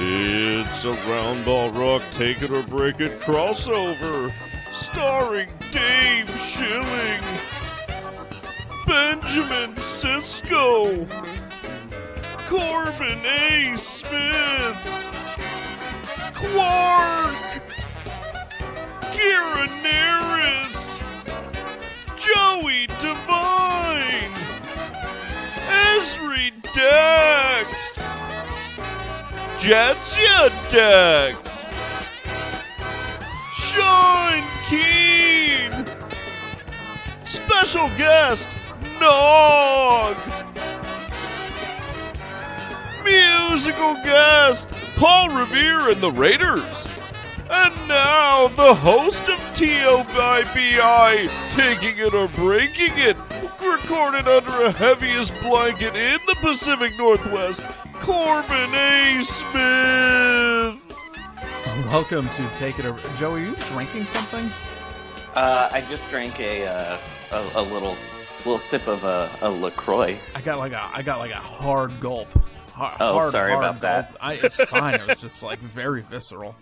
It's a round ball rock, take it or break it crossover, starring Dave Schilling, Benjamin Sisko, Corbin A. Smith, Clark, Kieran Neris, Joey Devine, Esri Dax. Jets, yeah, Dex. Sean Keen. Special guest, Nog. Musical guest, Paul Revere and the Raiders. And now, the host of TOBI, taking it or breaking it, recorded under a heaviest blanket in the Pacific Northwest, Corbin A. Smith. Welcome to Take It Over. Joey, are you drinking something? Uh, I just drank a, uh, a a little little sip of a, a Lacroix. I got like a I got like a hard gulp. Har- Oh, hard, sorry hard about that. gulp. I, it's fine. it was just like very visceral.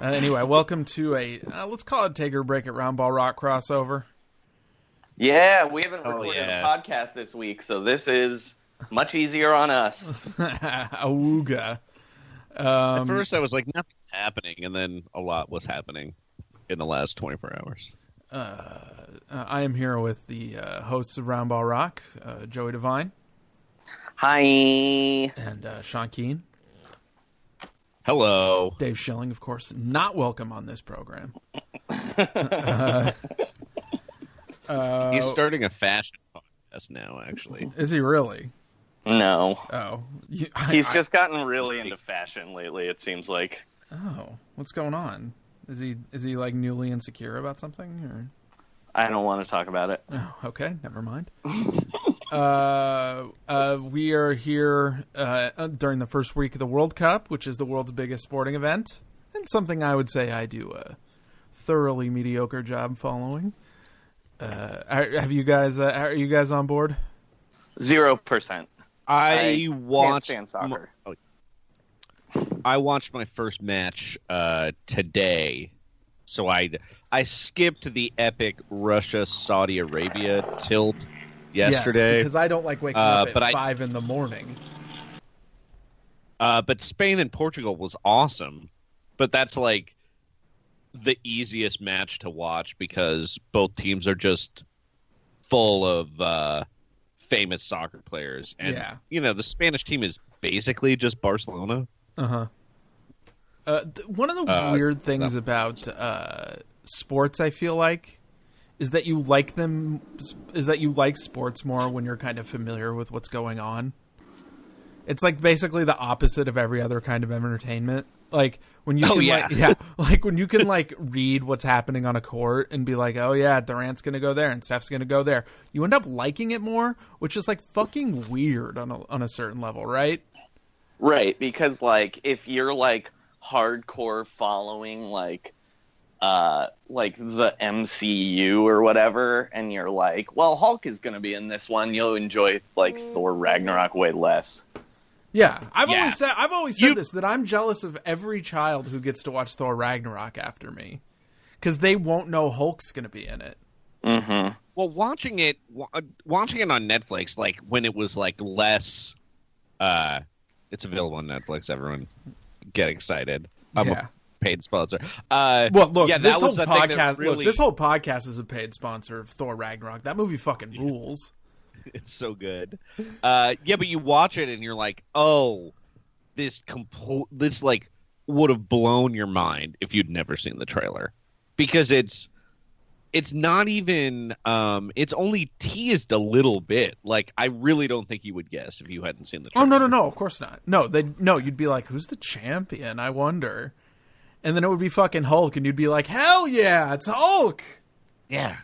Uh, anyway, welcome to a uh, let's call it take or break it round ball rock crossover. Yeah, we haven't Oh, recorded yeah. a podcast this week, so this is much easier on us. Awooga. Um, At first, I was like, nothing's happening, and then a lot was happening in the last 24 hours. Uh, I am here with the uh, hosts of Round Ball Rock, uh, Joey Devine Hi. and uh, Sean Keen. Hello. Dave Schilling, of course, not welcome on this program. Uh, He's starting a fashion podcast now, actually. Is he really? No, Oh, you, I- he's I- just gotten really into fashion lately. It seems like. Oh, what's going on? Is he is he like newly insecure about something? Or I don't want to talk about it. oh, okay, never mind. uh, uh, we are here uh, during the first week of the World Cup, which is the world's biggest sporting event, and something I would say I do a thoroughly mediocre job following. Uh, are, have you guys? Uh, are you guys on board? Zero percent. I, Can't watched. oh, stand soccer. I watched my first match uh, today, so I I skipped the epic Russia Saudi Arabia tilt yesterday. yes, because I don't like waking Uh, up at but I- five in the morning. Uh, but Spain and Portugal was awesome, but that's like the easiest match to watch because both teams are just full of uh, famous soccer players, and Yeah. you know the Spanish team is basically just Barcelona. Uh-huh. Uh, th- one of the Uh, weird things about uh, sports, I feel like, is that you like them. Is that you like sports more when you're kind of familiar with what's going on. It's like basically the opposite of every other kind of entertainment. Like when you Oh, can yeah. like yeah, like when you can like read what's happening on a court and be like, "Oh yeah, Durant's going to go there and Steph's going to go there." You end up liking it more, which is like fucking weird on a on a certain level, right? Right, because like if you're like hardcore following like uh like the MCU or whatever and you're like, well Hulk is going to be in this one, you'll enjoy like Thor Ragnarok way less. Yeah, I've Yeah. always said I've always said this that I'm jealous of every child who gets to watch Thor Ragnarok after me because they won't know Hulk's going to be in it. Mm-hmm. Well, watching it, wa- uh, watching it on Netflix, like when it was like less, uh, it's available on Netflix. Everyone, get excited! I'm Yeah. a paid sponsor. Uh, Well, look, yeah, this that whole was the thing that podcast. Really, Look, this whole podcast is a paid sponsor of Thor Ragnarok. That movie fucking rules. it's so good. Uh, yeah, but you watch it and you're like, oh, this complete, this like would have blown your mind if you'd never seen the trailer, because it's, it's not even, um, it's only teased a little bit. Like, I really don't think you would guess if you hadn't seen the. Oh trailer. no, no, no! Of course not. No, they no. You'd be like, "Who's the champion?" I wonder. And then it would be fucking Hulk, and you'd be like, "Hell yeah, it's Hulk!" Yeah.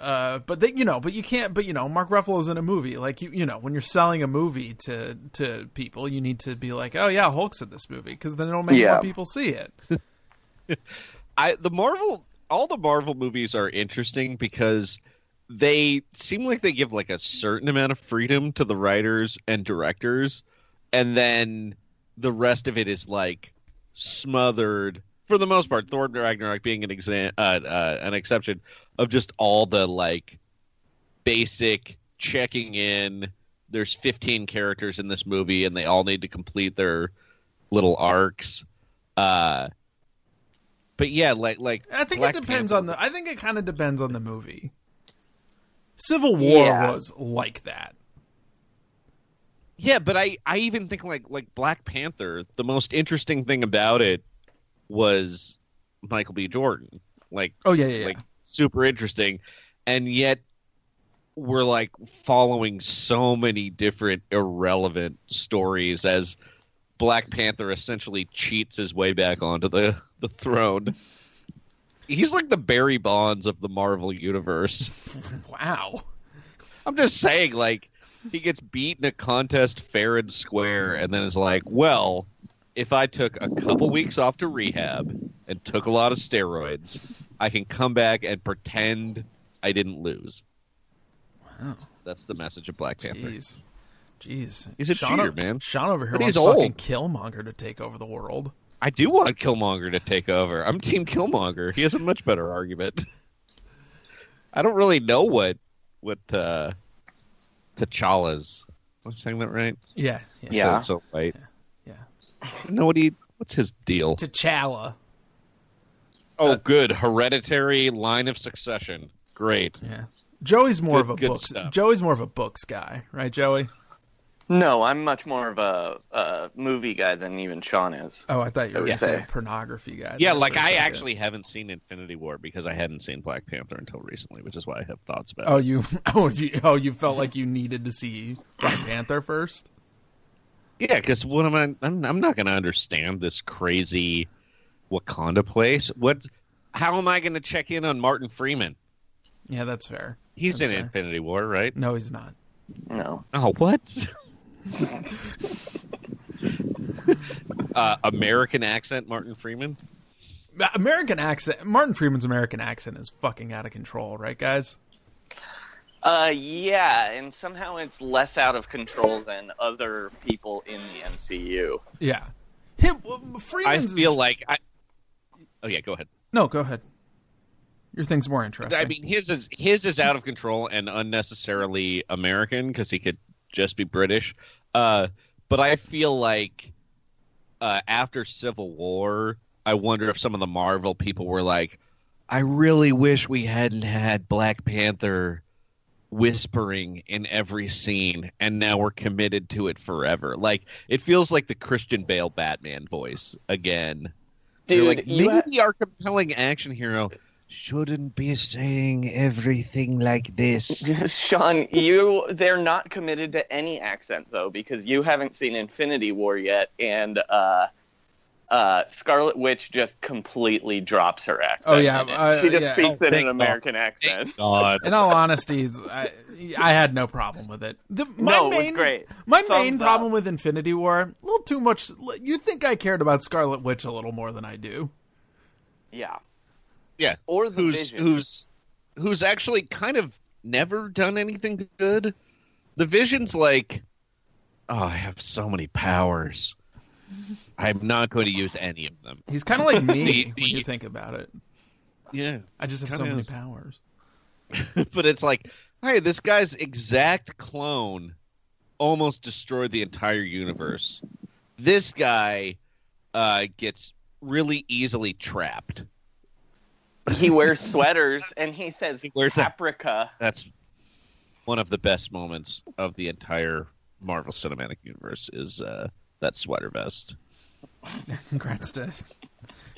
Uh, but they, you know, but you can't. But you know, Mark Ruffalo's in a movie. Like you, you know, when you're selling a movie to to people, you need to be like, "Oh yeah, Hulk's in this movie," because then it'll make Yeah. more people see it. I the Marvel all the Marvel movies are interesting because they seem like they give like a certain amount of freedom to the writers and directors and then the rest of it is like smothered for the most part Thor Ragnarok being an exam uh, uh, an exception of just all the like basic checking in there's 15 characters in this movie and they all need to complete their little arcs uh but yeah, like like I think Black it depends Panther- on the. I think it kind of depends on the movie. Civil War Yeah. was like that. Yeah, but I I even think like like Black Panther, the most interesting thing about it was Michael B. Jordan. Like Oh, yeah, yeah, yeah. like super interesting, and yet we're like following so many different irrelevant stories as Black Panther essentially cheats his way back onto the the throne. He's like the Barry Bonds of the Marvel universe. Wow. I'm just saying, like, he gets beat in a contest fair and square, and then is like, well, if I took a couple weeks off to rehab and took a lot of steroids, I can come back and pretend I didn't lose. Wow. That's the message of Black Panther. Jeez. Jeez. He's a Sean cheater, o- man. Sean over here But he's wants fucking old. Killmonger to take over the world. I do want Killmonger to take over. I'm Team Killmonger. He has a much better argument. I don't really know what what uh, T'Challa's. Am I saying that right? Yeah, yeah. So- Yeah. So, right. Yeah. No, what do you? What's his deal? T'Challa. uh, Oh, good. Hereditary line of succession. Great. Yeah. Joey's more Good- of a good books. stuff. Joey's more of a books guy, right, Joey? No, I'm much more of a, a movie guy than even Sean is. Oh, I thought you were would gonna say say. a pornography guy. Yeah, there like for a I second. actually haven't seen Infinity War because I hadn't seen Black Panther until recently, which is why I have thoughts about Oh, it. you. Oh, you. Oh, you felt like you needed to see Black Panther first. Yeah, because what am I? I'm, I'm not going to understand this crazy Wakanda place. What? How am I going to check in on Martin Freeman? Yeah, that's fair. He's That's in fair. Infinity War, right? No, he's not. No. Oh, what? uh, American accent, Martin Freeman. American accent. Martin Freeman's American accent is fucking out of control, right, guys? Uh yeah, and somehow it's less out of control than other people in the MCU. Yeah. Him, Freeman's. I feel like I. Oh yeah, go ahead. No, go ahead. Your thing's more interesting. I mean, his is his is out of control and unnecessarily American because he could just be British. Uh, but I feel like uh, after Civil War, I wonder if some of the Marvel people were like, "I really wish we hadn't had Black Panther whispering in every scene, and now we're committed to it forever." Like it feels like the Christian Bale Batman voice again. They're Dude, like, you maybe ha- our compelling action hero shouldn't be saying everything like this. Sean, you they're not committed to any accent though because you haven't seen Infinity War yet and uh uh, Scarlet Witch just completely drops her accent. Oh yeah, in it. uh, she just yeah. speaks Oh, in thank an American accent. God. In all honesty, I, I had no problem with it. The, my No, it main, was great. My Thumbs main up. problem with Infinity War, a little too much. You think I cared about Scarlet Witch a little more than I do? Yeah, Yeah. or the who's Vision. who's who's actually kind of never done anything good. The Vision's like, oh, I have so many powers. I'm not going to use any of them. He's kind of like me The- when you the- think about it. Yeah, I just have so Kinda many is. powers. but it's like, hey, this guy's exact clone almost destroyed the entire universe. This guy uh, gets really easily trapped. he wears sweaters and he says He wears a- paprika. That's one of the best moments of the entire Marvel Cinematic Universe is uh, that sweater vest. Congrats to,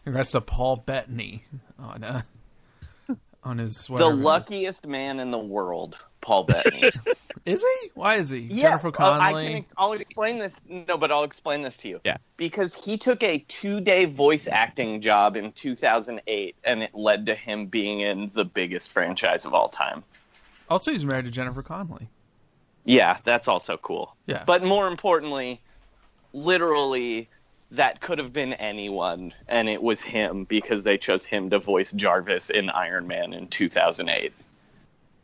congrats to Paul Bettany on uh, on his sweater. The vest. luckiest man in the world, Paul Bettany. is he? Why is he? yeah, Jennifer uh, Connelly. I can. Ex- I'll explain this. No, but I'll explain this to you. Yeah. because he took a two-day voice acting job in 2008, and it led to him being in the biggest franchise of all time. also, he's married to Jennifer Connelly. Yeah, that's also cool. Yeah. But more importantly, literally, that could have been anyone, and it was him because they chose him to voice Jarvis in Iron Man in 2008.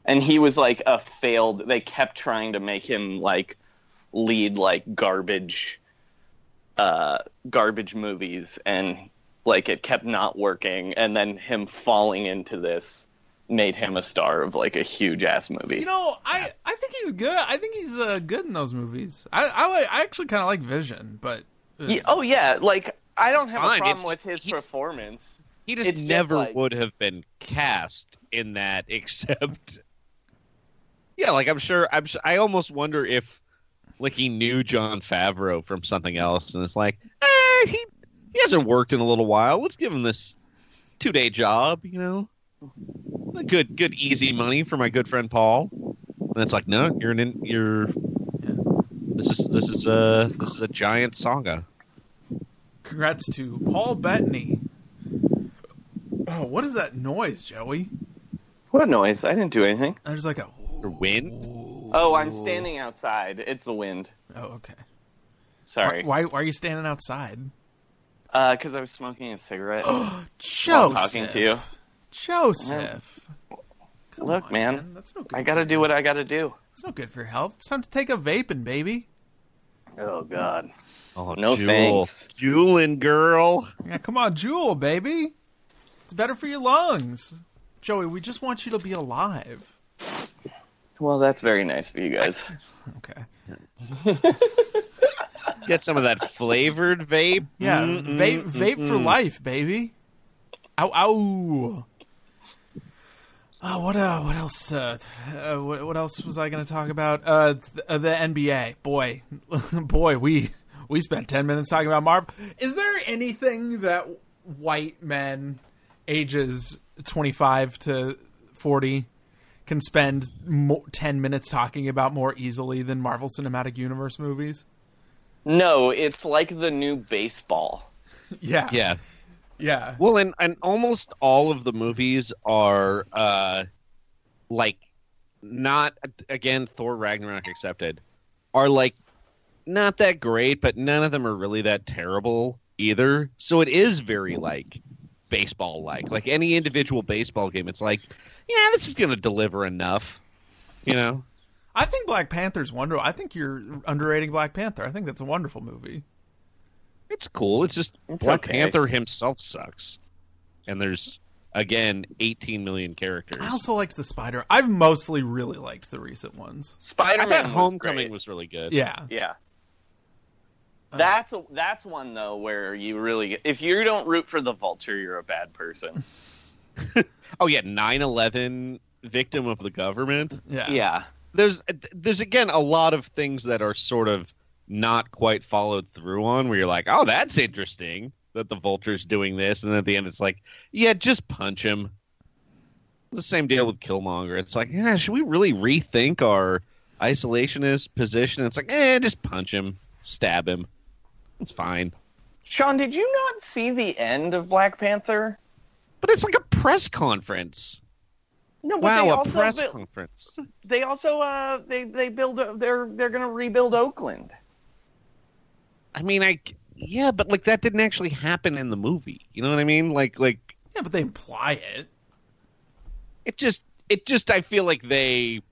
And he was like a failed, they kept trying to make him like lead like garbage, uh, garbage movies, and like it kept not working. And then him falling into this made him a star of like a huge ass movie. You know, I, I think he's good. I think he's uh, good in those movies. I I, like, I actually kind of like Vision, but uh, Yeah, oh yeah, like I don't It's have fine, a problem it's with just- his he just- performance. He just It's just never like- would have been cast in that, except yeah, like I'm sure I'm sure, I almost wonder if like he knew John Favreau from something else, and it's like eh, he he hasn't worked in a little while. Let's give him this two day job, you know, good good easy money for my good friend Paul. And it's like no, you're an in, you're this is this is a this is a giant saga. congrats to Paul Bettany. Oh, what is that noise, Joey? What noise? I didn't do anything. I was like, a, Or win. Oh, I'm standing outside. It's the wind. oh, okay. Sorry, Why, why are you standing outside? because I was smoking a cigarette while Joseph. talking to you. Joseph. Come Look, on, man. That's no good. I gotta do what I gotta do. It's no good for your health. It's time to take a vaping, baby. Oh God. Oh, No Jewel. thanks. Jewelin' girl. Yeah, come on, Jewel, baby. It's better for your lungs. Joey, we just want you to be alive. Well, that's very nice of you guys. Okay. Get some of that flavored vape. Yeah, Mm-mm. vape, vape for life, baby. Ow, ow. Oh, what uh, what else? Uh, uh, what, what else was I going to talk about? Uh, th- uh, the NBA. Boy, boy, we we spent ten minutes talking about Marv. Is there anything that white men ages twenty five to forty can spend mo- ten minutes talking about more easily than Marvel Cinematic Universe movies? No, it's like the new baseball. Yeah, Yeah. yeah. Well, and, and almost all of the movies are uh, like not again Thor Ragnarok accepted are like not that great, but none of them are really that terrible either. So it is very like baseball like. Like any individual baseball game, it's like, yeah, this is gonna deliver enough. You know? I think Black Panther's wonderful. I think you're underrating Black Panther. I think that's a wonderful movie. It's cool. It's just Black okay. Panther himself sucks, and there's again 18 million characters. I also liked the Spider. I've mostly really liked the recent ones. I Spider-Man thought was Homecoming great. was, really good. Yeah, Yeah. Uh, That's a, that's one though where you really if you don't root for the vulture you're a bad person. Oh yeah, 9/11 victim of the government. yeah, Yeah. There's there's again a lot of things that are sort of not quite followed through on where you're like, "Oh, that's interesting that the vulture's doing this." And at the end it's like, "Yeah, just punch him." The same deal with Killmonger. It's like, "Yeah, should we really rethink our isolationist position?" It's like, "Eh, just punch him, stab him. It's fine." Sean, did you not see the end of Black Panther? But it's like a press conference. No, but wow, they a also press bu- conference. they also uh they they build they're they're going to rebuild Oakland. I mean, I yeah, but like that didn't actually happen in the movie. You know what I mean? Like like Yeah, but they imply it. it just it just I feel like they.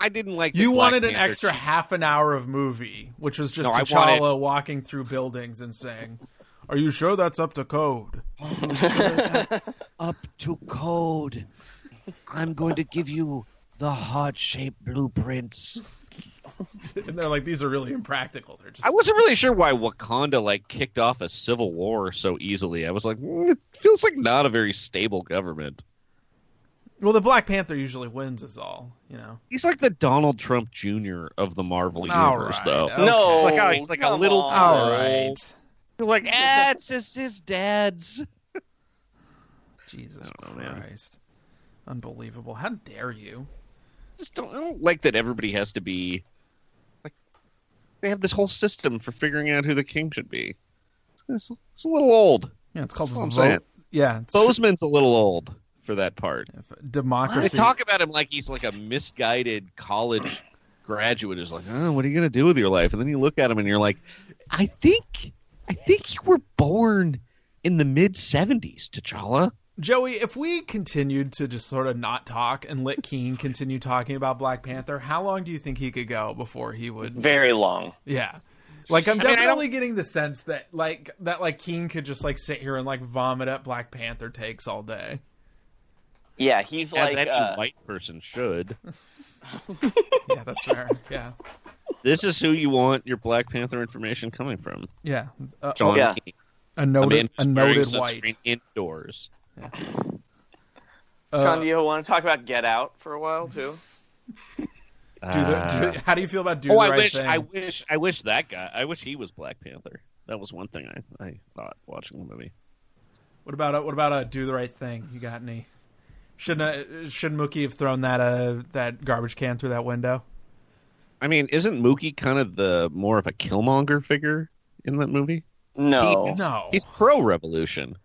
I didn't like. that You Black wanted an Panther extra cheated. half an hour of movie, which was just No, I T'Challa wanted- walking through buildings and saying, "Are you sure that's up to code?" up to code. I'm going to give you the heart shaped blueprints. And they're like, "These are really impractical." They're just I wasn't really sure why Wakanda like kicked off a civil war so easily. I was like, "Mm, it feels like not a very stable government. well, the Black Panther usually wins, is all you know. He's like the Donald Trump Jr. of the Marvel All universe, right, though. okay. No, It's like, oh, he's like a come little on. troll. All right, You're like, ah, it's just his dad's. Jesus I don't know, man. Christ, unbelievable! How dare you? Just don't, I don't like that everybody has to be. Like, they have this whole system for figuring out who the king should be. It's, it's a little old. Yeah, it's called That's what I'm vote. saying. Yeah, it's Bozeman's a little old for that part. They democracy. talk about him like he's like a misguided college graduate who's like, oh, what are you gonna do with your life? And then you look at him and you're like, I think, I think you were born in the mid '70s, T'Challa. Joey, if we continued to just sort of not talk and let Keen continue talking about Black Panther, how long do you think he could go before he would? Very long. Yeah. Like I'm I mean, I definitely getting the sense that like that like Keen could just like sit here and like vomit up Black Panther takes all day. Yeah, he's As like any uh, white person should. Yeah, that's fair. yeah. This is who you want your Black Panther information coming from. Yeah. Uh, John yeah. Keane, a a man noted a who's wearing noted sunscreen white. indoors. Sean, Uh, do you want to talk about Get Out for a while too? do Uh, the, do, how do you feel about do oh, the I right wish, thing? I wish, I wish that guy. I wish he was Black Panther. That was one thing I, I thought watching the movie. What about uh, what about uh, do the right thing? You got any? Shouldn't uh, shouldn't Mookie have thrown that uh that garbage can through that window? I mean, isn't Mookie kind of the more of a Killmonger figure in that movie? No, He's- No. he's pro-revolution.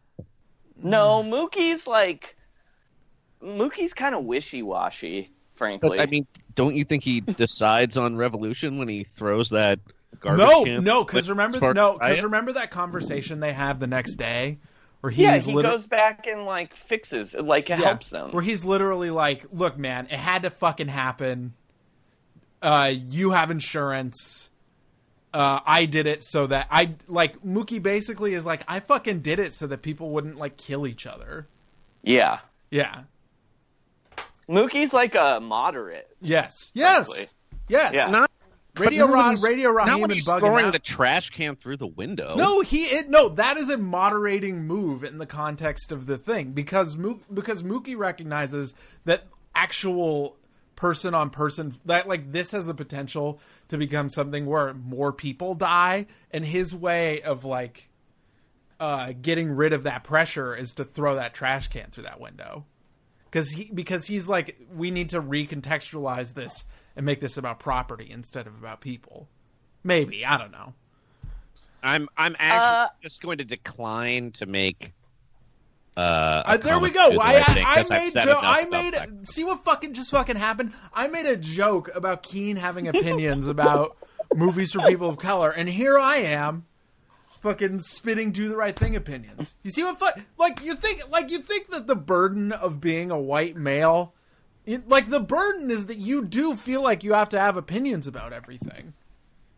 no. Mookie's like Mookie's kind of wishy-washy, frankly. But I mean, don't you think he decides on revolution when he throws that garbage no, can? no, because with remember, spark no, because riot? remember that conversation they have the next day, where he's yeah, he liter- goes back and like fixes, like yeah, helps them. Where he's literally like, "Look, man, it had to fucking happen. Uh, you have insurance. Uh, I did it so that I like Mookie basically is like, I fucking did it so that people wouldn't like kill each other. Yeah, Yeah. Mookie's like a moderate. Yes. Yes. Exactly. Yes. Yeah. Not- Radio But not when Rod. he's- Radio Raheem Not when and he's bugging throwing out. the trash can through the window. No, he it, no. That is a moderating move in the context of the thing because Mook, because Mookie recognizes that actual person on person that like this has the potential to become something where more people die, and his way of like uh, getting rid of that pressure is to throw that trash can through that window because he because he's like we need to recontextualize this and make this about property instead of about people. Maybe I don't know. I'm I'm actually just going to decline to make. Uh, a Uh, there we comment go. to the I, right I, thing, I 'cause I've made said jo- enough I about made that. see what fucking just fucking happened. I made a joke about Keen having opinions about movies for people of color, and here I am, fucking spitting do the right thing opinions. You see what fuck like you think like you think that the burden of being a white male, it, like the burden is that you do feel like you have to have opinions about everything.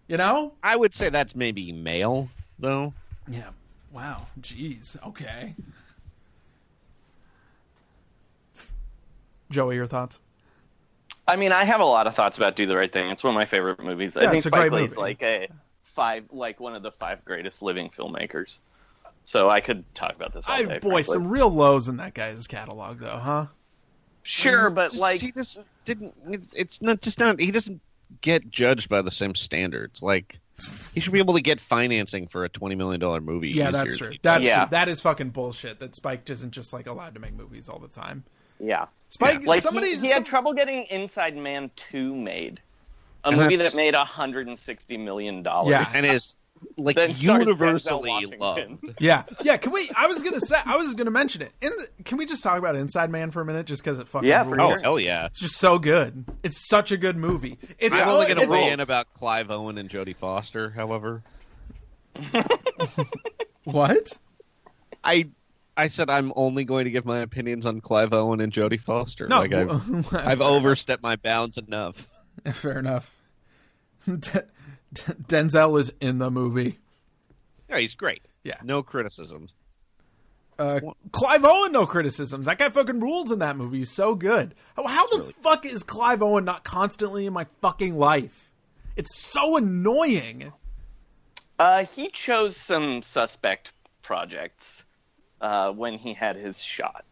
You know? I would say that's maybe male though. Yeah. Wow. Jeez. Okay. Joey, your thoughts? I mean, I have a lot of thoughts about Do the Right Thing. It's one of my favorite movies. I Yeah, think it's a Spike great Lee's movie. like a five, like one of the five greatest living filmmakers. So I could talk about this all I day. frankly. boy, some real lows in that guy's catalog, though, huh? sure, but Just- like he just didn't. It's, it's not just not. He doesn't get judged by the same standards. Like he should be able to get financing for a twenty million dollar movie. Yeah, easier that's than true. he That's Yeah. true. that is fucking bullshit. That Spike isn't just like allowed to make movies all the time. yeah, Spike, like somebody, he, he had some- trouble getting Inside Man two made, a And movie that's- that made hundred and sixty million dollars. Yeah. and is like Then stars universally Denzel Washington. loved. Yeah, yeah. Can we? I was gonna say. I was gonna mention it. In the, can we just talk about Inside Man for a minute? Just because it fucking Yeah, for Oh rules. sure. hell yeah! It's just so good. It's such a good movie. It's I'm only gonna it's- weigh in about Clive Owen and Jodie Foster. However, what? I I said I'm only going to give my opinions on Clive Owen and Jodie Foster. No, like I've, I've overstepped my bounds enough. fair enough. De- De- Denzel is in the movie. Yeah, he's great. Yeah. no criticisms. Uh, Clive Owen, no criticisms. That guy fucking rules in that movie. He's so good. How, how the fuck is Clive Owen not constantly in my fucking life? It's so annoying. Uh, he chose some suspect projects uh, when he had his shot.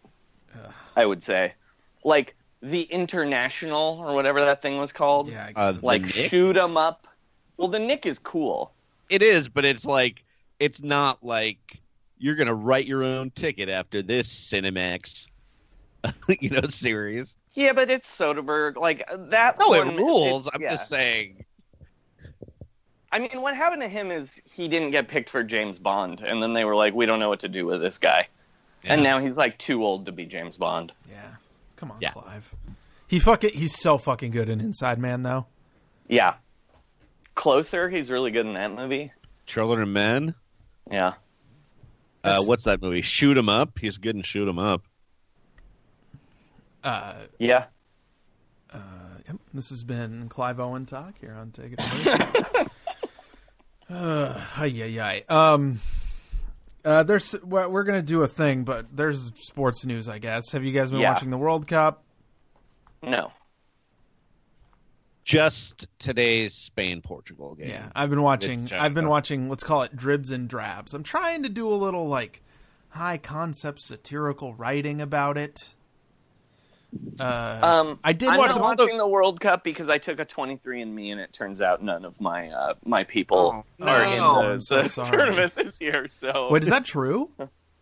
I would say, like the International or whatever that thing was called. I Uh, like the Nick? shoot 'em up. Well, the Nick is cool. It is, but it's like it's not like you're gonna write your own ticket after this Cinemax, you know, series. Yeah, but it's Soderbergh. Like that. No, one- it rules. I'm yeah. just saying. I mean, what happened to him is he didn't get picked for James Bond, and then they were like, "We don't know what to do with this guy," and now he's like too old to be James Bond. Yeah. Come on, Yeah. Clive. He fucking he's so fucking good in Inside Man though. Yeah. Closer, he's really good in that movie. Children and Men. Yeah. Uh, what's that movie? Shoot 'em up. He's good in Shoot 'em up. Yeah. Yep. This has been Clive Owen talk here on Take It Away. uh, ay, ay, ay. Um, uh, there's well, we're gonna do a thing, but there's sports news, I guess. Have you guys been Yeah. watching the World Cup? No. Just today's Spain Portugal game. Yeah, I've been watching. It's, uh, I've been watching. Let's call it dribs and drabs. I'm trying to do a little like high concept satirical writing about it. Uh, Um, I did I'm watch not the- watching the World Cup because I took a 23andMe and it turns out none of my uh, my people Oh, are no. in I'm the, so the sorry. tournament this year. So Wait, is that true?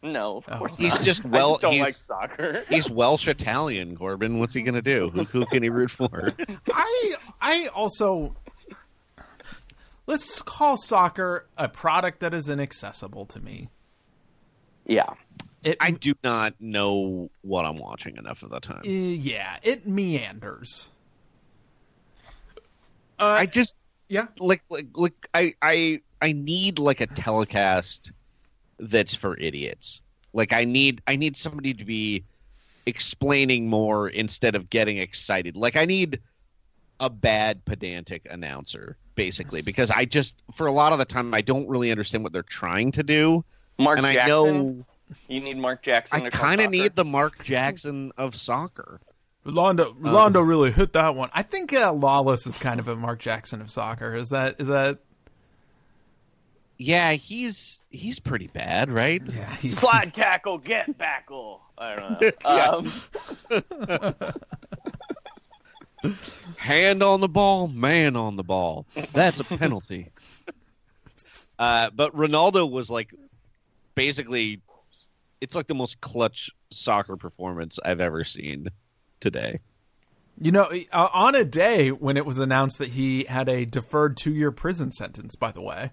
no, Oh, of course He's not. just I well. just don't he's, like soccer. he's Welsh Italian. Corbin. What's he gonna do? Who, who can he root for? I I also let's call soccer a product that is inaccessible to me. yeah. It I do not know what I'm watching enough of the time. uh, yeah, it meanders. I just Yeah. like like like I I I need like a telecast that's for idiots. Like I need I need somebody to be explaining more instead of getting excited. Like I need a bad pedantic announcer basically because I just for a lot of the time I don't really understand what they're trying to do Mark and I Jackson. know You need Mark Jackson. I to call kind of soccer. need the Mark Jackson of soccer. Londo Oh. Londo really hit that one. I think uh, Lawless is kind of a Mark Jackson of soccer. Is that is that Yeah, he's he's pretty bad, right? yeah, he's slide tackle, get backle. I don't know. Um, hand on the ball, man on the ball. That's a penalty. uh, but Ronaldo was like basically, it's like the most clutch soccer performance I've ever seen today. You know, uh, on a day when it was announced that he had a deferred 2-year prison sentence by the way.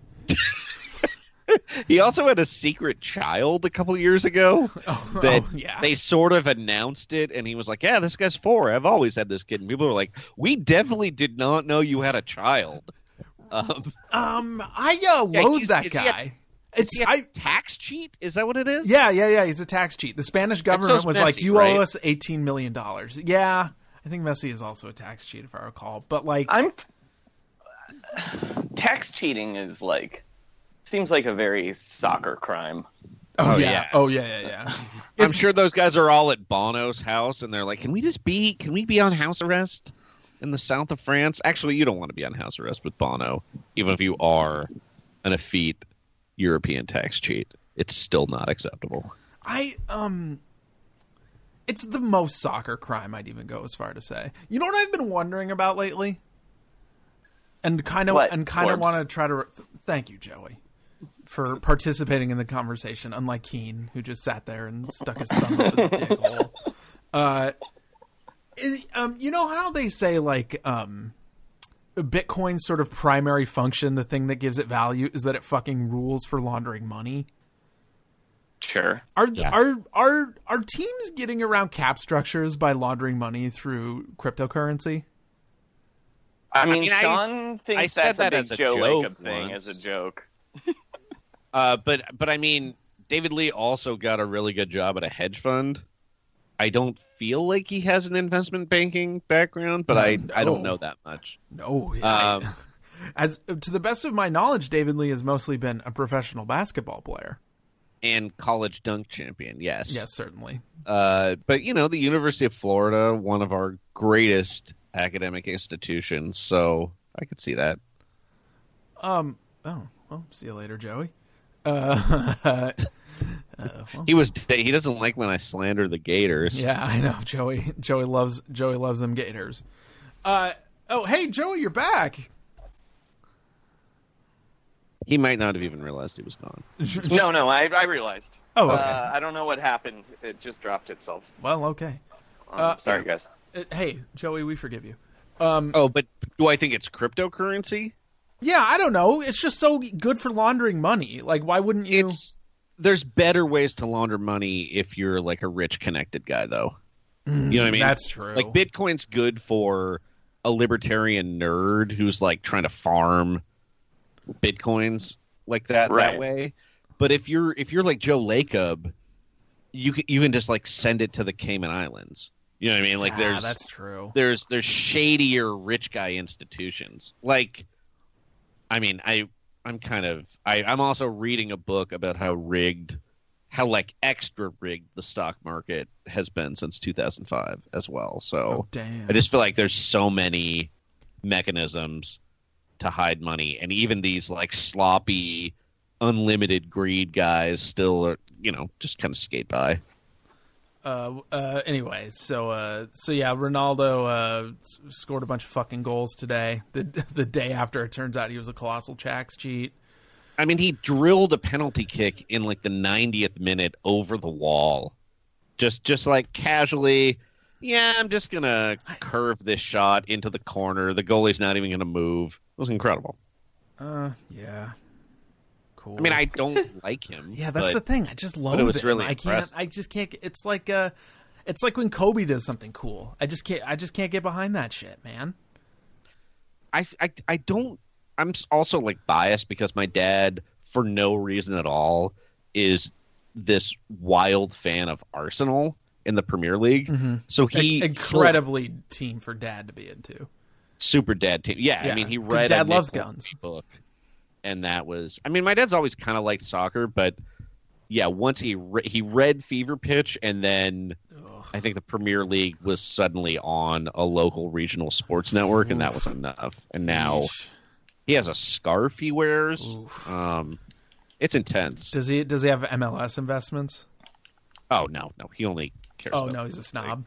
He also had a secret child a couple of years ago that oh, yeah. they sort of announced it, and he was like, "Yeah, this guy's four. I've always had this kid." And people were like, "We definitely did not know you had a child." Um, Um I uh, Yeah, loathe he's- that is he a- guy. it's is he a I tax cheat? Is that what it is? Yeah, yeah, yeah. He's a tax cheat. The Spanish government was like, Messi, "You right? owe us eighteen million dollars." Yeah, I think Messi is also a tax cheat, if I recall. But like, I'm tax cheating is like seems like a very soccer crime. oh, yeah. yeah. oh yeah, yeah, yeah. I'm sure those guys are all at Bono's house, and they're like, "Can we just be? Can we be on house arrest in the south of France?" Actually, you don't want to be on house arrest with Bono, even if you are an effete European tax cheat. It's still not acceptable. I um, it's the most soccer crime I'd even go as far to say. You know what I've been wondering about lately, and kind of What, and kind of Forbes? want to try to. th- thank you, Joey, for participating in the conversation. Unlike Keen, who just sat there and stuck his thumb up his dick hole. Uh, is, um, you know how they say like um, Bitcoin's sort of primary function, the thing that gives it value, is that it fucking rules for laundering money. Sure. Are are are are teams getting around cap structures by laundering money through cryptocurrency? I I mean, mean, I- Sean I thinks said that's that a big as a Joe joke Lacob thing once. as a joke. Uh, but but I mean, David Lee also got a really good job at a hedge fund. I don't feel like he has an investment banking background, but I I don't No. know that much. No. I- Um, as to the best of my knowledge, David Lee has mostly been a professional basketball player. and college dunk champion, yes. Yes, certainly. Uh, but you know, the University of Florida, one of our greatest academic institutions, so I could see that. Um. Oh. Well. See you later, Joey. Uh. uh, well, He was he doesn't like when I slander the Gators. yeah, I know. Joey. Joey loves. Joey loves them Gators. Uh. Oh. Hey, Joey, you're back. He might not have even realized he was gone. No, no, I, I realized. Oh. Okay. Uh, I don't know what happened. It just dropped itself. well. Okay. Um, Uh, sorry, guys. Uh, hey, Joey, we forgive you. Um. Oh, but do I think it's cryptocurrency? Yeah. I don't know. It's just so good for laundering money. Like, why wouldn't you? It's there's better ways to launder money if you're like a rich connected guy though. you know what I mean? That's true. Like Bitcoin's good for a libertarian nerd who's like trying to farm bitcoins like that Right. that way. But if you're if you're like Joe Lacob, you can you can just like send it to the Cayman Islands. You know what I mean? Like Ah, there's that's true. there's there's shadier rich guy institutions like i mean i i'm kind of I, i'm also reading a book about how rigged how like extra rigged the stock market has been since 2005 as well so Oh, damn. i just feel like there's so many mechanisms to hide money and even these like sloppy unlimited greed guys still are you know just kind of skate by uh, uh, anyway, so uh, so yeah, Ronaldo uh, s- scored a bunch of fucking goals today. The the day after, it turns out he was a colossal tax cheat. I mean, he drilled a penalty kick in like the 90th minute over the wall, just just like casually. Yeah, I'm just gonna curve this shot into the corner. The goalie's not even gonna move. It was incredible. Uh, yeah, cool. I mean, I don't like him. yeah, that's the but thing. I just love was really I can't. impressive. I just can't. get- It's like uh, it's like when Kobe does something cool. I just can't. I just can't get behind that shit, man. I, I I don't. I'm s- also like biased because my dad, for no reason at all, is this wild fan of Arsenal in the Premier League. So he In- he'll Mm-hmm. incredibly team for dad to be into. super dad team. Yeah, Yeah, I mean, he 'cause read Dad a Loves Nick Guns. Hornby book, and that was. I mean, my dad's always kind of liked soccer, but yeah, once he re- he read Fever Pitch, and then I think the Premier League was suddenly on a local regional sports network, and that was enough. And now Yeesh. he has a scarf he wears. Um, it's intense. does he does he have MLS investments? oh no, no, he only cares. Oh about no, he's a snob.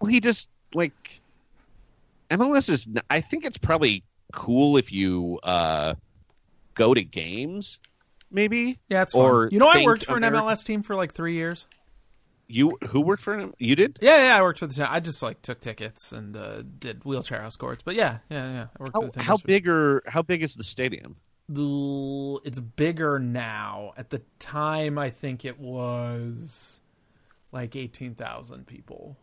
Well, he just like MLS is. n- I think it's probably cool if you uh, go to games, maybe. Yeah, it's Or fun. You know, I think worked for an Ameri- MLS team for like three years. You who worked for him? You did. Yeah, yeah, I worked for the town. I just like took tickets and uh, did wheelchair escorts. But yeah, yeah, yeah. I worked How, for the how Timbers. big are how big is the stadium? Ooh, It's bigger now. At the time, I think it was like eighteen thousand people.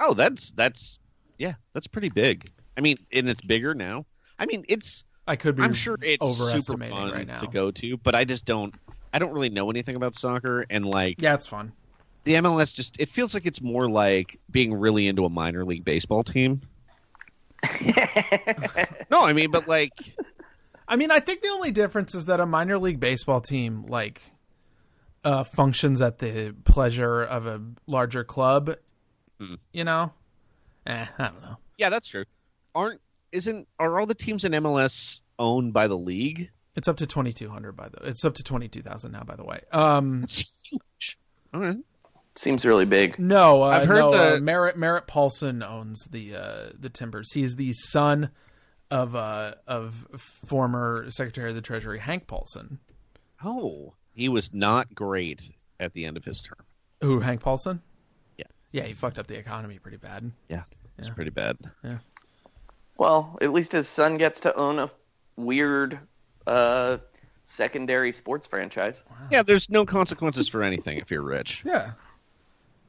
Oh, that's that's yeah, that's pretty big. I mean, and it's bigger now. I mean, it's I could be. I'm sure it's super overestimating fun right now. to go to, but I just don't. I don't really know anything about soccer, and like Yeah, it's fun. the MLS just it feels like it's more like being really into a minor league baseball team. no, I mean, but like I mean, I think the only difference is that a minor league baseball team like uh, functions at the pleasure of a larger club. You know, eh, I don't know. yeah, that's true. Aren't isn't are all the teams in MLS owned by the league? It's up to twenty two hundred by the. It's up to twenty two thousand now. By the way, um, It's huge. All right. Seems really big. no, uh, I've heard no, uh, the- Merritt Merritt Paulson owns the uh, the Timbers. He's the son of uh, of former Secretary of the Treasury Hank Paulson. Oh, he was not great at the end of his term. Who Hank Paulson? Yeah. yeah, he fucked up the economy pretty bad. Yeah, it's pretty bad. Well, at least his son gets to own a weird uh, secondary sports franchise. Yeah, there's no consequences for anything if you're rich. Yeah.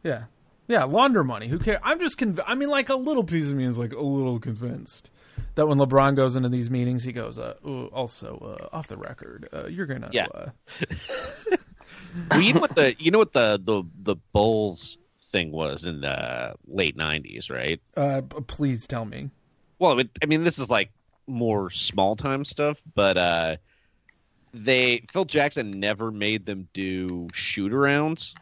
Yeah. Yeah, launder money. Who cares? I'm just conv- I mean like a little piece of me is like a little convinced that when LeBron goes into these meetings, he goes, uh, ooh, also uh, off the record, uh, you're going to Yeah. uh, Well, you know what the you know what the the the Bulls thing was in the late '90s, right? uh p- please tell me. Well, it, I mean, this is like more small time stuff, but uh, they Phil Jackson never made them do shoot arounds,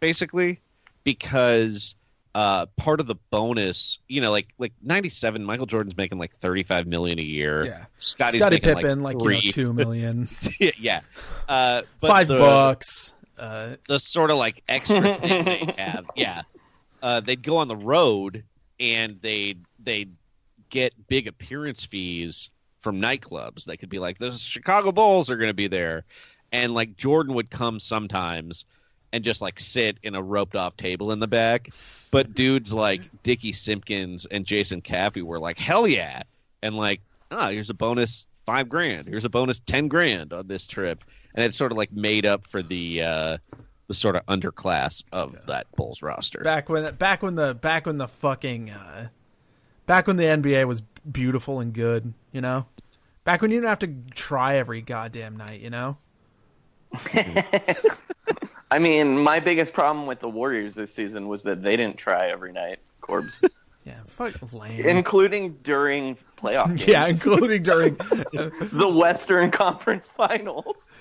basically, because uh, part of the bonus, you know, like like '97, Michael Jordan's making like 35 million a year. Yeah. Scotty's Scottie making Pippen like, like you know, three. 2 million, yeah, uh, but 5 the- bucks. Uh the sort of like extra thing they have. Yeah, uh, they'd go on the road and they they get big appearance fees from nightclubs. They could be like, "The Chicago Bulls are going to be there," and like Jordan would come sometimes and just like sit in a roped off table in the back. But dudes like Dickie Simpkins and Jason Caffey were like, "Hell yeah!" and like, "Ah, here's a bonus." Five grand. Here's a bonus ten grand on this trip, and it sort of like made up for the uh, the sort of underclass of that Bulls roster. back when back when the back when the fucking uh, back when the NBA was beautiful and good, you know. Back when you didn't have to try every goddamn night, you know. I mean, my biggest problem with the Warriors this season was that they didn't try every night, Corbs, Yeah, fuck lame. including during playoff games. yeah, including during. the Western Conference Finals.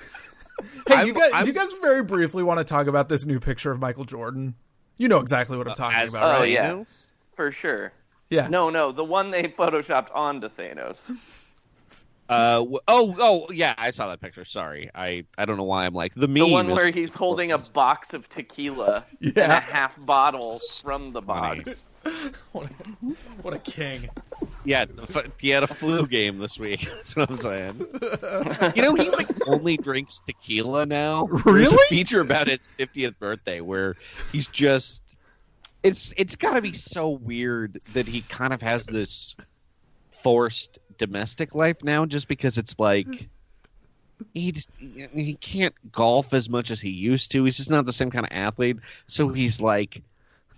Hey, you I'm- guys, I'm- do you guys very briefly want to talk about this new picture of Michael Jordan? You know exactly what I'm talking as- about, oh, right? yeah. Thanos? For sure. yeah. No, no, the one they photoshopped onto Thanos. Uh, w- oh, oh, yeah, I saw that picture. Sorry, I, I don't know why I'm like the meme. The one is- where he's holding a box of tequila and Yeah. a half bottle from the box. What, a, what a king. yeah, the fu- he had a flu game this week. That's what I'm saying. you know, he like only drinks tequila now. There's Really? a feature about his 50th birthday where he's just. It's it's got to be so weird that he kind of has this forced domestic life now, just because it's like. He just, he can't golf as much as he used to. He's just not the same kind of athlete. So he's like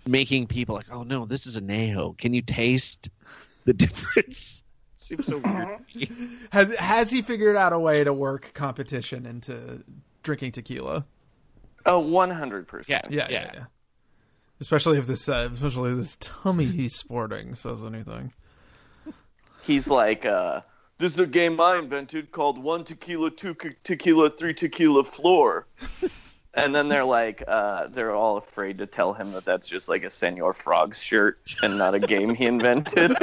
making people like, "Oh no, this is a neho. Can you taste the difference?" Seems so weird. to me. Has has he figured out a way to work competition into drinking tequila? Oh, 100%. yeah, Yeah, yeah, yeah. Especially if this, uh, especially if this tummy he's sporting says anything. He's like, uh, this is a game I invented called One Tequila, Two Ke- Tequila, Three Tequila Floor. and then they're like, uh, they're all afraid to tell him that that's just like a Senor Frog's shirt and not a game he invented.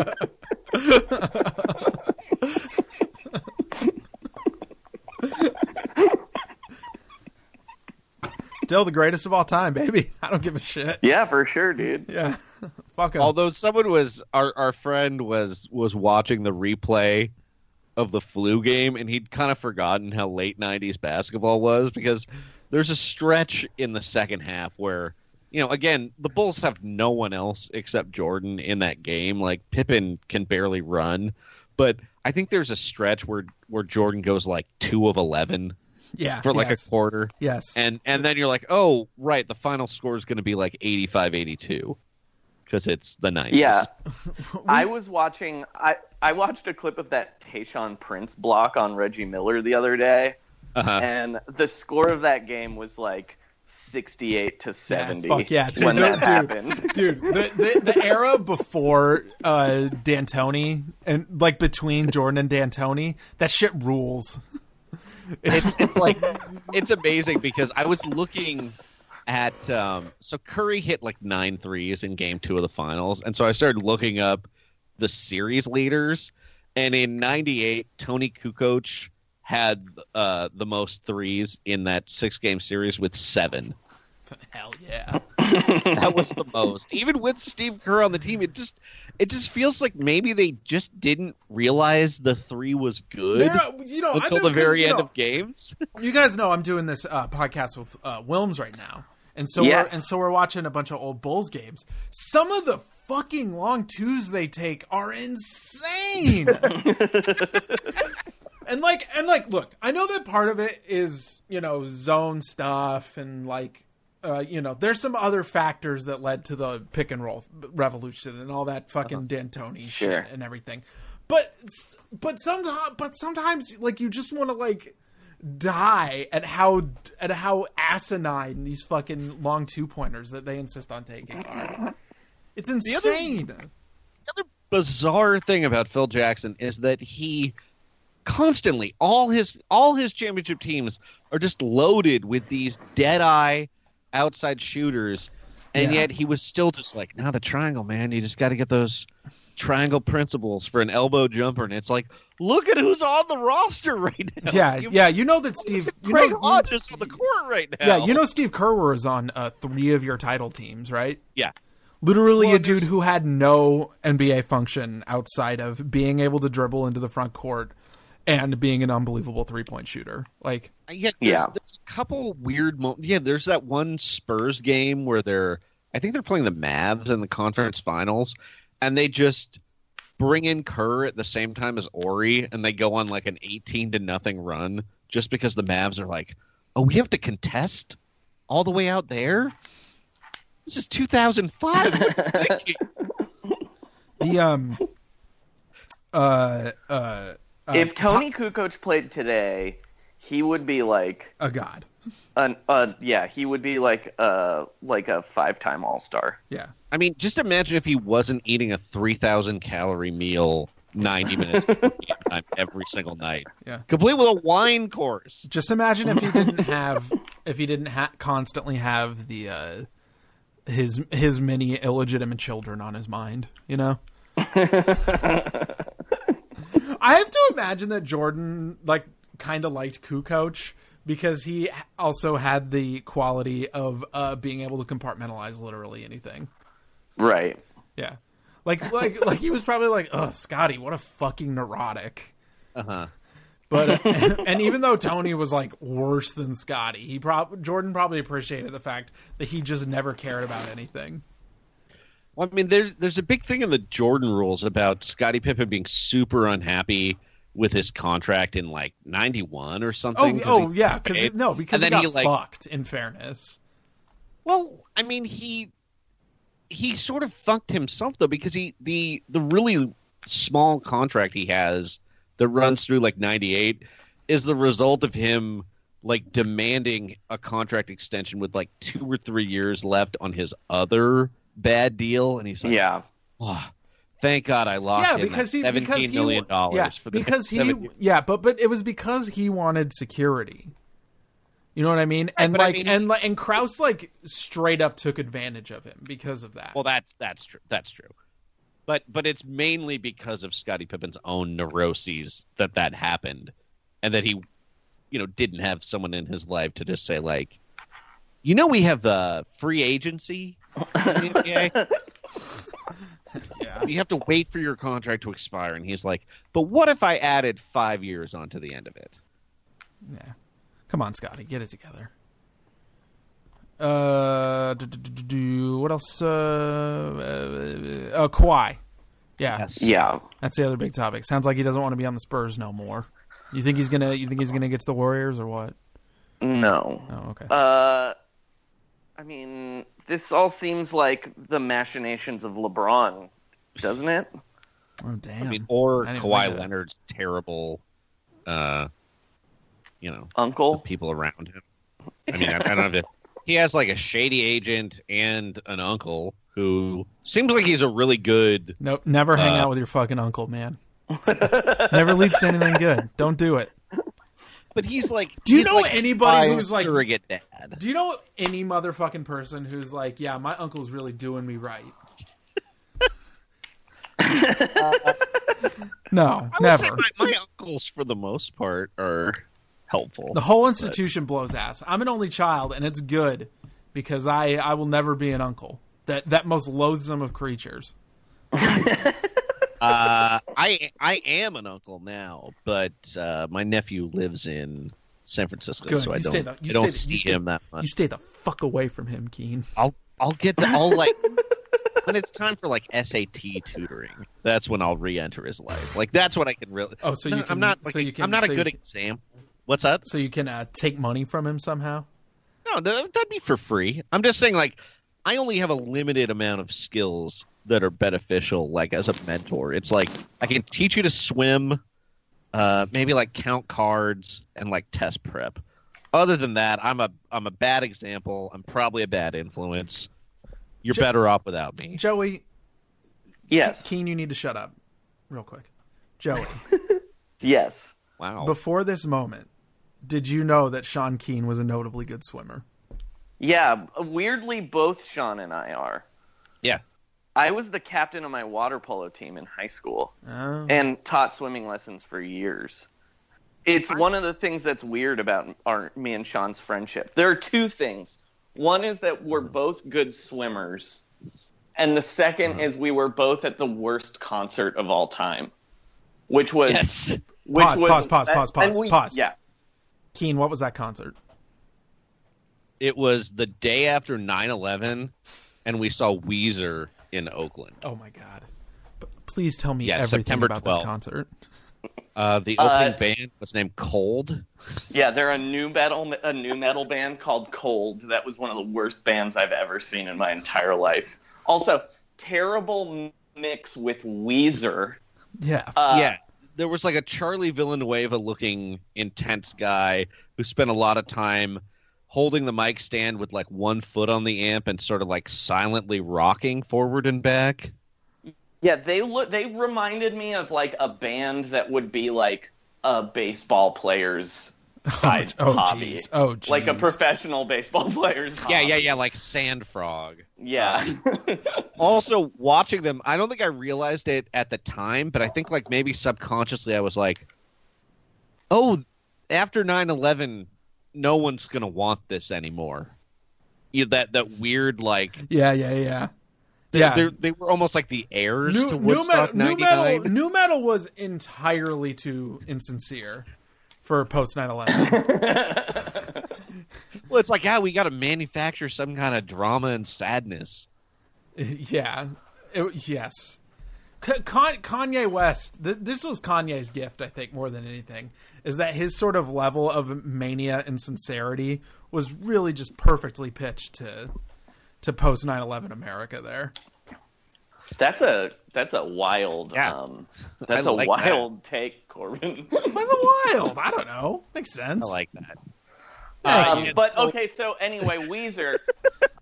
Still the greatest of all time, baby. I don't give a shit. yeah, for sure, dude. Yeah, fuck him. Although someone was our our friend was was watching the replay of the flu game and he'd kind of forgotten how late 90s basketball was because there's a stretch in the second half where you know again the bulls have no one else except jordan in that game like pippen can barely run but i think there's a stretch where where jordan goes like 2 of 11 yeah, for like yes. a quarter yes. and and then you're like oh right the final score is going to be like 85 82 because it's the 90s Yeah. I was watching I, I watched a clip of that Tayshawn Prince block on Reggie Miller the other day, uh-huh. and the score of that game was like sixty eight to seventy fuck yeah, dude, when no, that dude. happened. dude the, the, the era before uh dantoni and like between jordan and dantoni that shit rules it's it's like it's amazing because I was looking at um, so Curry hit like nine threes in game two of the finals, and so I started looking up the series leaders. And in '98, Tony Kukoc had uh, the most threes in that six-game series with seven. hell yeah That was the most. Even with Steve Kerr on the team, it just it just feels like maybe they just didn't realize the three was good you know until I know- the very you end know, of games. you guys know i'm doing this uh podcast with uh wilms right now and so Yes. we're and so we're watching a bunch of old bulls games some of the fucking long twos they take are insane. and like and like look, I know that part of it is, you know, zone stuff and like uh, you know, there's some other factors that led to the pick and roll revolution and all that fucking D'Antoni Sure. shit and everything. But s- but sometimes but sometimes like you just want to like die at how at how asinine these fucking long two pointers that they insist on taking are. It's other- insane. bizarre thing about Phil Jackson is that he constantly all his all his championship teams are just loaded with these dead eye outside shooters and Yeah. yet he was still just like now the triangle man you just got to get those triangle principles for an elbow jumper and it's like look at who's on the roster right now yeah, You- yeah. You know that look at Steve. You Craig know, Hodges on the court right now yeah, you know Steve Kerr is on uh, three of your title teams, right? yeah Literally Well, a dude there's- who had no NBA function outside of being able to dribble into the front court and being an unbelievable three point shooter. Like, Uh, Yeah, there's, Yeah. there's a couple weird moments. Yeah, there's that one Spurs game where they're, I think they're playing the Mavs in the conference finals, and they just bring in Kerr at the same time as Ori, and they go on like an 18 to nothing run just because the Mavs are like, oh, we have to contest all the way out there. This is 2005. What are you thinking? the um, uh, uh, if Tony Kukoc played today, he would be like a god. an uh yeah, he would be like uh like a five time all star. Yeah, I mean, just imagine if he wasn't eating a 3,000 calorie meal 90 minutes before game time every single night. Yeah. Complete with a wine course. just imagine if he didn't have if he didn't ha- constantly have the uh, his his many illegitimate children on his mind. You know. I have to imagine that Jordan like kind of liked Kukoc because he also had the quality of uh, being able to compartmentalize literally anything. Right. Yeah, like like like he was probably like, "Oh, Scotty, what a fucking neurotic." Uh huh. But and even though Tony was like worse than Scotty, he prob Jordan probably appreciated the fact that he just never cared about anything. Well, I mean, there's there's a big thing in the Jordan rules about Scottie Pippen being super unhappy with his contract in like '91 or Oh, something. 'cause oh he- yeah, because no, because and then he got he like, fucked. In fairness, well, I mean, he he sort of fucked himself though because he the the really small contract he has that runs through like '98 is the result of him like demanding a contract extension with like two or three years left on his other bad deal, and he's like, Yeah. Oh, thank God I locked yeah, him because at he seventeen because he million dollars yeah, for the because next he seven years. yeah, but but it was because he wanted security. You know what I mean? And but I like mean- and like and Kraus like straight up took advantage of him because of that. Well, that's that's true. That's true. But but it's mainly because of Scottie Pippen's own neuroses that that happened, and that he, you know, didn't have someone in his life to just say like, you know, we have uh, free agency. in the NBA. You have to wait for your contract to expire, and he's like, "But what if I added five years onto the end of it?" Yeah. Come on, Scotty, get it together. Uh, do, do, do, do, what else? Uh, uh, uh Kawhi. Yeah, Yeah. that's the other big topic. Sounds like he doesn't want to be on the Spurs no more. You think he's gonna? You think he's gonna get to the Warriors or what? No. Oh, okay. Uh I mean, this all seems like the machinations of LeBron, doesn't it? oh, damn. I mean, or I didn't think of Kawhi that. Leonard's terrible, uh, you know, the Uncle. people around him. I mean, I, I don't know. If he has like a shady agent and an uncle who seems like he's a really good. no, never hang Uh, out with your fucking uncle, man. never leads to anything good. Don't do it. But he's like, Do you he's, know like, anybody by who's, like- surrogate dad? Do you know any motherfucking person who's like, yeah, my uncle's really doing me right? no, I would say never. my, my uncles, for the most part, are helpful. The whole institution blows ass. I'm an only child, and it's good because I I will never be an uncle. That that most loathsome of creatures. Uh, I I am an uncle now, but uh, my nephew lives in San Francisco, Good. so I you don't stay the, you I don't stay the- see you stay- him that much. You stay the fuck away from him, Keen. I'll I'll get the I'll like when it's time for like SAT tutoring, that's when I'll re-enter his life. Like that's what I can really. Oh, so No, you can- I'm not. Like, so you can- I'm not so you a good can- example. What's that? so you can uh, take money from him somehow. No, th- that'd be for free. I'm just saying, like, I only have a limited amount of skills that are beneficial, like, as a mentor. It's like, I can teach you to swim, uh, maybe, like, count cards and, like, test prep. Other than that, I'm a I'm a bad example. I'm probably a bad influence. You're Jo- better off without me. Joey, Yes. Keen, you need to shut up, real quick. Joey, Yes. Wow. before this moment, did you know that Sean Keen was a notably good swimmer? Yeah. Weirdly, both Sean and I are. yeah. I was the captain of my water polo team in high school Oh. and taught swimming lessons for years. It's one of the things that's weird about our me and Sean's friendship. There are two things. One is that we're both good swimmers, and the 2nd Uh-huh. is we were both at the worst concert of all time, which was Yes. which Pause, was- pause, pause, and- pause, and pause, we- pause. Yeah, Keen, what was that concert? It was the day after 9/11, and we saw Weezer in Oakland. Oh my god! But please tell me Yeah, everything September about this 12th. concert. Uh, the Uh, opening band was named Cold. yeah, they're a new metal a new metal band called Cold. That was one of the worst bands I've ever seen in my entire life. Also, terrible mix with Weezer. Yeah, Uh, yeah there was like a charlie villanueva looking intense guy who spent a lot of time holding the mic stand with like one foot on the amp and sort of like silently rocking forward and back Yeah, they look. They reminded me of like a band that would be like a baseball player's side oh, hobby, jeez. Oh, jeez. like a professional baseball player's. yeah yeah hobby. yeah like sand frog yeah, yeah. also watching them i don't think i realized it at the time but i think like maybe subconsciously i was like oh after 9-11 no one's gonna want this anymore yeah, that that weird like yeah, yeah, yeah. They, Yeah. they they were almost like the heirs New, to new Woodstock metal, new '99. metal, new metal was entirely too insincere for post 9-11. Well, it's like, yeah, we got to manufacture some kind of drama and sadness. yeah, It- yes. K- Con- Kanye West. Th- this was Kanye's gift, I think, more than anything, is that his sort of level of mania and sincerity was really just perfectly pitched to to post 9-11 America. There. That's a that's a wild. Yeah. Um, that's I a like that. wild take, Corbin. Was it wild? I don't know. Makes sense. I like that. Um, yeah. but okay, so anyway, Weezer.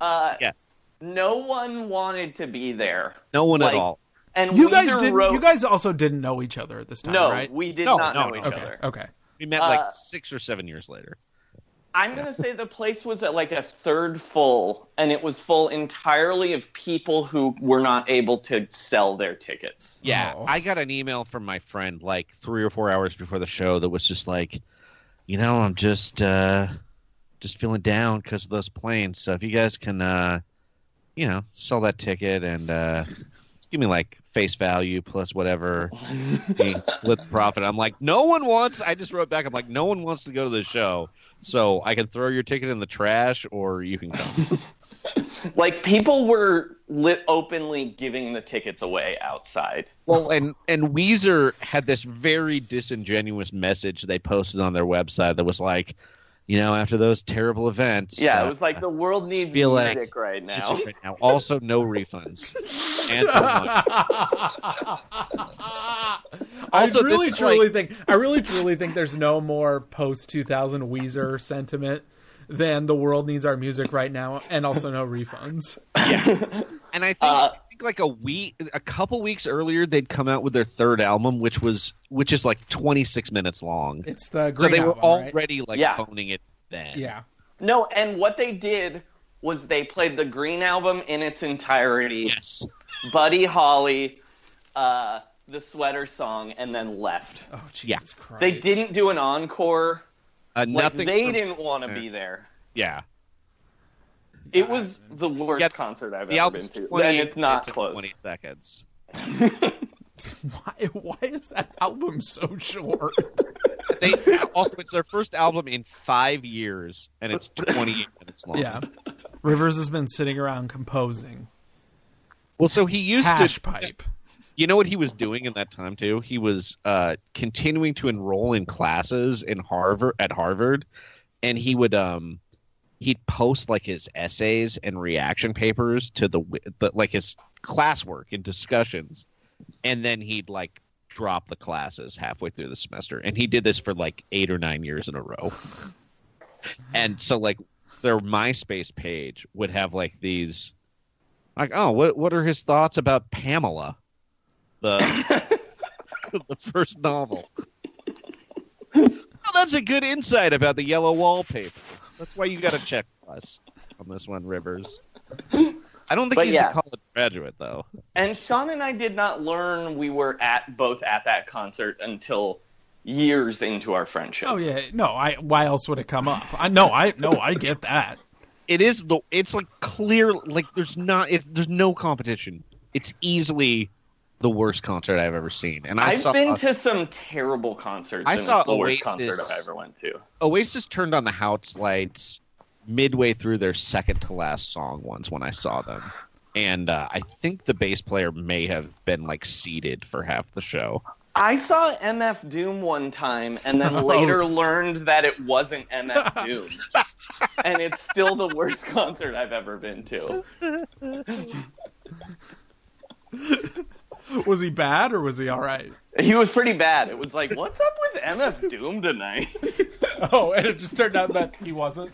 Uh, Yeah. No one wanted to be there, No one Like, at all. and You Weezer guys didn't. wrote. You guys also didn't know each other at this time, no, right? we did No, not no, know each no. okay. other. Okay. We met like uh, six or seven years later. I'm gonna say the place was at like a third full, and it was full entirely of people who were not able to sell their tickets. Yeah, Oh. I got an email from my friend like three or four hours before the show that was just like, you know, I'm just uh, just feeling down because of those planes. So if you guys can, uh, you know, sell that ticket and uh, just give me like face value plus whatever, we split the profit. I'm like, no one wants. I just wrote back. I'm like, no one wants to go to the show, so I can throw your ticket in the trash or you can come. Like people were lit openly giving the tickets away outside. Well, and and Weezer had this very disingenuous message they posted on their website that was like, you know, after those terrible events, Yeah, uh, it was like the world needs feel like- music right now. right now, also no refunds. And no money. Also, I this really is truly like- think I really truly think there's no more post 2000 Weezer sentiment than the world needs our music right now, and also no refunds. and I think, Uh, I think like a week, a couple weeks earlier, they'd come out with their third album, which was which is like 26 minutes long. It's the So green they were album, right? already like Yeah. phoning it then. yeah. No, and what they did was they played the Green album in its entirety, Yes. Buddy Holly, uh, the sweater song, and then left. Oh Jesus Yeah. Christ! They didn't do an encore. Uh, Like, nothing. they from- didn't want to be there. Yeah. It was the worst Yeah, concert The I've ever been album's to, 20 and it's not minutes and close. 20 seconds. Why, why is that album so short? they also it's their first album in five years and it's 28 minutes long yeah. Rivers has been sitting around composing Well, so he used Hash to pipe. You know what he was doing in that time too? He was uh, continuing to enroll in classes in Harvard at Harvard, and he would um he'd post like his essays and reaction papers to the, wi- the like his classwork and discussions, and then he'd like drop the classes halfway through the semester, and he did this for like eight or nine years in a row, and so like their MySpace page would have like these. Like oh what what are his thoughts about Pamela the the first novel. well, that's a good insight about the yellow wallpaper. That's why you got to check us on this one, Rivers. I don't think But he's yeah. a college graduate though. And Sean and I did not learn we were at both at that concert until years into our friendship. Oh yeah, no. I why else would it come up? I no, I no, I get that. It is the it's like clear like there's not it, there's no competition. It's easily the worst concert I've ever seen, and I I've saw been to some terrible concerts. I and saw it's the worst Oasis. concert I've ever went to. Oasis turned on the house lights midway through their second to last song once when I saw them. And uh, I think the bass player may have been like seated for half the show. I saw MF Doom one time and then Oh. later learned that it wasn't MF Doom. and it's still the worst concert I've ever been to. Was he bad or was he all right? He was pretty bad. It was like, what's up with MF Doom tonight? Oh, and it just turned out that he wasn't.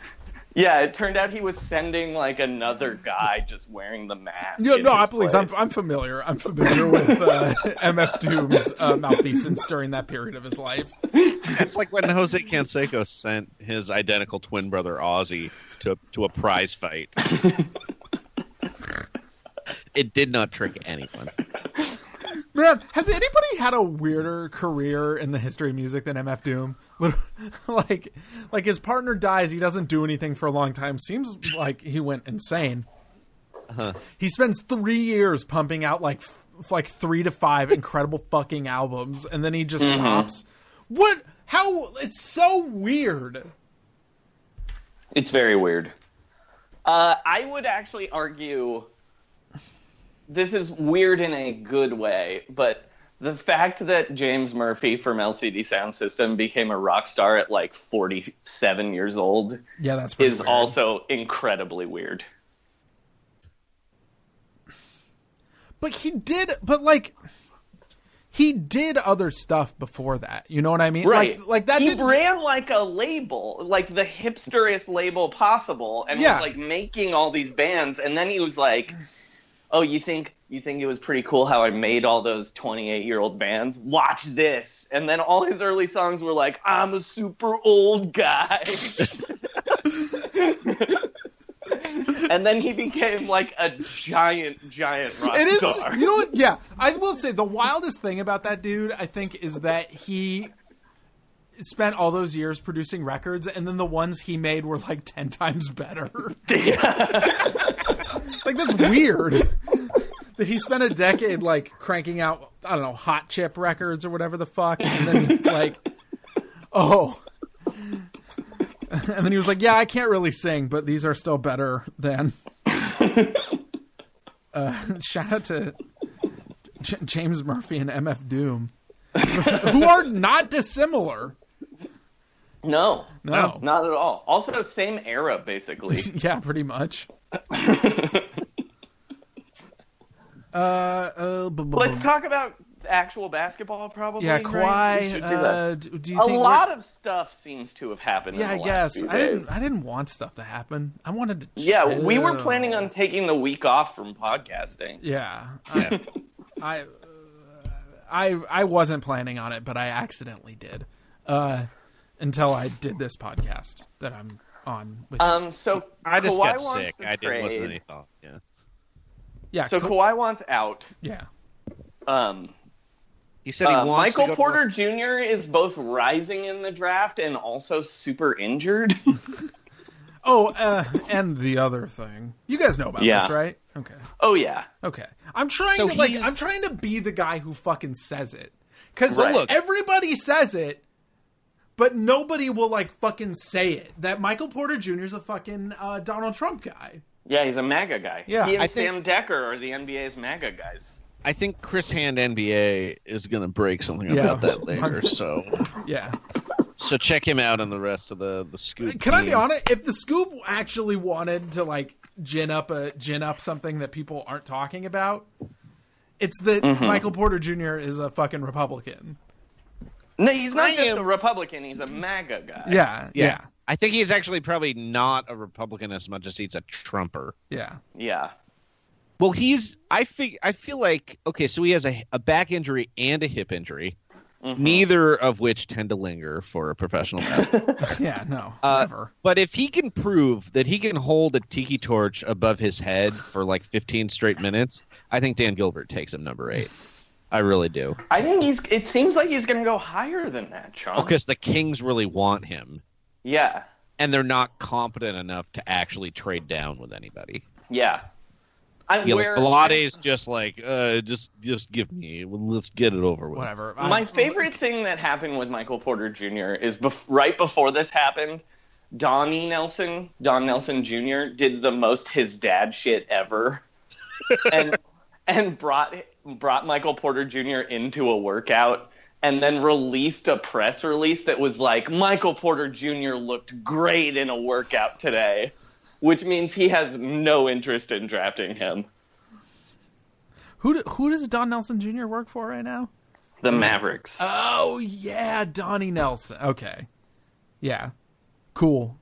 yeah, it turned out he was sending like another guy just wearing the mask. No, in no, his please. I'm, place. I'm familiar. I'm familiar with uh, MF Doom's uh, malfeasance during that period of his life. It's like when Jose Canseco sent his identical twin brother Ozzy to to a prize fight. it did not trick anyone. Man, has anybody had a weirder career in the history of music than MF Doom? Literally, like, like his partner dies, he doesn't do anything for a long time. Seems like he went insane. He spends three years pumping out like f- like three to five incredible fucking albums, and then he just Mm-hmm. stops. What? How? It's so weird. It's very weird. Uh, I would actually argue this is weird in a good way, but the fact that James Murphy from LCD Sound System became a rock star at like 47 years old Yeah, that's pretty is weird. also incredibly weird. But he did, but like, he did other stuff before that. You know what I mean? Right. Like, like that He didn't- ran like a label, like the hipsterest label possible, and Yeah. was like making all these bands. And then he was like, "Oh, you think you think it was pretty cool how I made all those 28 year old bands? Watch this!" And then all his early songs were like, "I'm a super old guy." and then he became like a giant, giant rock It is. star. You know what? Yeah, I will say the wildest thing about that dude, I think, is that he spent all those years producing records, and then the ones he made were like ten times better. like that's weird. That he spent a decade like cranking out, I don't know, hot chip records or whatever the fuck, and then it's like, oh. And then he was like, "Yeah, I can't really sing, but these are still better than." shout out to J- James Murphy and MF Doom, who are not dissimilar. no, No. not at all. Also, same era basically. Yeah, pretty much. uh, uh, bu- bu- Let's bu- talk about actual basketball, probably. Yeah, right? We Kawhi. should do Uh, that. d- do you a think we're- lot of stuff seems to have happened. Yeah, I in the last guess few I days. didn't. I didn't want stuff to happen. I wanted to. Yeah, we were chill. planning on taking the week off from podcasting. Yeah, I, I, uh, I, I wasn't planning on it, but I accidentally did. Uh, until I did this podcast that I'm on with. Um, so I just Kawhi got wants sick. to I didn't listen to trade. any thought. Yeah. yeah, So Ka- Kawhi wants out. yeah. Um, He said he uh, wants to Michael go to Porter Los- Jr. is both rising in the draft and also super injured. Oh, uh, and the other thing, you guys know about Yeah. this, right? Okay, oh yeah, okay. I'm trying So to like, he's- I'm trying to be the guy who fucking says it, because Right. look, everybody says it, but nobody will like fucking say it. That Michael Porter Jr. is a fucking uh, Donald Trump guy. Yeah, he's a MAGA guy. Yeah, he and I think- Sam Decker are the NBA's MAGA guys. I think Chris Hand NBA is going to break something Yeah. about that later. So Yeah. so check him out on the rest of the the scoop. Can I be team. honest? If the scoop actually wanted to like gin up a gin up something that people aren't talking about, it's that Mm-hmm. Michael Porter Jr. is a fucking Republican. No, he's not I just am- a Republican. He's a MAGA guy. Yeah, Yeah. yeah, I think he's actually probably not a Republican as much as he's a Trumper. yeah. Yeah. Well, he's I fig- I feel like okay, so he has a, a back injury and a hip injury, neither of which tend to linger for a professional basketball. Yeah, no, Uh, never. but if he can prove that he can hold a tiki torch above his head for like 15 straight minutes, I think Dan Gilbert takes him number 8. I really do. I think he's. It seems like he's going to go higher than that, Sean. Because the Kings really want him Yeah. and they're not competent enough to actually trade down with anybody. Yeah. I, Yeah, like where, Pilates just like uh just just give me let's get it over with. Whatever. My I- favorite thing that happened with Michael Porter Jr. is bef- right before this happened, Donnie Nelson, Don Nelson Jr. did the most his dad shit ever, and and brought brought Michael Porter Jr. into a workout, and then released a press release that was like Michael Porter Jr. looked great in a workout today, which means he has no interest in drafting him. Who do, who does Don Nelson Jr. work for right now? The Mavericks. Oh yeah, Donnie Nelson. Okay, yeah, cool.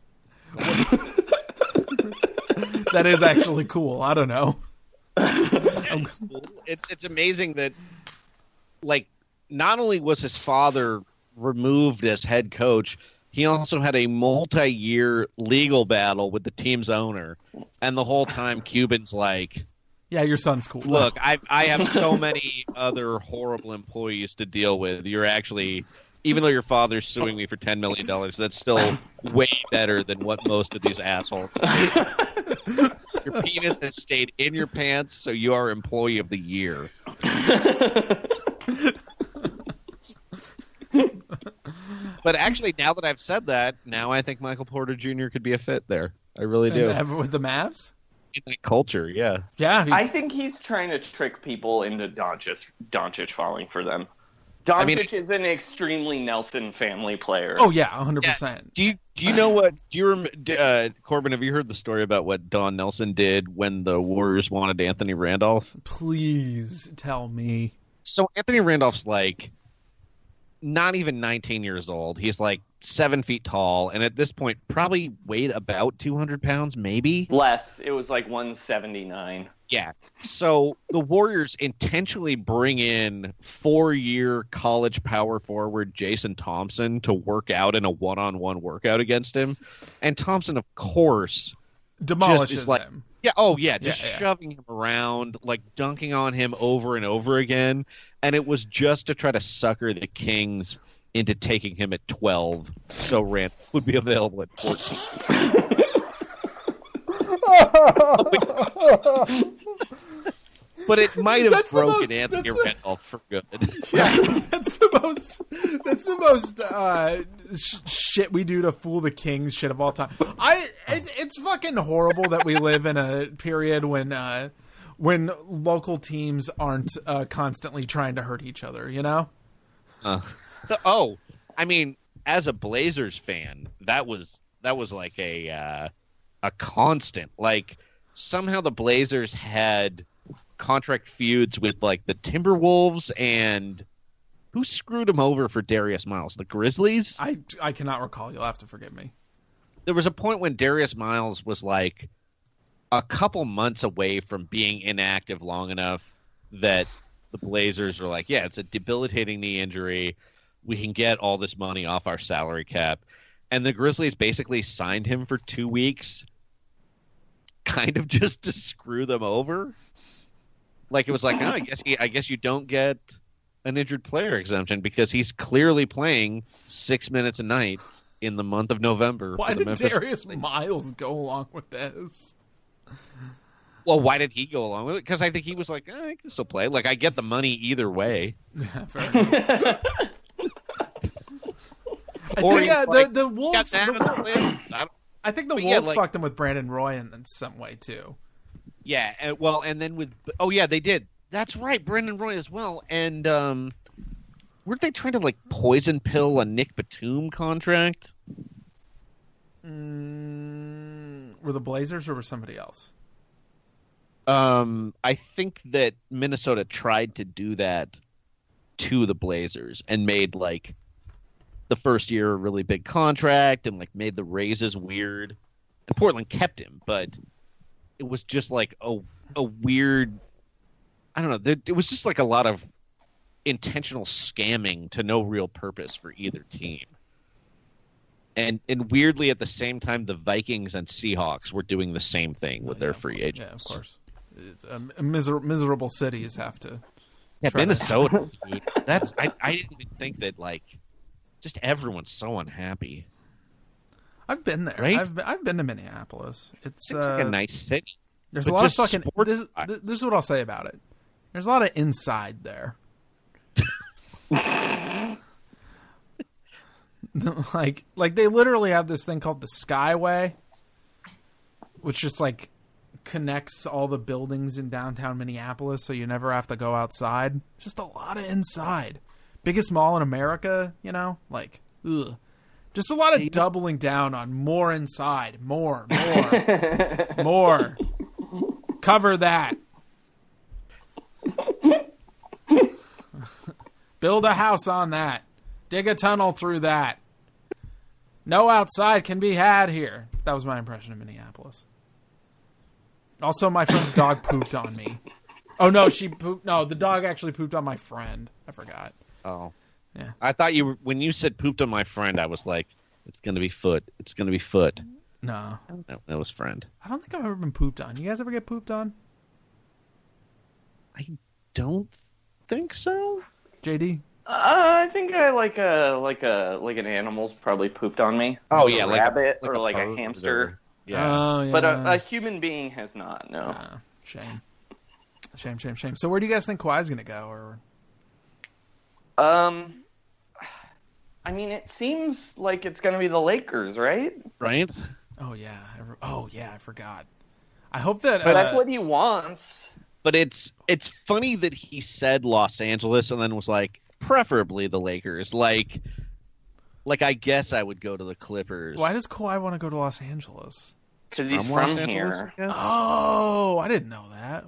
that is actually cool. I don't know. it's it's amazing that like not only was his father removed as head coach he also had a multi-year legal battle with the team's owner and the whole time cuban's like Yeah, your son's cool. look i i have so many other horrible employees to deal with you're actually even though your father's suing me for 10 million dollars that's still way better than what most of these assholes do. your penis has stayed in your pants so you are employee of the year But actually, now that I've said that, now I think Michael Porter Jr. could be a fit there. I really do. And have- with the Mavs. In that culture, yeah. Yeah, he- I think he's trying to trick people into Doncic, Doncic falling for them. Doncic mean- is an extremely Nelson family player. Oh yeah, hundred percent. Do you do you know what? Do you rem- d- uh, Corbin? Have you heard the story about what Don Nelson did when the Warriors wanted Anthony Randolph? Please tell me. So Anthony Randolph's like not even 19 years old. He's like seven feet tall, and at this point, probably weighed about 200 pounds, maybe. Less, it was like 179. Yeah. So the Warriors intentionally bring in four year college power forward Jason Thompson to work out in a one on one workout against him. And Thompson, of course, Demolishes just like them. yeah, oh yeah, just Yeah, yeah. shoving him around, like dunking on him over and over again. And it was just to try to sucker the Kings into taking him at twelve so Rand would be available at fourteen. but it might have That's the broken most- Anthony that's the- Randolph for good. Yeah, that's the most. That's the most uh, sh- shit we do to fool the kings shit of all time. I. It, it's fucking horrible that we live in a period when uh, when local teams aren't uh, constantly trying to hurt each other. You know. oh, I mean, as a Blazers fan, that was that was like a uh, a constant. Like somehow the Blazers had contract feuds with like the Timberwolves and who screwed them over for Darius Miles? The Grizzlies. I I cannot recall. You'll have to forgive me. There was a point when Darius Miles was like a couple months away from being inactive long enough that the Blazers were like, yeah, it's a debilitating knee injury. We can get all this money off our salary cap. And the Grizzlies basically signed him for two weeks, kind of just to screw them over. Like it was like, oh, I guess he, I guess you don't get an injured player exemption because he's clearly playing six minutes a night in the month of November. Why for the did Memphis Darius Miles go along with this? Well, why did he go along with it? Because I think he was like, eh, I can still play. Like, I get the money either way. Fair enough. I Or think he's uh, like, the, the Got wolves. that the on the plan. I don't I think the But Wolves yeah, like- fucked him with Brandon Roy in, in some way too. Yeah, and, well, and then with oh yeah, they did. That's right, Brendan Roy as well. And um, weren't they trying to like poison pill a Nick Batum contract? Mm, were the Blazers or were somebody else? Um, I think that Minnesota tried to do that to the Blazers and made like the first year a really big contract and like made the raises weird. And Portland kept him, but it was just like a a weird. I don't know. There, it was just like a lot of intentional scamming to no real purpose for either team. And and weirdly, at the same time, the Vikings and Seahawks were doing the same thing with their free agents. Yeah, of course. It's a, a miser- miserable cities have to. Yeah, try to- Minnesota. dude. That's I, I didn't even think that like just everyone's so unhappy. I've been there. Right? I've been, I've been to Minneapolis. It's, It's like uh, a nice city. There's a but lot of just fucking. sports This, this, this is what I'll say about it. There's a lot of inside there. like, like they literally have this thing called the Skyway, which just like connects all the buildings in downtown Minneapolis, so you never have to go outside. Just a lot of inside. Biggest mall in America, you know, like, ugh. Just a lot of doubling down on more inside, more, more, more. Cover that. Build a house on that. Dig a tunnel through that. No outside can be had here. That was my impression of Minneapolis. Also, my friend's dog pooped on me. Oh no, she pooped. No, the dog actually pooped on my friend. I forgot. Oh, Yeah. I thought you were, when you said pooped on my friend, I was like, it's gonna be foot. It's gonna be foot. Mm-hmm. No, No, that was friend. I don't think I've ever been pooped on. You guys ever get pooped on? I don't think so. JD, Uh, I think I like a like a like an animal's probably pooped on me. Oh, Like a yeah, like a- rabbit like or a like a bird hamster. or- Yeah. Oh, yeah. But a, a human being has not. No. Uh, shame. Shame, shame, shame. So where do you guys think Kawhi's gonna go? Or Um, I mean, it seems like it's going to be the Lakers, right? right? oh yeah, I re- oh yeah, I forgot. I hope that. But uh, that's what he wants. But it's it's funny that he said Los Angeles and then was like, preferably the Lakers. Like like I guess I would go to the Clippers. Why does Kawhi want to go to Los Angeles? Because he's From from, Los Angeles, here. I guess? Oh, I didn't know that.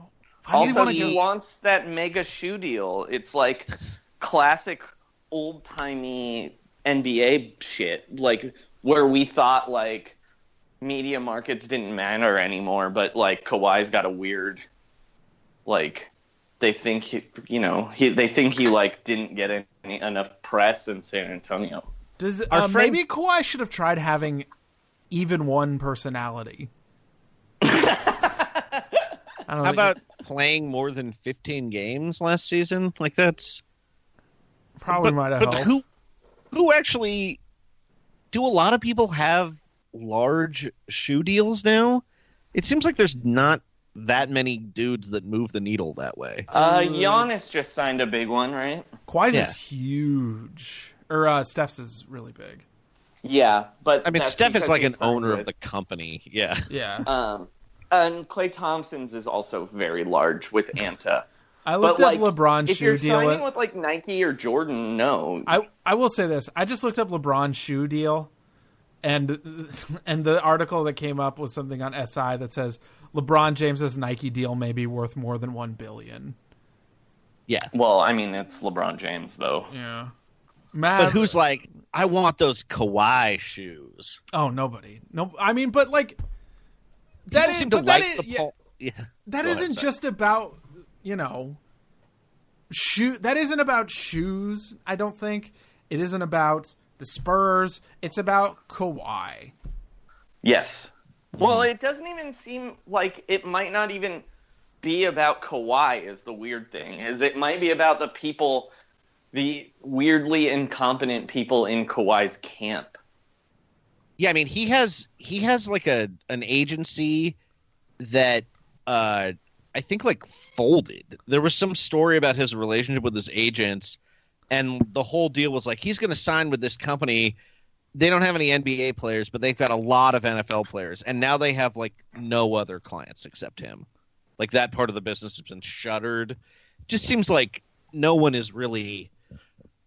Why does Also, he he, want to go? wants that mega shoe deal. It's like classic old timey NBA shit, like where we thought like media markets didn't matter anymore, but like Kawhi's got a weird, like they think he, you know, he they think he like didn't get any enough press in San Antonio. Does Our uh, friend- maybe Kawhi should have tried having even one personality? I don't How know. about playing more than 15 games last season? Like that's probably but, might have but helped. who who actually do a lot of people have large shoe deals now? It seems like there's not that many dudes that move the needle that way. Uh, Giannis just signed a big one, right? Kawhi's Mm. Yeah. is huge, or uh, Steph's is really big. Yeah, but I mean, that's Steph is because like he an signed owner of with- the company. Yeah. Yeah, Um, and Clay Thompson's is also very large with Anta. I But looked like, up LeBron's if shoe you're deal. signing with like Nike or Jordan, no. I I will say this. I just looked up LeBron's shoe deal, and and the article that came up was something on SI that says LeBron James's Nike deal may be worth more than one billion. Yeah. well, I mean, it's LeBron James though. Yeah, Matt, But who's like, I want those Kawhi shoes. oh nobody? No, I mean, but like that People is seem to but that like is- the yeah, Paul- yeah. that Go ahead, isn't sorry. just about you know shoe that isn't about shoes i don't think it isn't about the spurs it's about Kawhi. Yes. Well, Mm-hmm. it doesn't even seem like it might not even be about Kawhi is the weird thing. Is it might be about the people the weirdly incompetent people in Kawhi's camp. yeah i mean he has he has like a an agency that uh i think like folded there was some story about his relationship with his agents and the whole deal was like he's going to sign with this company they don't have any NBA players, but they've got a lot of NFL players, and now they have like no other clients except him. Like that part of the business has been shuttered. Just seems like no one is really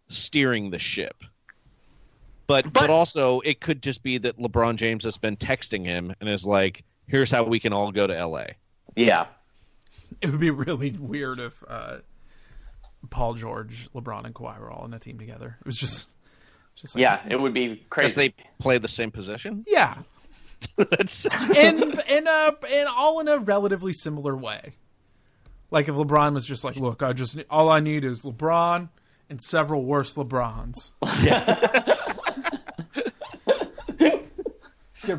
steering the ship. But but, also it could just be that LeBron James has been texting him and is like, "Here's how we can all go to LA." Yeah. It would be really weird if uh, Paul George, LeBron, and Kawhi were all in a team together. It was just, just like, Yeah, it would be Because crazy. they play the same position. yeah, That's and and uh and all in a relatively similar way. Like if LeBron was just like, look, I just all I need is LeBron and several worse LeBrons. Yeah.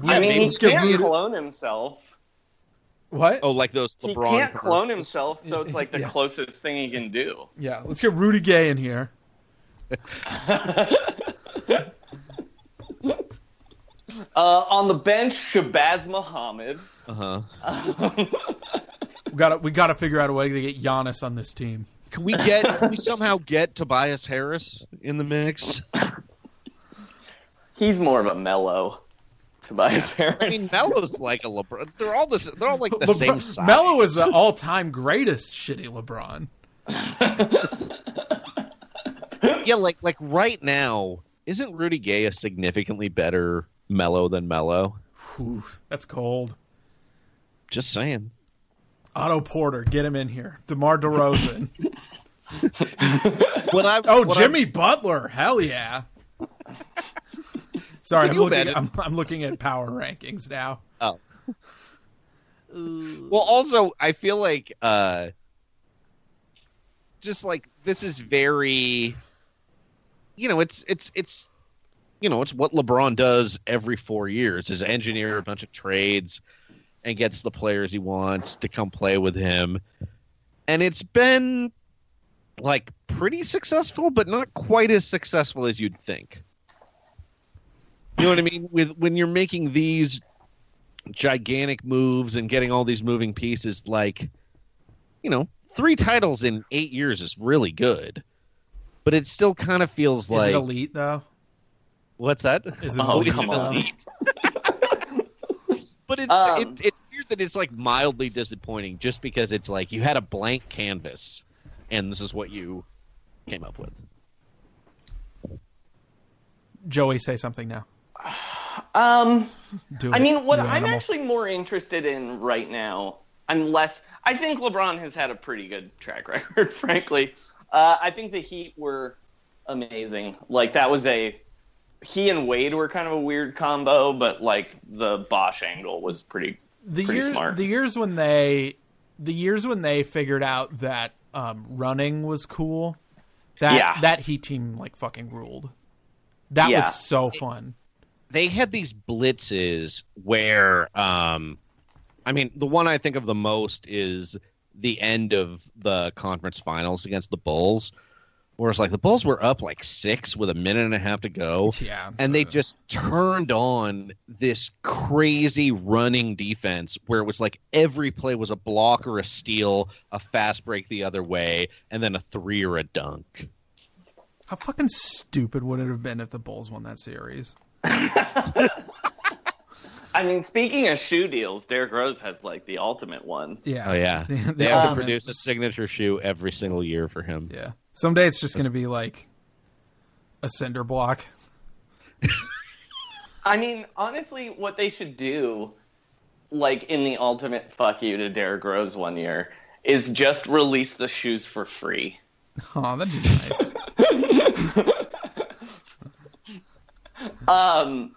I mean, he can't clone himself. what? oh, like those LeBron. He can't commercials. clone himself, so it's like the closest thing he can do. Yeah, let's get Rudy Gay in here. Uh, on the bench, Shabazz Muhammad. Uh-huh. We got to we got to figure out a way to get Giannis on this team. Can we get? Can we somehow get Tobias Harris in the mix? He's more of a mellow Tobias Harris. I mean, Melo's like a LeBron. They're all this. They're all like the LeBron- same size. Melo is the all-time greatest shitty LeBron. yeah, like like right now, isn't Rudy Gay a significantly better Mello than Mello? Whew, that's cold. Just saying. Otto Porter, get him in here. DeMar DeRozan. What I Oh, what I- Jimmy Butler. Hell yeah. Sorry, Can I'm you looking, imagine? I'm, I'm looking at power rankings now. Oh. well, also, I feel like uh just like this is very you know, it's it's it's you know, it's what LeBron does every 4 years is engineer a bunch of trades and gets the players he wants to come play with him. And it's been like pretty successful, but not quite as successful as you'd think. You know what I mean? With when you're making these gigantic moves and getting all these moving pieces like you know three titles in eight years is really good but it still kind of feels Is like it elite though? what's that Is it Oh, elite? come though? on. but it's Um. it, it's weird that it's like mildly disappointing just because it's like you had a blank canvas and this is what you came up with Joey, say something now. um, Do I it, mean, what you I'm animal. actually more interested in right now, I'm less. I think LeBron has had a pretty good track record, frankly. Uh, I think the Heat were amazing. Like that was a he and Wade were kind of a weird combo, but like the Bosch angle was pretty. the pretty years smart. the years when they the years when they figured out that um, running was cool. That Yeah. that Heat team like fucking ruled. That Yeah. was so fun. they had these blitzes where um i mean the one i think of the most is the end of the conference finals against the bulls where it's like the bulls were up like six with a minute and a half to go Yeah, and they just turned on this crazy running defense where it was like every play was a block or a steal a fast break the other way and then a three or a dunk how fucking stupid would it have been if the Bulls won that series? I mean, speaking of shoe deals, Derrick Rose has like the ultimate one. Yeah. oh yeah The- the they have to ultimate- produce a signature shoe every single year for him Yeah. Someday it's just going to be like a cinder block. I mean, honestly, what they should do, like in the ultimate fuck you to Derrick Rose one year, is just release the shoes for free. Oh, that'd be nice. Um,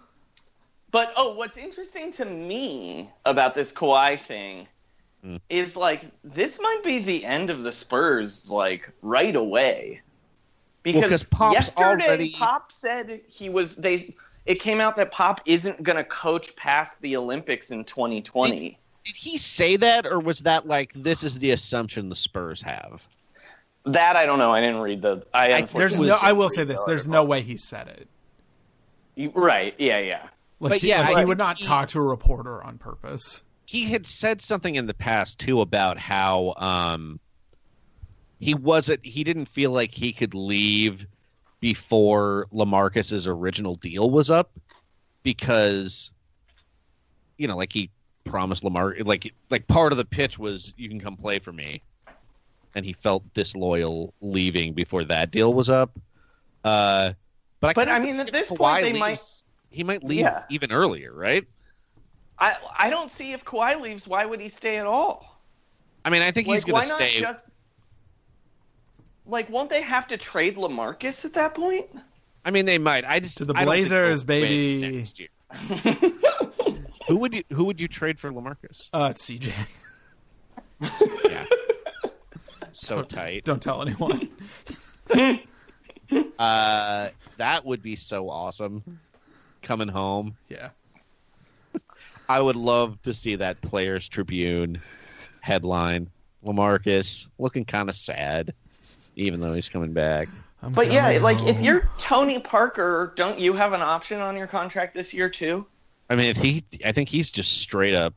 but oh, what's interesting to me about this Kawhi thing Hmm. is like this might be the end of the Spurs like right away because 'cause Pop's yesterday already- Pop said he was they. It came out that Pop isn't going to coach past the Olympics in 2020. Did he say that, or was that like this is the assumption the Spurs have? That I don't know. I didn't read the. I, unfortunately There's no, didn't I will read say this. the There's no way he said it. article. Right. Yeah. Yeah. Like, But he, yeah, like, I he think would not he- talk to a reporter on purpose. He had said something in the past too about how um, he wasn't. He didn't feel like he could leave before Lamarcus's original deal was up because you know, like he promised Lamar like like part of the pitch was you can come play for me. And he felt disloyal leaving before that deal was up. Uh but I, But kinda I mean, at think this Kawhi point, they leaves- might- he might leave Yeah. even earlier, right? I I don't see if Kawhi leaves, why would he stay at all? I mean, I think he's Like, going why to not stay. just like won't they have to trade Lamarcus at that point? I mean, they might. I just To the I don't think they'll Blazers, win baby. next year. who would you Who would you trade for Lamarcus? Uh, it's CJ. Yeah, so tight. Don't tell anyone. Uh, that would be so awesome. Coming home, yeah. I would love to see that Players Tribune headline. Lamarcus looking kind of sad, even though he's coming back. I'm But yeah, coming like if home. you're Tony Parker, don't you have an option on your contract this year too? I mean, if he, I think he's just straight up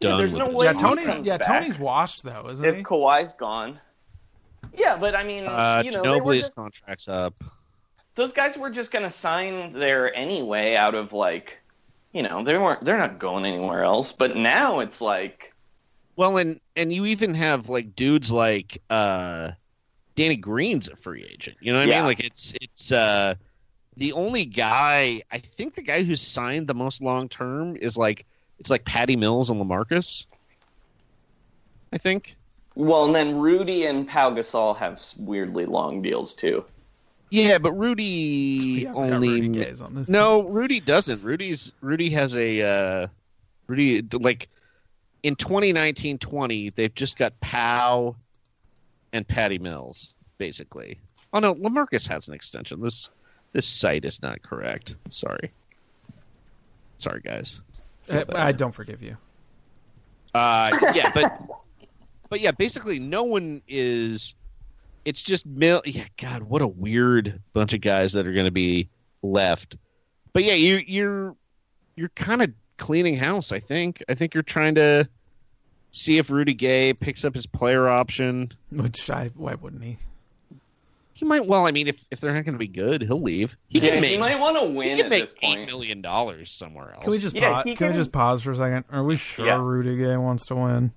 Yeah, done. there's with no his way yeah, he Tony. comes Yeah, back. Tony's washed though, isn't he? If Kawhi's gone. Yeah, but I mean, Uh, you know, they were Ginobili's just, contract's up. those guys were just going to sign there anyway out of like, you know, they weren't they're not going anywhere else, but now it's like Well, and and you even have like dudes like uh, Danny Green's a free agent. You know what I Yeah. mean? Like it's it's uh, the only guy I think the guy who's signed the most long term is like it's like Patty Mills and Lamarcus. I think. well, and then Rudy and Pau Gasol have weirdly long deals too. Yeah, but Rudy Yeah, I forgot only Rudy Gay's on this. No, Rudy doesn't. Rudy's Rudy has a uh, Rudy like in 2019-20, they've just got Pow and Patty Mills basically. Oh no, Lamarcus has an extension. This this site is not correct. Sorry. Sorry guys. Uh, I don't forgive you. Uh, yeah, but but yeah, basically no one is. It's just mil. Yeah, God, what a weird bunch of guys that are going to be left. But yeah, you you're you're kind of cleaning house. I think. I think you're trying to see if Rudy Gay picks up his player option. Which I why wouldn't he? He might. Well, I mean, if if they're not going to be good, he'll leave. He Yeah, can make. he might want to he win can at make this eight point. million dollars somewhere else. Can we just Yeah, pause, he can, we can- just pause for a second? Are we sure Yeah. Rudy Gay wants to win?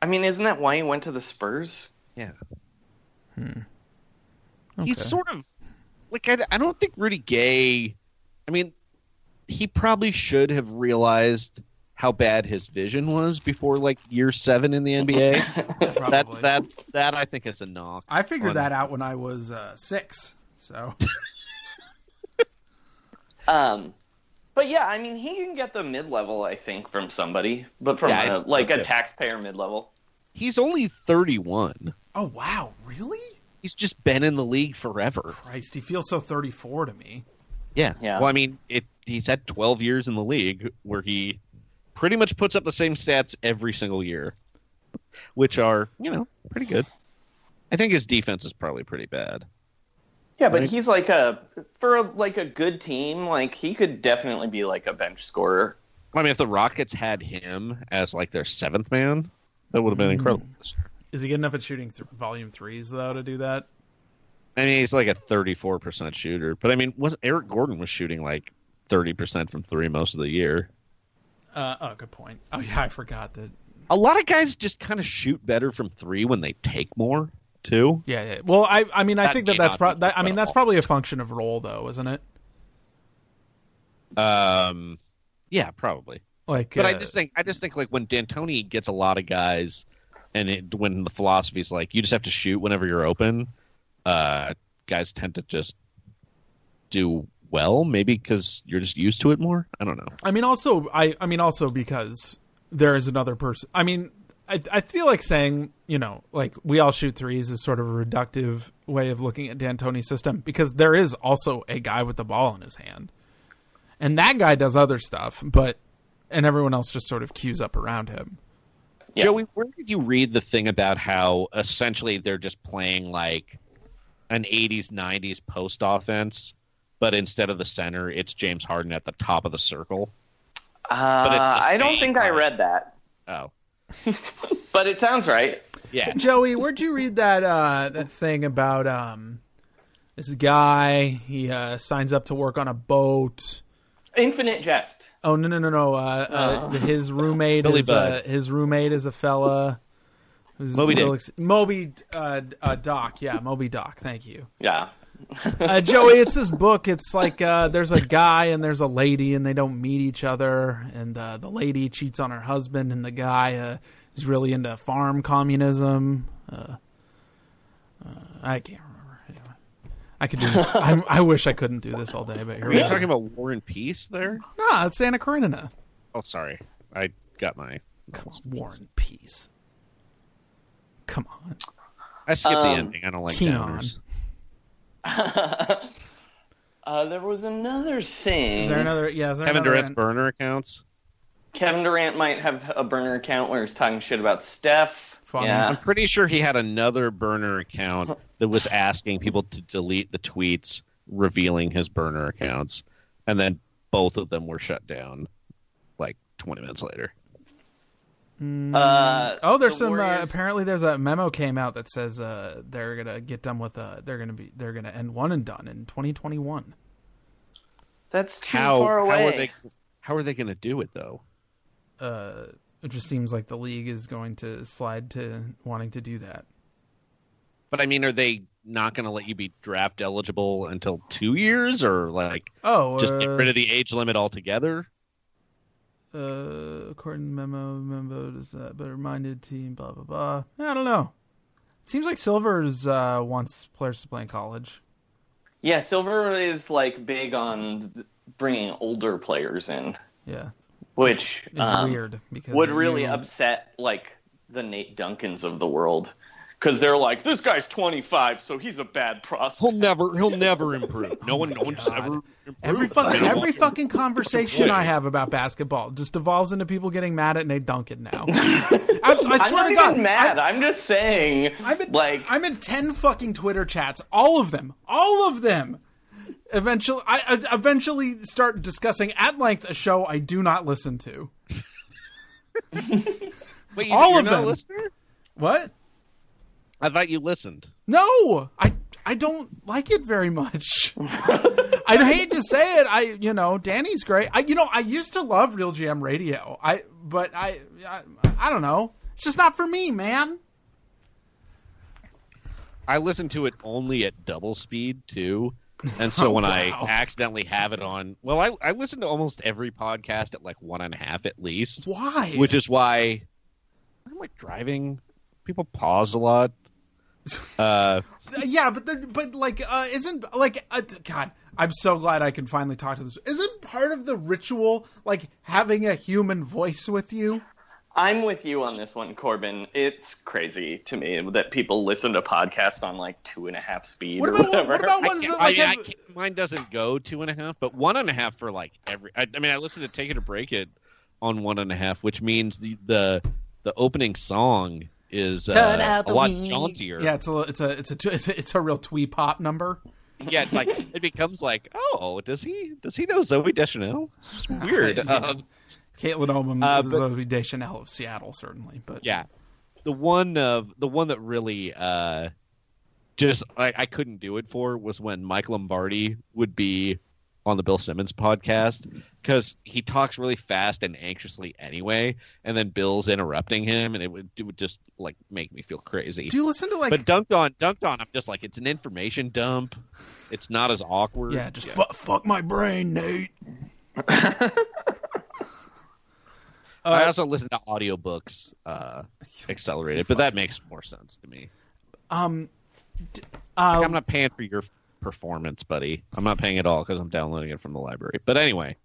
I mean, isn't that why he went to the Spurs? Yeah. Okay. he's sort of like I, I don't think Rudy Gay. I mean, he probably should have realized how bad his vision was before like year seven in the NBA. that Probably. that that I think is a knock. I figured on- that out when I was uh, six. So Um, but yeah, I mean, he can get the mid level, I think, from somebody, but from Yeah, I a- think so, like too. a taxpayer mid level. He's only thirty one. Oh wow, really? He's just been in the league forever. Christ, he feels so thirty four to me. Yeah. Yeah. Well, I mean, it, he's had twelve years in the league where he pretty much puts up the same stats every single year, which are you know pretty good. I think his defense is probably pretty bad. Yeah, but Right. he's like a for a, like a good team, like he could definitely be like a bench scorer. I mean, if the Rockets had him as like their seventh man, that would have been incredible. Is he good enough at shooting th- volume threes though to do that? I mean, he's like a thirty-four percent shooter, but I mean, was Eric Gordon was shooting like thirty percent from three most of the year. Uh, oh, good point. Oh yeah, I forgot that. A lot of guys just kind of shoot better from three when they take more too. Yeah, yeah. Well, I I mean I That think may that that's not pro- be that, I mean at that's all. probably a function of role though, isn't it? Um, yeah, probably. Like, But uh, I just think I just think like when D'Antoni gets a lot of guys, and it, when the philosophy is like you just have to shoot whenever you're open, uh, guys tend to just do well. Maybe because you're just used to it more. I don't know. I mean, also, I, I mean, also because there is another person. I mean, I, I feel like saying, you know, like we all shoot threes is sort of a reductive way of looking at D'Antoni's system because there is also a guy with the ball in his hand, and that guy does other stuff, but and everyone else just sort of queues up around him. Yeah. Joey, where did you read the thing about how essentially they're just playing like an 80s 90s post offense, but instead of the center, it's James Harden at the top of the circle? Uh, it's the I same don't think I guy. read that, Oh, but it sounds right. yeah. Joey, where'd you read that uh, that thing about um, This guy, he uh, signs up to work on a boat. Infinite Jest. Oh no no no no! Uh, uh, his roommate Billy is uh, Budd. his roommate is a fella. Who's Moby Dick. ex- Moby uh, uh, Doc, yeah, Moby Doc. Thank you, Yeah. uh, Joey. It's this book. It's like uh, there's a guy and there's a lady, and they don't meet each other. And uh, the lady cheats on her husband, and the guy uh, is really into farm communism. Uh, uh, I can't remember. Anyway, I could do this. I, I wish I couldn't do this all day, but here Are we you are. talking about War and Peace there? Nah, it's Santa Karenina. Oh, sorry. I got my. Come on, War and Peace. Come on. I skipped the Um, ending. I don't like Keenan. downers. uh, there was another thing. Is there another? Yeah, is Mm-hmm. there Kevin another? Durant's burner accounts. Kevin Durant might have a burner account where he's talking shit about Steph. Fun. Yeah. I'm pretty sure he had another burner account that was asking people to delete the tweets revealing his burner accounts, and then both of them were shut down like 20 minutes later. Uh, Oh, there's the some. Uh, Warriors- apparently, there's a memo came out that says uh, they're gonna get done with. Uh, they're gonna be. They're gonna end one and done in 2021. That's too how far away. how are they how are they going to do it though? Uh, it just seems like the league is going to slide to wanting to do that. But I mean, are they not going to let you be draft eligible until two years, or like Oh, just get uh, rid of the age limit altogether? uh, according to memo, memo does that better minded team. Blah blah blah. I don't know. It seems like Silver's uh, wants players to play in college. Yeah, Silver is like big on th- bringing older players in, Yeah, which it's um, weird because would you- really upset like the Nate Duncans of the world because they're like, this guy's 25, so he's a bad He'll prospect. never he'll never improve. No one no one's Oh God. ever improved. Every fucking every fucking conversation I have about basketball just devolves into people getting mad at Nate Duncan now. I, I I'm swear not to God, even mad. I, am just saying, I, am in, like, I'm in ten fucking Twitter chats, all of them, all of them. Eventually, I, I eventually start discussing at length a show I do not listen to. Wait, you, all you're of not a them. listener? What? I thought you listened. No, I I don't like it very much. I hate to say it. I you know Danny's great. I you know I used to love Real GM Radio. I but I I, I don't know. It's just not for me, man. I listen to it only at double speed too. And so when Oh, wow. I accidentally have it on, well, I, I listen to almost every podcast at like one and a half at least, Why? which is why I'm like driving. People pause a lot. Uh, yeah, but the, but like uh, isn't like uh, God. I'm so glad I can finally talk to this. Isn't part of the ritual like having a human voice with you? I'm with you on this one, Corbin. It's crazy to me that people listen to podcasts on like two and a half speed What or about what, whatever. what about I ones can't- that like I- I have- can't- mine doesn't go two and a half, but one and a half for like every. I, I mean, I listen to Take It or Break It on one and a half, which means the the, the opening song is uh, a lot jauntier. yeah? It's a it's a it's a it's a, it's a real twee pop number. yeah, it's like it becomes like, oh, does he does he know Zoe Deschanel? It's weird. Yeah. Um, Caitlin Oman Uh, is but- Zoe Deschanel of Seattle, certainly. But yeah, the one of the one that really uh, just I, I couldn't do it for was when Mike Lombardi would be on the Bill Simmons podcast because he talks really fast and anxiously anyway, and then Bill's interrupting him, and it would it would just like make me feel crazy. do you listen to like but dunked on, dunked on. I'm just like, it's an information dump. It's not as awkward. yeah, just fu- fuck my brain, Nate. I also listen to audiobooks uh, accelerated, but that makes more sense to me. Um, Like, I'm not paying for your performance, buddy. I'm not paying at all because I'm downloading it from the library. But anyway,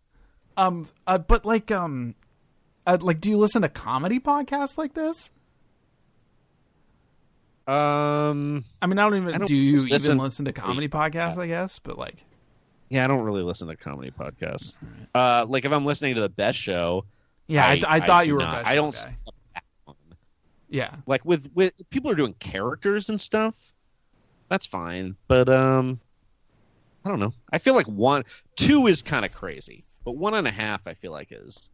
um, uh, but like um, uh, like do you listen to comedy podcasts like this? um, I mean, I don't even I don't do you listen- even listen to comedy podcasts? I guess, but like, yeah, I don't really listen to comedy podcasts. Uh, like if I'm listening to the best show, yeah, I, I- I, thought I you do were. a not. best I show don't guy. step back on. Yeah, Like with with people are doing characters and stuff. That's fine, but um, I don't know. I feel like one, two is kind of crazy, but one and a half, I feel like is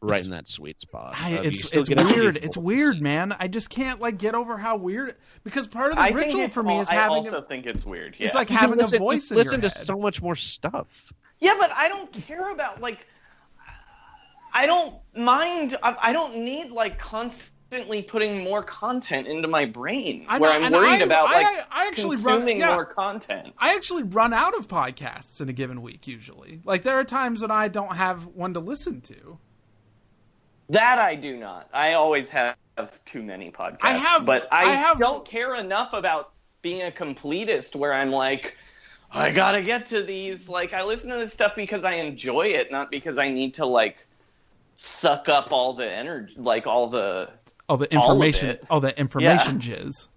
right in that sweet spot. I, of Uh, you it's still it's get all these weird. It's voices. weird, man. I just can't like get over how weird because part of the I think ritual it's for me al- is I having also a, think it's weird. Yeah. it's like You can having listen, a voice. in listen your to head. so much more stuff. Yeah, but I don't care about like I don't mind I, I don't need like constantly putting more content into my brain I where know, I'm and worried I- about I- like I actually run- consuming yeah. more content. I actually run out of podcasts in a given week usually. Like there are times when I don't have one to listen to. That I do not. I always have too many podcasts. I have- but I, I have- don't care enough about being a completist where I'm like, I gotta get to these. Like I listen to this stuff because I enjoy it, not because I need to like suck up all the energy, like all the All the All of information, all, it. the information jizz.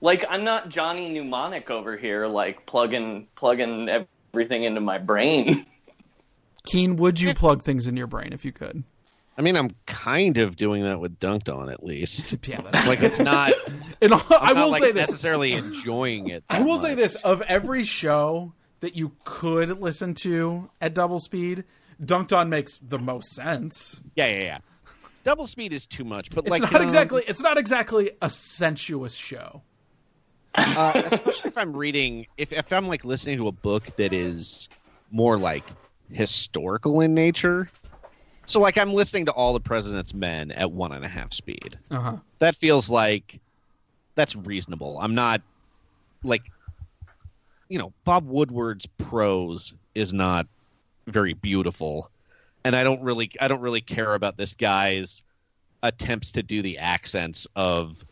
like I'm not Johnny Mnemonic over here, like plugging plugging everything into my brain. Keen, would you plug things in your brain if you could? I mean, I'm kind of doing that with Dunked on at least. Yeah, that's- Like it's not. and all- I I'm not, will like, say this. necessarily enjoying it. I that will say much. this: of every show that you could listen to at double speed, Dunked On makes the most sense. Yeah, yeah, yeah. Double speed is too much, but It's like not um, exactly it's not exactly a sensuous show. uh, especially if I'm reading, if if I'm like listening to a book that is more like historical in nature. So like I'm listening to all the President's Men at one and a half speed. Uh-huh. That feels like that's reasonable. I'm not like you know Bob Woodward's prose is not very beautiful, and I don't really I don't really care about this guy's attempts to do the accents of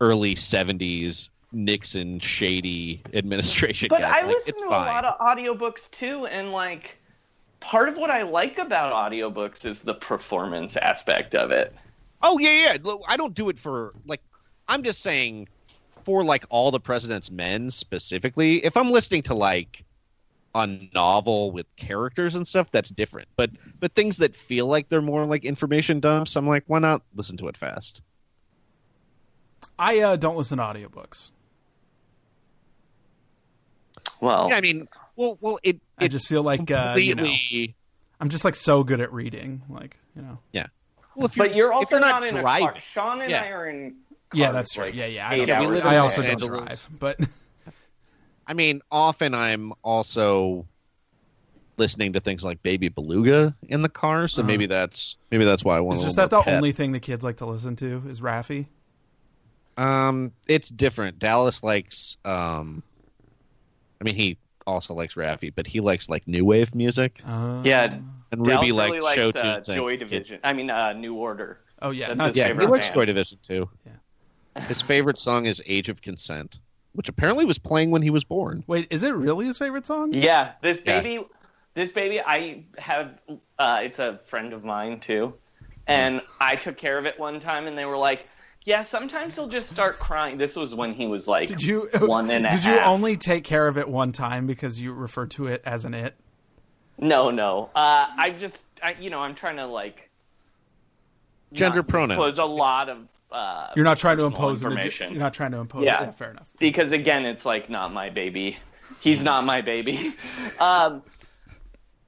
early 70s Nixon shady administration. But guys. I Like, listen it's to fine. a lot of audiobooks too, and like part of what I like about audiobooks is the performance aspect of it. Oh yeah, yeah. Look, I don't do it for like. I'm just saying, for like all the president's men specifically. If I'm listening to like a novel with characters and stuff, that's different. But but things that feel like they're more like information dumps, I'm like, why not listen to it fast? I uh, don't listen to audiobooks. Well, Yeah, I mean, well, well, it. I it just feel like uh, you know, completely- I'm just like so good at reading. Like you know, well, if but you're if also you're not, not, in driving. a car. Sean and Yeah. I are in. yeah, cars, that's right. like, Yeah, yeah. I, Eight don't, we hours live in I a also day. Los don't Angeles. drive, but I mean, often I'm also listening to things like Baby Beluga in the car, so maybe that's maybe that's why I want. it's a Uh-huh. just little that the more pep. only thing the kids like to listen to is Raffy. Um, it's different. Dallas likes. Um, I mean, he also likes Raffy, but he likes like new wave music, Uh, Yeah, and Dallas Ruby really likes, show uh, tunes. and- Joy Division. I mean, uh, New Order. Oh yeah. That's not his Yeah, favorite he likes band. Joy Division too. His favorite song is "Age of Consent," which apparently was playing when he was born. Wait, is it really his favorite song? Yeah, this Yeah. baby, this baby, I have. Uh, it's a friend of mine too, and I took care of it one time, and they were like, "Yeah, sometimes he'll just start crying." This was when he was like Did you one and a did you half. only take care of it one time because you referred to it as an it? No, no. Uh, I just, I, you know, I'm trying to like Gender not pronoun. Disclose a lot of. Uh, You're not trying to personal impose an information. ad- you're not trying to impose Yeah. it. Yeah, fair enough. because again, it's like not my baby. He's not my baby. Um,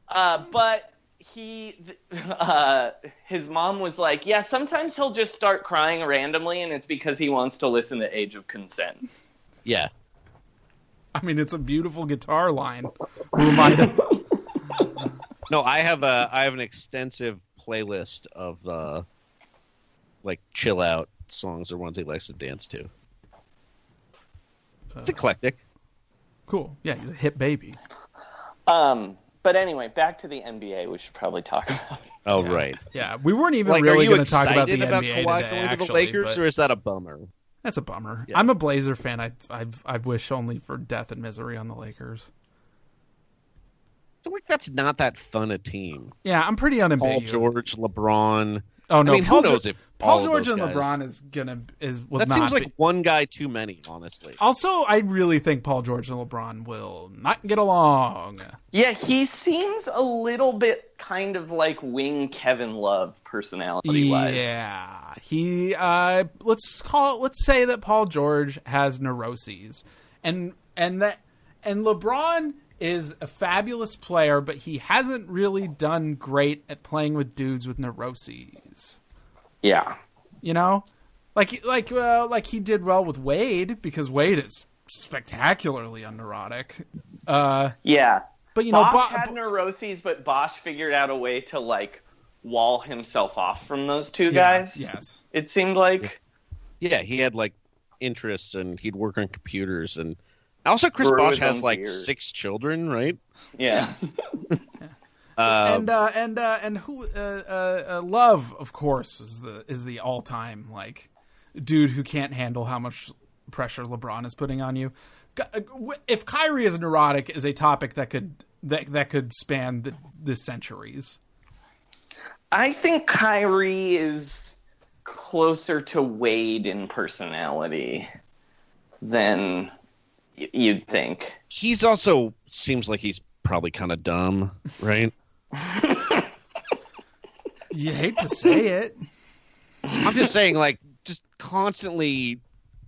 uh, but he, th- uh, his mom was like, yeah. Sometimes he'll just start crying randomly, and it's because he wants to listen to Age of Consent. Yeah, I mean, it's a beautiful guitar line. Who am I to- no, I have a I have an extensive playlist of uh, like chill out songs or ones he likes to dance to. Uh, It's eclectic. Cool. Yeah, he's a hip baby. Um, but anyway, back to the NBA. We should probably talk about. Oh right. Yeah, we weren't even Like, are really you going to talk excited about the NBA Kawhi today. going to actually, the Lakers, but or is that a bummer? that's a bummer. Yeah. I'm a Blazer fan. I, I I wish only for death and misery on the Lakers. I feel like that's not that fun a team. Yeah, I'm pretty Paul unambiguous. George, LeBron. Oh no, I mean, Paul who Geor- knows if all Paul of George those and guys- LeBron is gonna is will That not seems be- Oh. like one guy too many, honestly. Also, I really think Paul George and LeBron will not get along. Yeah, he seems a little bit kind of like wing Kevin Love personality wise. Yeah, he. Uh, let's call. Let's say that Paul George has neuroses, and and that and LeBron is a fabulous player, but he hasn't really done great at playing with dudes with neuroses. Yeah. You know, like like uh, like he did well with Wade because Wade is spectacularly unneurotic. Uh, Yeah. but you know, Bosch Bo- had neuroses, but Bosch figured out a way to like wall himself off from those two Yeah, guys. yes. It seemed like Yeah, he had like interests and he'd work on computers and also Chris Brew Bosch his has own like beer. six children, right? yeah. Uh, and uh, and uh, and who uh, uh, uh, love of course is the is the all time like dude who can't handle how much pressure LeBron is putting on you. G- uh, w- If Kyrie is neurotic is a topic that could that that could span the, the centuries. I think Kyrie is closer to Wade in personality than y- you'd think. he's also seems like he's probably kind of dumb, right? You hate to say it. I'm just saying, like, just constantly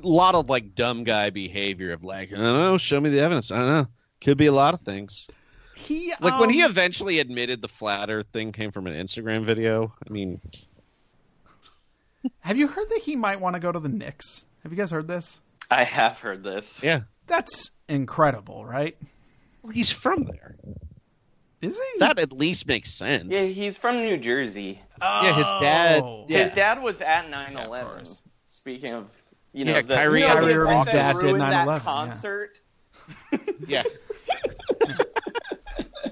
a lot of like dumb guy behavior of like, I don't know, show me the evidence. I don't know. Could be a lot of things. He Like when he um, eventually admitted the flat earth thing came from an Instagram video. I mean, have you heard that he might want to go to the Knicks? Have you guys heard this? I have heard this. yeah. That's incredible, right? Well, he's from there. Is he? That at least makes sense. Yeah, he's from New Jersey. Yeah, his dad. Oh. Yeah. His dad was at 9 Yeah, of 11. course. Speaking of, you know, Yeah, the, Kyrie you know, Irving- the Kyrie event Irving's that dad did ruined that 9/11, yeah. concert.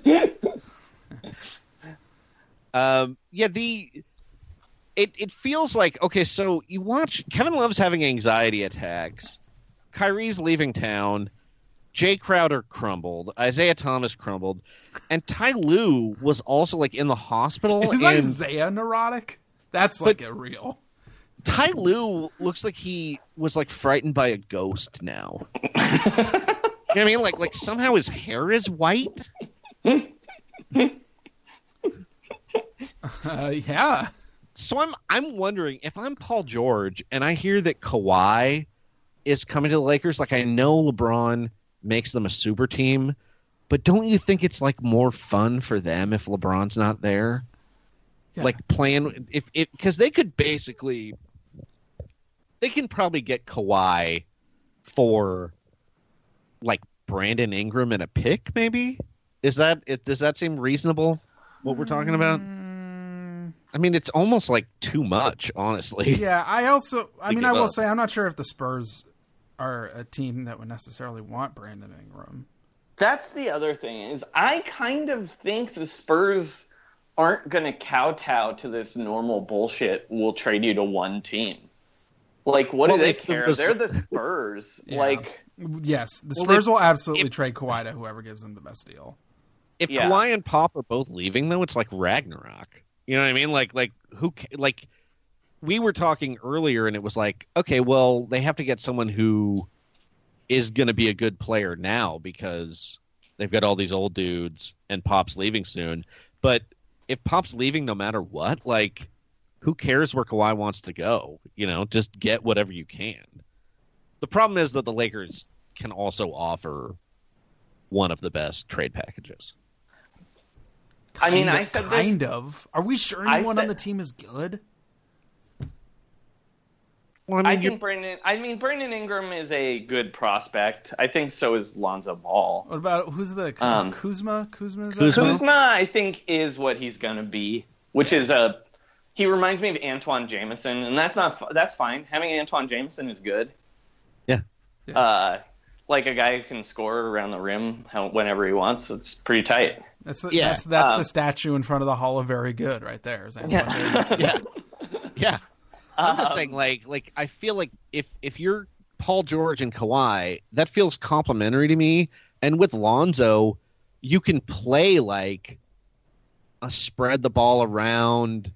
yeah. um, yeah, the it it feels like okay, so you watch Kevin Love's having anxiety attacks, Kyrie's leaving town, Jay Crowder crumbled, Isaiah Thomas crumbled, and Ty Lue was also like in the hospital. Is and Isaiah neurotic? That's like a real. Ty Lue looks like he was like frightened by a ghost now. you know what I mean? Like like somehow his hair is white. Uh, yeah. so I'm I'm wondering if I'm Paul George and I hear that Kawhi is coming to the Lakers, like I know LeBron makes them a super team, but don't you think it's like more fun for them if LeBron's not there? Yeah. Like playing if it because they could basically they can probably get Kawhi for like Brandon Ingram and a pick, maybe. Is that is, does that seem reasonable? What we're talking about? I mean, it's almost like too much, honestly. Mm. Yeah, I also, They I mean, give I will up. say, I'm not sure if the Spurs are a team that would necessarily want Brandon Ingram. That's the other thing is I kind of think the Spurs aren't going to kowtow to this normal bullshit. We'll trade you to one team. Like, what Well, do they, they- care? They're the Spurs. Yeah. Like, Yes, the Well, Spurs they- will absolutely trade Kawhi to whoever gives them the best deal. If Yeah. Kawhi and Pop are both leaving, though, it's like Ragnarok. You know what I mean? Like, like who? ca- Like we were talking earlier, and it was like, okay, well, they have to get someone who is going to be a good player now because they've got all these old dudes, and Pop's leaving soon. But if Pop's leaving, no matter what, like, who cares where Kawhi wants to go? You know, just get whatever you can. The problem is that the Lakers can also offer one of the best trade packages. I mean, Kinda- I said this- kind of. Are we sure I anyone on said- the team is good? Well, I think Brandon. I mean, Brandon Ingram is a good prospect. I think so is Lonzo Ball. What about who's the Um, Kuzma? Kuzma is Kuzma. that- Kuzma, I think, is what he's gonna be, which is a. He reminds me of Antoine Jameson, and that's not. f- That's fine. Having Antoine Jameson is good. Yeah. Yeah. Uh, like a guy who can score around the rim how, whenever he wants. It's pretty tight. That's the, Yeah, that's, that's um, the statue in front of the Hall of Very Good right there. Is that yeah, Uh-huh. yeah. I'm just Um, saying, like, like I feel like if if you're Paul George and Kawhi, that feels complimentary to me. And with Lonzo, you can play like a spread the ball around.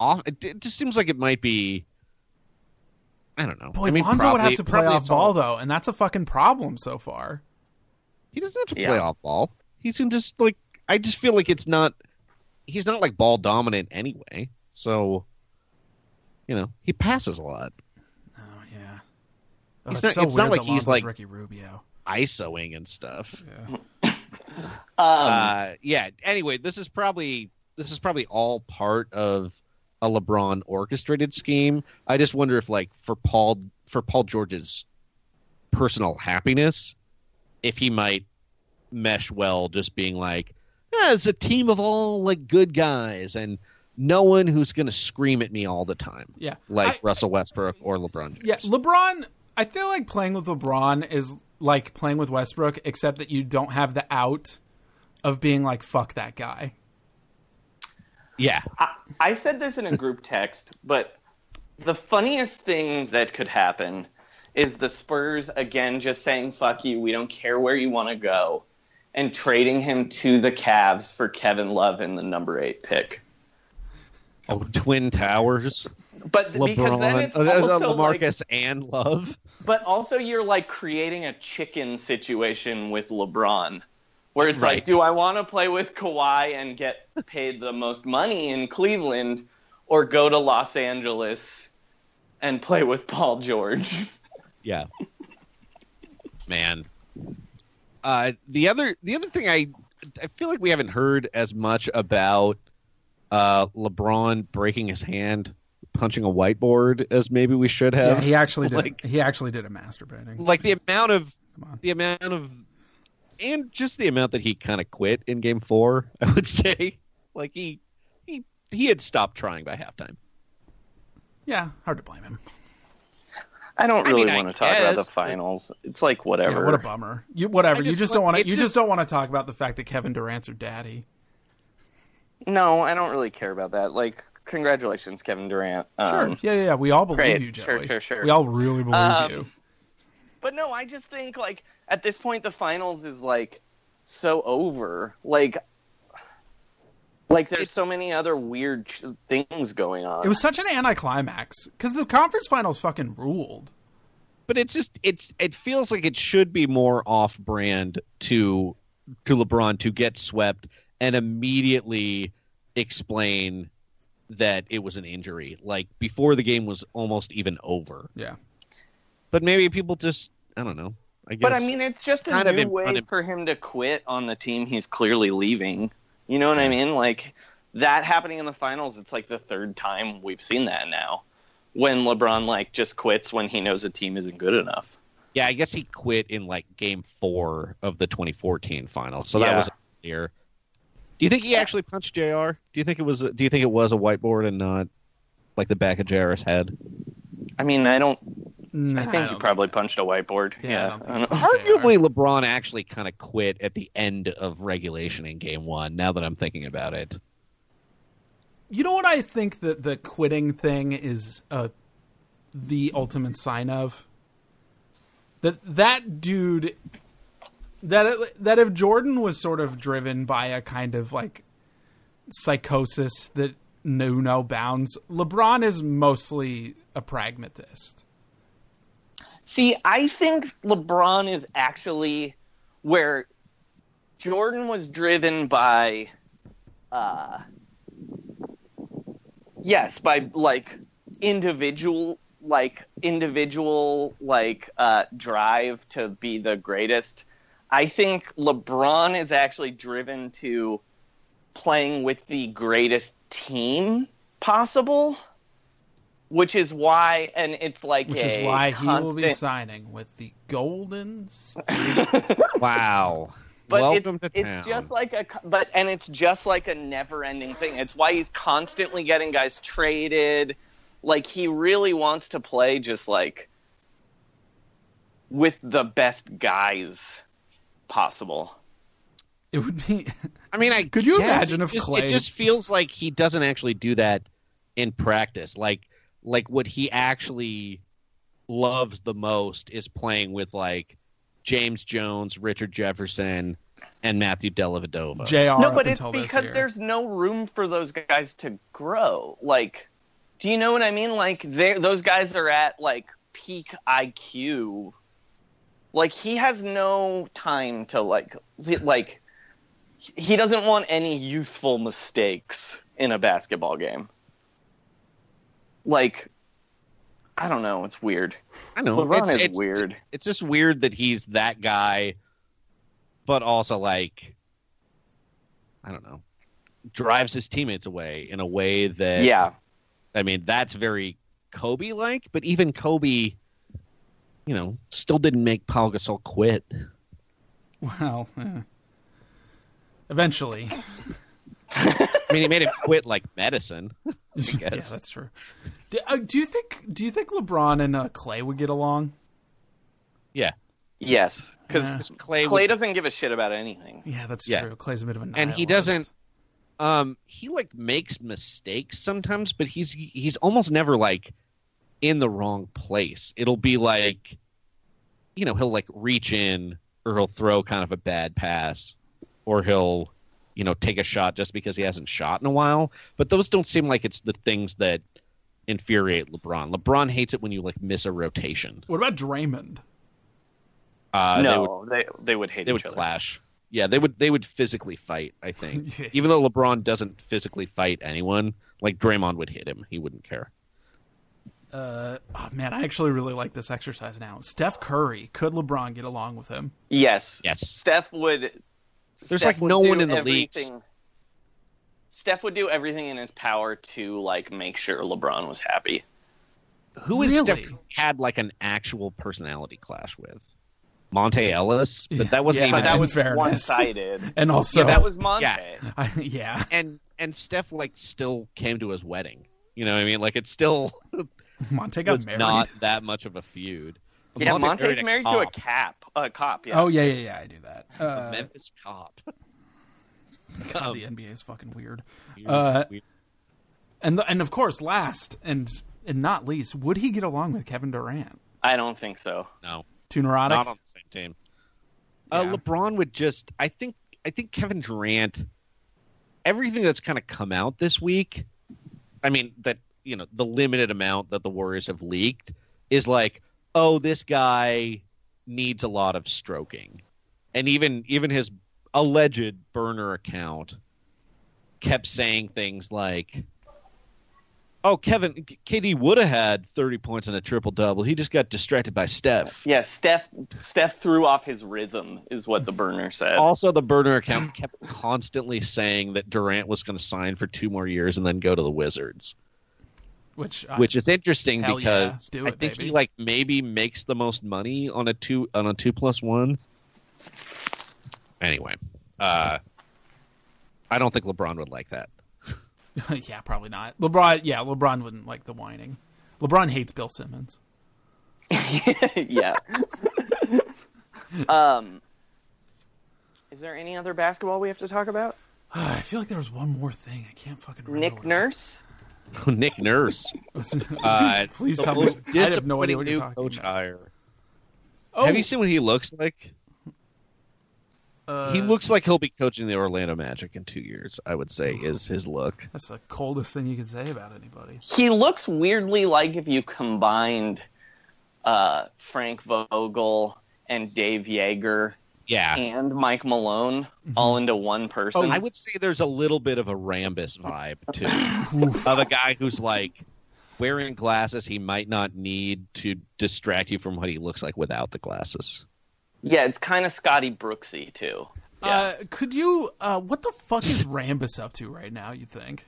Off, it, it just seems like it might be. I don't know. Boy, I mean, Lonzo would have probably- to play probably off it's all- ball though, and that's a fucking problem so far. He doesn't have to Yeah. play off ball. He can just like. I just feel like it's not. He's not like ball dominant anyway. So, you know, he passes a lot. Oh yeah. Oh, He's it's not- so it's weird not like that he's Lonzo's like- Ricky Rubio. ISOing and stuff. Um, uh, yeah. Anyway, this is probably this is probably all part of a LeBron orchestrated scheme. I just wonder if, like, for Paul for Paul George's personal happiness, if he might mesh well, just being like, yeah, it's a team of all like good guys and no one who's going to scream at me all the time, Yeah. like I- Russell Westbrook or LeBron. James. Yeah, LeBron. I feel like playing with LeBron is like playing with Westbrook, except that you don't have the out of being like "fuck that guy." yeah. I, I said this in a group text, but the funniest thing that could happen is the Spurs again just saying "fuck you," we don't care where you want to go, and trading him to the Cavs for Kevin Love in the number eight pick. Oh, Twin Towers, But th- because then LeBron, it's uh, uh, also like- Lamarcus, and Love. But also, you're like creating a chicken situation with LeBron, where it's Right. like, do I want to play with Kawhi and get paid the most money in Cleveland, or go to Los Angeles and play with Paul George? Yeah. Man. Uh, the other the other thing I I feel like we haven't heard as much about uh, LeBron breaking his hand punching a whiteboard as maybe we should have. Yeah, he actually did. Like- he actually did a masturbating. like the amount of Come on. the amount of and just the amount that he kind of quit in game 4, I would say. Like he he he had stopped trying by halftime. Yeah, hard to blame him. I don't I mean, really I want to talk about guess, the but- finals. It's like Yeah, whatever. what a bummer. You whatever. I you just- just don't want to. it's You just just- don't want to talk about the fact that Kevin Durant's your daddy. no, I don't really care about that. Like, congratulations, Kevin Durant. Sure. Um, yeah, yeah, yeah. We all believe great. you, Joey. Sure, sure, sure. We all really believe Um, you. But no, I just think like at this point the finals is like so over. Like like there's so many other weird ch- things going on. It was such an anticlimax because the conference finals fucking ruled. but it's just it's it feels like it should be more off brand to to LeBron to get swept and immediately explain that it was an injury like before the game was almost even over Yeah. but maybe people just i don't know i guess but I mean it's just a Kind of new im- way unim- for him to quit on the team he's clearly leaving. You know what I mean? Like that happening in the finals it's like the third time we've seen that now. When LeBron like just quits when he knows a team isn't good enough. yeah i guess he quit in like game 4 of the 2014 finals so that Yeah. was clear do you think he actually punched JR? Do you think it was a, do you think it was a whiteboard and not like the back of JR's head? I mean, I don't Nah, I think you don't- probably punched a whiteboard. Yeah, Yeah. I don't think I don't- Arguably, LeBron actually kind of quit at the end of regulation in Game One. Now that I'm thinking about it, You know what I think that the quitting thing is uh, the ultimate sign of that that dude that that if Jordan was sort of driven by a kind of like psychosis that knew no bounds, LeBron is mostly a pragmatist. See, I think LeBron is actually where Jordan was driven by, uh, yes, by like individual, like individual, like uh, drive to be the greatest. I think LeBron is actually driven to playing with the greatest team possible, which is why, and it's like Which a is why he will be constant- signing with the Golden State. wow! but Welcome it's, to it's town. just like a co- but and it's just like a never-ending thing it's why he's constantly getting guys traded like he really wants to play just like with the best guys possible It would be I mean, I Could you guess imagine it if just, Clay- It just feels like he doesn't actually do that in practice. Like, like what he actually loves the most is playing with like James Jones, Richard Jefferson, and Matthew Dellavedova. Jr. no up but it's until this because year. there's no room for those guys to grow like do you know what i mean like they those guys are at like peak iq like he has no time to like li- like he doesn't want any youthful mistakes in a basketball game like i don't know it's weird I know LeBron it's, is it's- weird. It's just weird that he's that guy, but also like I don't know, drives his teammates away in a way that yeah. I mean, that's very Kobe like, but even Kobe, you know, still didn't make Paul Gasol quit. Well, eh. eventually. I mean, he made him quit like medicine. I guess. Yeah, that's true. Do, uh, do you think do you think LeBron and uh, Clay would get along? yeah. Yes, because Yeah. Clay, Clay would- doesn't give a shit about anything. Yeah, that's Yeah. true. Clay's a bit of a and he nihilist. doesn't um he like makes mistakes sometimes but he's he's almost never like in the wrong place it'll be like you know he'll like reach in or he'll throw kind of a bad pass or he'll you know take a shot just because he hasn't shot in a while but those don't seem like it's the things that infuriate lebron lebron hates it when you like miss a rotation What about Draymond? uh they would, no, they they would hate they each would other. clash yeah they would they would physically fight i think Yeah. even though LeBron doesn't physically fight anyone, like Draymond would hit him. He wouldn't care. Uh, oh man, I actually really like this exercise now. Steph Curry, could LeBron get along with him? Yes. Yes. Steph would. There's, Steph like, would no do one in the league. everything- Steph would do everything in his power to like make sure LeBron was happy. Who is Steph Really? had like an actual personality clash with? Monte Ellis, but that wasn't Yeah, even But that in was fairness. one-sided. And also, yeah, that was Monte. Yeah. I, yeah, and and Steph like still came to his wedding. You know what I mean? Like it still Monte got was married. not that much of a feud. Yeah, Monte's married to a cop, cap, a cop. Yeah. Oh yeah, yeah, yeah. I do that. a Uh, Memphis cop. God, Um, the NBA is fucking weird. Weird, Uh, weird. And and of course, last and and not least, would he get along with Kevin Durant? I don't think so. No. Too neurotic. Not on the same team. Uh, LeBron would just. I think. I think Kevin Durant. Everything that's kind of come out this week. I mean that you know the limited amount that the Warriors have leaked is like, oh, this guy needs a lot of stroking, and even even his alleged burner account kept saying things like. Oh, Kevin, KD would have had 30 points and a triple double. He just got distracted by Steph. Yeah, Steph. Steph threw off his rhythm, is what the burner said. also the burner account kept constantly saying that Durant was going to sign for two more years and then go to the Wizards, which I- which is interesting Hell yeah, because do I it, think baby. he like maybe makes the most money on a two on a two plus one. Anyway, uh, I don't think LeBron would like that. yeah, probably not. LeBron, yeah, LeBron wouldn't like the whining. LeBron hates Bill Simmons. yeah. um, is there any other basketball we have to talk about? I feel like there was one more thing. I can't fucking remember. Nick what Nurse. Nick Nurse, it was. uh, Please the tell me- most I have no disappointing idea what you're new talking coach about. hire. oh, Have you seen what he looks like? uh, he looks like he'll be coaching the Orlando Magic in two years. I would say is his look. That's the coldest thing you can say about anybody. He looks weirdly like if you combined uh, Frank Vogel and Dave Yeager Yeah, and Mike Malone all into one Oh, person. I would say there's a little bit of a Rambus vibe too, of a guy who's like wearing glasses he might not need to distract you from what he looks like without the glasses. yeah, it's kind of Scotty Brooksy too. Uh, could you? Uh, what the fuck is Rambus up to right now? You think?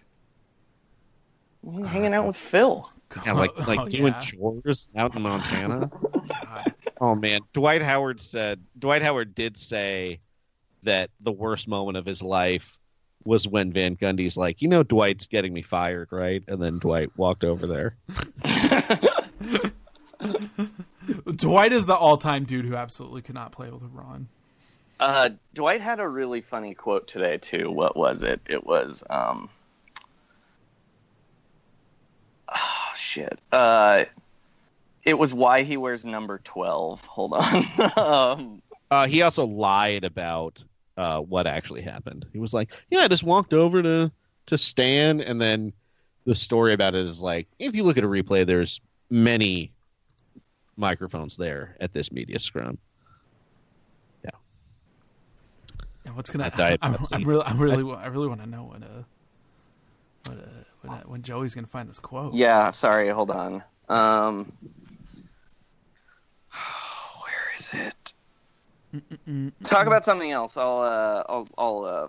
He's hanging out with Phil. Yeah, like like Oh, doing yeah. chores out in Montana. God. Oh man, Dwight Howard said Dwight Howard did say that the worst moment of his life was when Van Gundy's like, you know, Dwight's getting me fired, right? And then Dwight walked over there. Dwight is the all-time dude who absolutely could not play with LeBron. Uh, Dwight had a really funny quote today too. What was it? It was um. Oh shit. Uh, it was why he wears number twelve. Hold on. um, Uh, he also lied about uh, what actually happened. He was like, "Yeah, I just walked over to to Stan," and then the story about it is like, if you look at a replay, there's many microphones there at this media scrum. Yeah, what's gonna? That diet I'm, Pepsi. I'm really, I'm really, I really want to know when uh, when, uh, when, uh, when Joey's gonna find this quote. yeah. Sorry. Hold on. Um. Where is it? Talk about something else. I'll. Uh, I'll. I'll. Uh,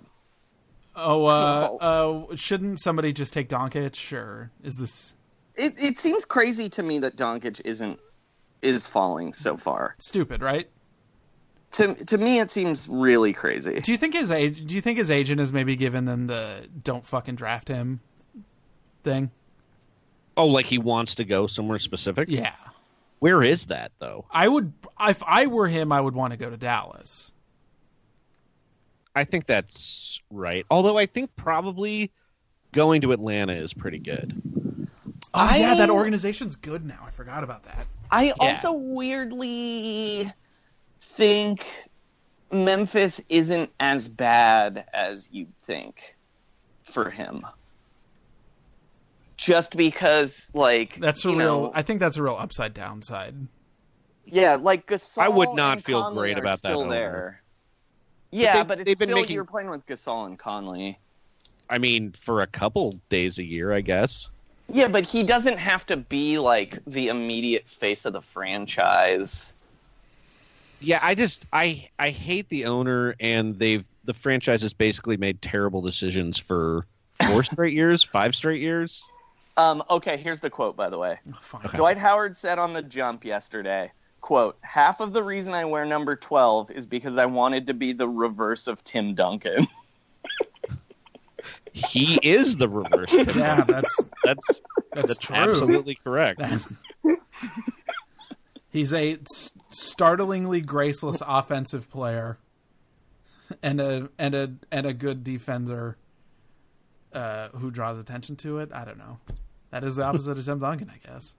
Oh, uh, uh, shouldn't somebody just take Doncic? Or is this It it seems crazy to me that Doncic isn't is falling so far. stupid? Right? To to me, it seems really crazy. Do you think his age? Do you think his agent is maybe giving them the "don't fucking draft him" thing? Oh, like he wants to go somewhere specific? Yeah, Where is that though? I would. If I were him, I would want to go to Dallas. I think that's right. Although I think probably going to Atlanta is pretty good. Oh yeah, I- that organization's good now. I forgot about that. I also weirdly think Memphis isn't as bad as you'd think for him. Just because, like, That's a you real. know, I think that's a real upside downside. yeah, like Gasol. I would not and feel Conley great are about that still owner. There. Yeah, they- but, they've it's been still making- you're playing with Gasol and Conley. I mean, for a couple days a year, I guess. Yeah, but he doesn't have to be like the immediate face of the franchise. Yeah, I just I I hate the owner and they've the franchise has basically made terrible decisions for four straight years, five straight years. Um, okay, here's the quote, by the way. fine. Dwight Howard said on the jump yesterday, quote, half of the reason I wear number 12 is because I wanted to be the reverse of Tim Duncan. He is the reverse. of that. Yeah, that's That's that's, that's true. absolutely correct. He's a s- startlingly graceless offensive player, and a and a and a good defender uh, who draws attention to it. I don't know. That is the opposite of Tim Duncan, I guess.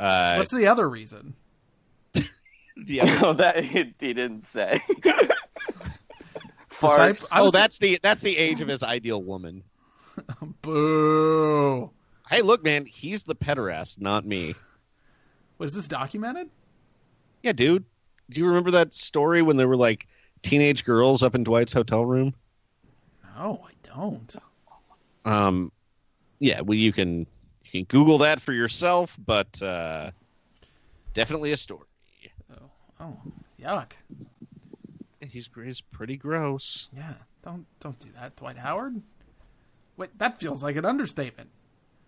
Uh, What's the other reason? the other- no, that he, he didn't say. Disciple- Farts. I oh, was- that's the that's the age of his ideal woman. Boo! Hey, look, man, he's the pederast, not me. Was this documented? Yeah, dude. Do you remember that story when there were like teenage girls up in Dwight's hotel room? No, I don't. Um, yeah, well, you can you can Google that for yourself, but uh, definitely a story. Oh, yuck! He's he's pretty gross. Yeah, don't don't do that, Dwight Howard. Wait, that feels like an understatement.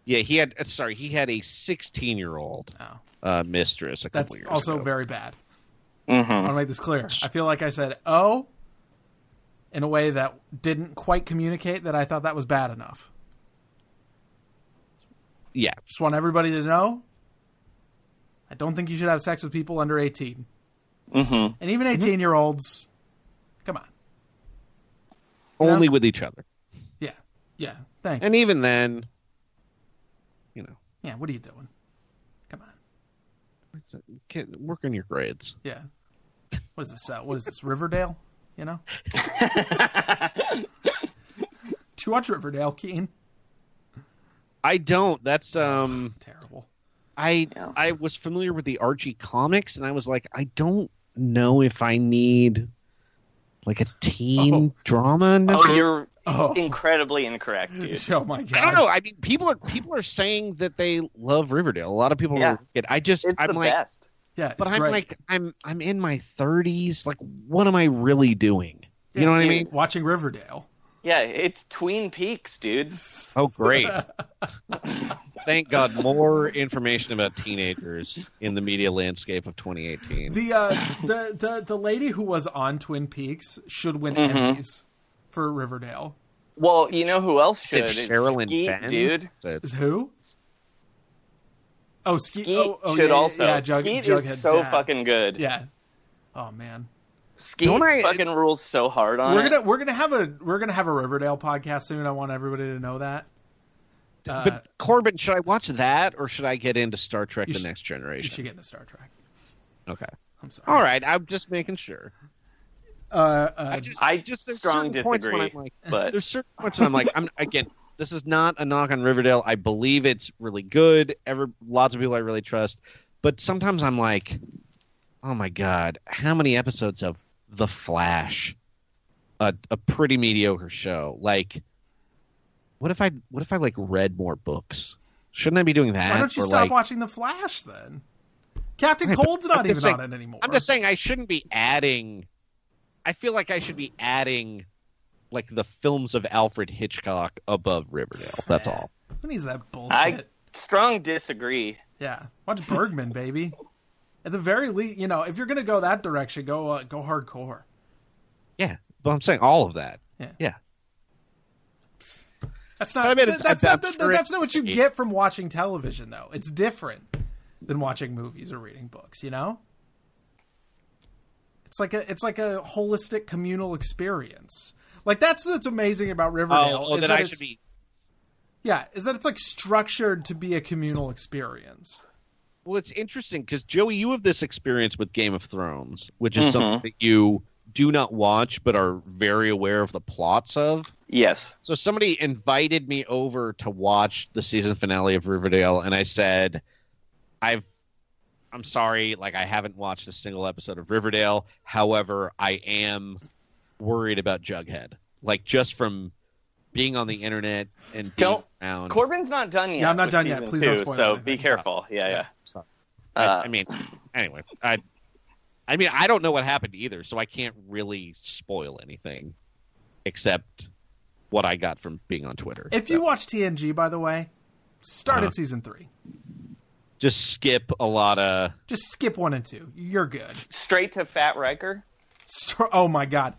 Yeah, he had uh, sorry, he had a sixteen year old Oh, uh, mistress a that's couple years also ago. very bad. I want to make this clear. I feel like I said "oh" in a way that didn't quite communicate that I thought that was bad enough. yeah. Just want everybody to know. I don't think you should have sex with people under 18 Mhm. and even Mm-hmm. 18 year olds. Come on, Only with each other, yeah, yeah. Thanks. and even then, you know, yeah, what are you doing? Come on. it's a- kid, work on your grades. Yeah. What is this? Uh, what is this? Riverdale? You know? Do you watch Riverdale, Keen? I don't. That's um. Terrible. I Yeah. I was familiar with the Archie comics, and I was like, I don't know if I need like a teen Oh. drama. Oh, necessarily. you're Oh. incredibly incorrect, dude. Oh my god. I don't know. I mean, people are people are saying that they love Riverdale. A lot of people. Yeah. Are, wicked. I just It's I'm the like, best. Yeah, but it's I'm great. like I'm I'm in my 30s. Like, what am I really doing? You know what I dude. mean? watching Riverdale. Yeah, it's Tween Peaks, dude. Oh, great! Thank God, more information about teenagers in the media landscape of 2018. The uh the, the the lady who was on Twin Peaks should win Mm-hmm. Emmys for Riverdale. Well, you know who else Is it should? It's Sherilyn Skeet, Fenn? dude. Is it- Is who? Oh, Skeet, Skeet oh, oh, should yeah, also. yeah, Jug, Skeet Jughead's is so dad. fucking good. Yeah. Oh man. Skeet Don't I- fucking rules so hard on We're it. gonna we're gonna have a we're gonna have a Riverdale podcast soon. I want everybody to know that. Uh, but Corbin, should I watch that or should I get into Star Trek: You The should- Next You Generation? should get into Star Trek. Okay. I'm sorry. All right. I'm just making sure. Uh, uh, I just, I just there's strong certain points when I'm disagree, like, but- there's certain points when I'm like, I'm again, this is not a knock on Riverdale. I believe it's really good. Ever, lots of people I really trust, but sometimes I'm like, oh my god, how many episodes of The Flash? A, a pretty mediocre show. Like, what if I what if I like read more books? Shouldn't I be doing that? why don't you Or, stop like- watching The Flash then? Captain Right, but Cold's not I'm even just on saying- it anymore. I'm just saying I shouldn't be adding. I feel like I should be adding like the films of Alfred Hitchcock above Riverdale. That's all. Who needs that bullshit? I strong disagree. Yeah, watch Bergman, baby. At the very least, you know, if you're gonna go that direction, go uh, go hardcore. Yeah, but I'm saying all of that. Yeah. Yeah. That's not. I mean, th- it's that's, not about th- that's not what you strict- get from watching television, though. It's different than watching movies or reading books. You know, it's like a it's like a holistic communal experience. Like that's what's amazing about Riverdale. Oh, oh is then that I it's- should be. Yeah, is that it's like structured to be a communal experience. Well, it's interesting because Joey, you have this experience with Game of Thrones, which is something that you do not watch but are very aware of the plots of. Yes. So somebody invited me over to watch the season finale of Riverdale, and I said, "I've, I'm sorry, like I haven't watched a single episode of Riverdale. However, I am worried about Jughead, like just from being on the internet and being Don't- around. Corbin's not done yet. I'm not with done yet. season Please two, don't spoil So anything. be careful. Yeah, yeah. Sorry. Uh, I, I mean, anyway, I, I mean, I don't know what happened either, so I can't really spoil anything, except what I got from being on Twitter. If you So, watch TNG, by the way, start Uh-huh. at season three. just skip a lot of Just skip one and two. You're good. Straight to Fat Riker. Str- oh my god,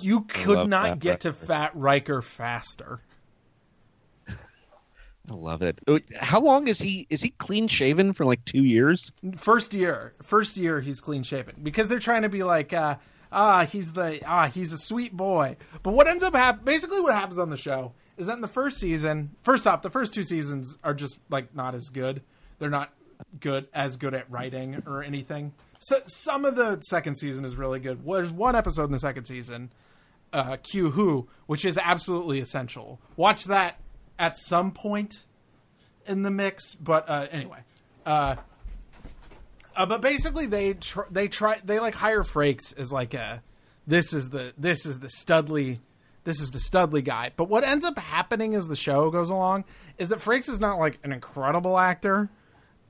you could love not Fat get to Riker. Fat Riker faster. I love it. Oh, How long is he? Is he clean shaven for like two years? First year, first year, he's clean shaven because they're trying to be like, uh, ah, he's the ah, he's a sweet boy. But what ends up happening, basically, what happens on the show is that in the first season, first off, the first two seasons are just like not as good. They're not good as good at writing or anything. So some of the second season is really good. Well, there's one episode in the second season uh, Q Who, which is absolutely essential. Watch that at some point in the mix. But uh, anyway, uh, uh, but basically they tr- they try they like hire Frakes as like a this is the this is the Studley this is the Studley guy. But what ends up happening as the show goes along is that Frakes is not like an incredible actor.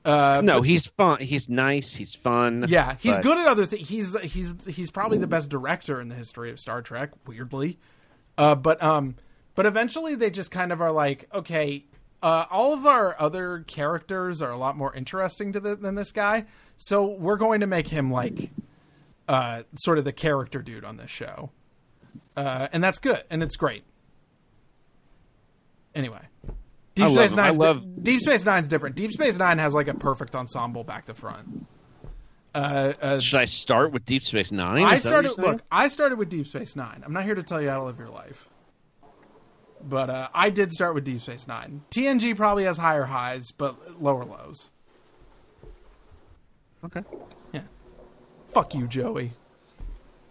no, he's fun. He's nice. He's fun. Uh, Yeah, he's but- good at other things. He's he's he's probably the best director in the history of Star Trek. Weirdly, uh, but um, but eventually they just kind of are like, okay, uh, all of our other characters are a lot more interesting to the, than this guy, so we're going to make him like, uh, sort of the character dude on this show, uh, and that's good and it's great. Anyway. Deep I love Space him. I Nine's di- love- Deep Space Nine's different. Deep Space Nine has like a perfect ensemble back to front. Should I start with Deep Space Nine? I Is that what you're started. saying? Look, I started with Deep Space Nine. I'm not here to tell you how to live your life, but uh, I did start with Deep Space Nine. TNG probably has higher highs, but lower lows. Okay. Yeah. Fuck you, Joey.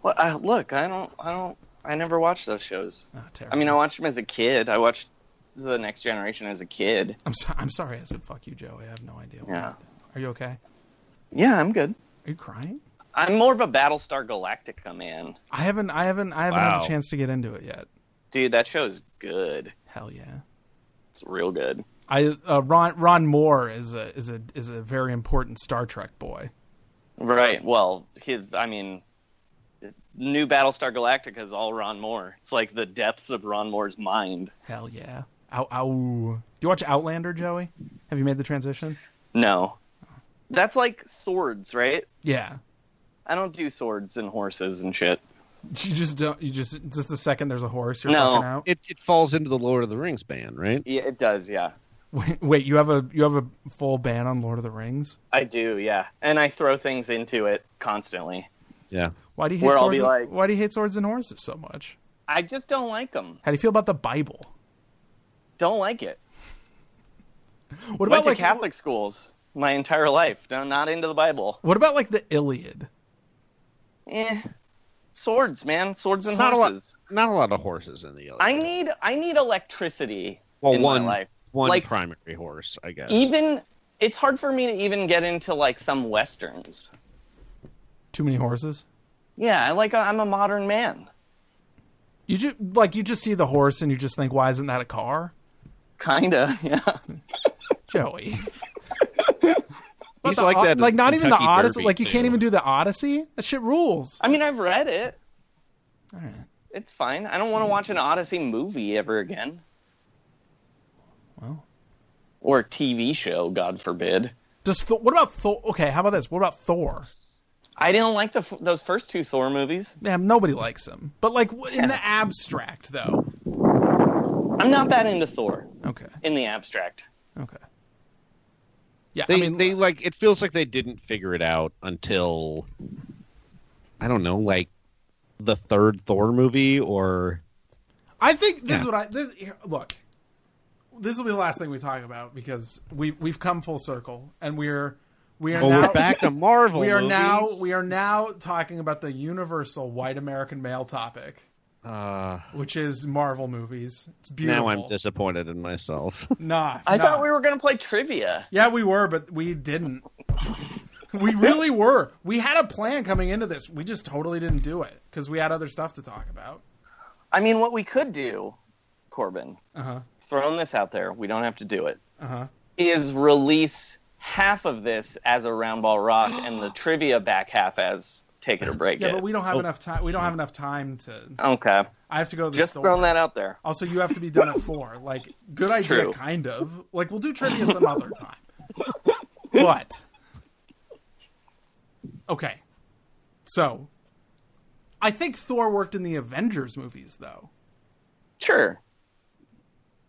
Well, I, look, I don't, I don't, I never watched those shows. Ah, terrible. I mean, I watched them as a kid. I watched The Next Generation as a kid. I'm so, I'm sorry. I said fuck you, Joey. I have no idea. What Yeah. happened. Are you okay? Yeah, I'm good. Are you crying? I'm more of a Battlestar Galactica man, I haven't. I haven't. I haven't had Wow. a chance to get into it yet. dude. That show is good. Hell yeah. It's real good. I uh, Ron Ron Moore is a is a is a very important Star Trek boy. Right. Well, his, I mean, new Battlestar Galactica is all Ron Moore. It's like the depths of Ron Moore's mind. Hell yeah. Ow, ow. Do you watch Outlander, Joey? Have you made the transition? No, that's like swords, right? Yeah. I don't do swords and horses and shit. You just don't. You just just the second there's a horse, you're No. fucking out. It, it falls into the Lord of the Rings band, right? Yeah, it does. Yeah, Wait, wait, you have a you have a full ban on Lord of the Rings. I do. Yeah, and I throw things into it constantly. Yeah. Why do you hate Where I'll swords? be and- like- why do you hate swords and horses so much? I just don't like them. How do you feel about the Bible? Don't like it. What Went about to like Catholic schools my entire life. No, not into the Bible. What about like the Iliad? Eh, swords, man. Swords and It's not a lot. horses. Not a lot of horses in the. Iliad. I need I need electricity well in one my life. one Like- primary horse, I guess. Even it's hard for me to even get into like some westerns. Too many horses. Yeah, I like I'm a modern man. You just like you just see the horse and you just think, why isn't that a car, Kinda, yeah. Joey? He's The like O- that. Like not even the Kentucky Odyssey. Derby, Like you can't too. even do the Odyssey. That shit rules. I mean, I've read it. All right. It's fine. I don't want to watch an Odyssey movie ever again. Well. Or a TV show, God forbid. Does Thor, what about Thor? Okay, how about this? What about Thor? I didn't like the f- those first two Thor movies. Yeah, nobody likes him. But like w- in the abstract, though. I'm not that into Thor Okay. in the abstract. Okay. Yeah, They I mean, they like it feels like they didn't figure it out until I don't know, like the third Thor movie or I think this is what I this here, look. This will be the last thing we talk about because we we've come full circle and we're we are well, now we're back to Marvel. we are movies. now we are now talking about the universal white American male topic, Uh, which is Marvel movies. It's beautiful. now I'm disappointed in myself. Nah, I nah. thought we were going to play trivia. Yeah, we were, but we didn't. we really were. We had a plan coming into this. We just totally didn't do it because we had other stuff to talk about. I mean, what we could do, Corbin, Uh huh. throwing this out there, we don't have to do it, Uh huh. is release half of this as a roundball rock and the trivia back half as take it or break Yeah, it. but we don't have enough time. We don't have enough time to. Oh. Okay. I have to go to the Just store. throwing that out there. Also, you have to be done at four. Like, good idea, true. kind of. Like, we'll do trivia some other time. But okay, so I think Thor worked in the Avengers movies, though. Sure.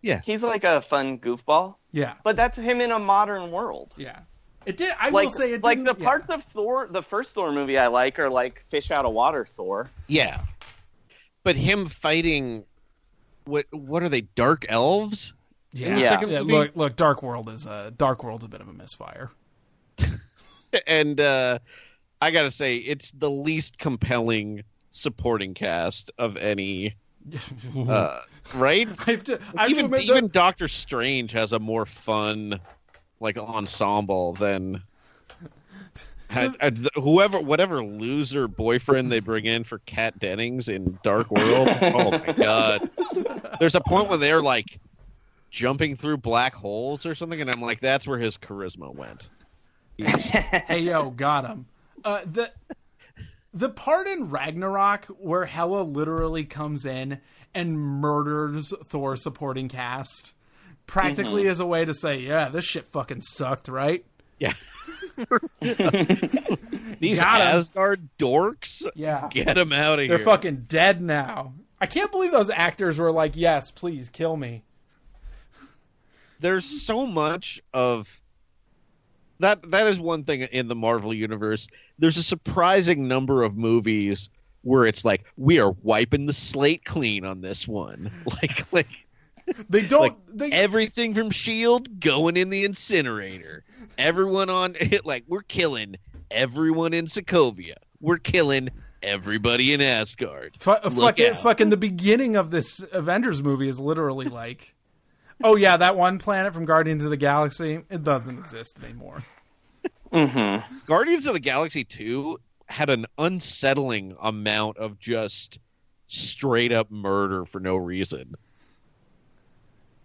Yeah. He's like a fun goofball, Yeah, but that's him in a modern world. yeah. It did. I Like, will say it. like didn't- the yeah. parts of Thor, the first Thor movie I like are like fish out of water Thor. Yeah, but him fighting what what are they? Dark elves? Yeah. Yeah. second movie? Look, look. Dark World is a Dark World's a bit of a misfire. and uh, I gotta say, it's the least compelling supporting cast of any. Uh, right? I have to. I have to even admit, even Doctor Strange has a more fun, like ensemble than. Had, uh, th- whoever, whatever loser boyfriend they bring in for Kat Dennings in Dark World, oh my god! There's a point where they're like jumping through black holes or something, and I'm like, that's where his charisma went. He's- hey yo, got him. Uh, the the part in Ragnarok where Hela literally comes in and murders Thor supporting cast practically Mm-hmm. as a way to say, yeah, this shit fucking sucked, right? Yeah. These Got 'em. Asgard dorks. Yeah, Get them out of they're here. fucking dead now. I can't believe those actors were like, yes, please kill me. There's so much of that. That is one thing in the Marvel universe. There's a surprising number of movies where it's like we are wiping the slate clean on this one. Like, like They don't. Like, they, everything from Shield E going in the incinerator. Everyone on it, like we're killing everyone in Sokovia. We're killing everybody in Asgard. Fu- uh, Look fucking, out. fucking the beginning of this Avengers movie is literally like, oh yeah, that one planet from Guardians of the Galaxy, it doesn't exist anymore. Guardians of the Galaxy 2 had an unsettling amount of just straight up murder for no reason.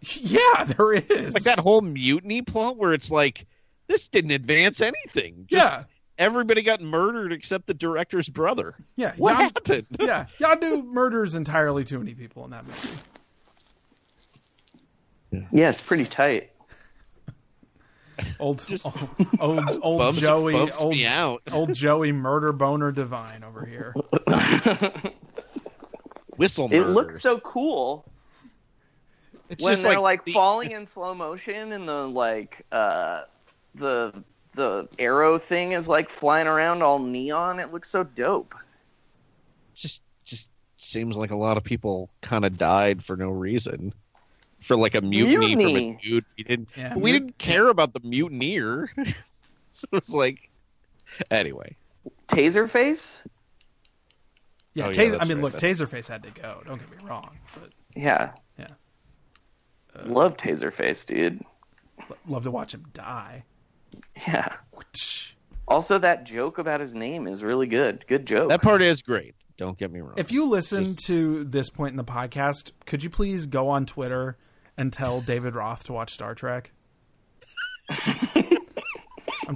Yeah, there is. Like that whole mutiny plot where it's like this didn't advance anything. Just yeah, everybody got murdered except the director's brother. yeah, What Yan- happened? yeah. Yadu murders entirely too many people in that movie. Yeah, it's pretty tight. Old, old, old, old Bums, Joey, oh. bums old, me out. old Joey, murder boner divine over here. Whistle It murders. looks so cool it's when just they're like, the- falling in slow motion and the like uh the the arrow thing is like flying around all neon it looks so dope just just seems like a lot of people kind of died for no reason for like a mutiny, from Mutiny. a dude we didn't Yeah, we mut- didn't care about the mutineer so it's like anyway taserface Yeah, Oh, yeah, Tas- I that's mean, right, look, that's- Taserface had to go. Don't get me wrong, but yeah Yeah. love taserface dude love to watch him die. yeah also that joke about his name is really good good joke that part is great don't get me wrong If you listen Just- to this point in the podcast, could you please go on Twitter and tell David Roth to watch Star Trek? I'm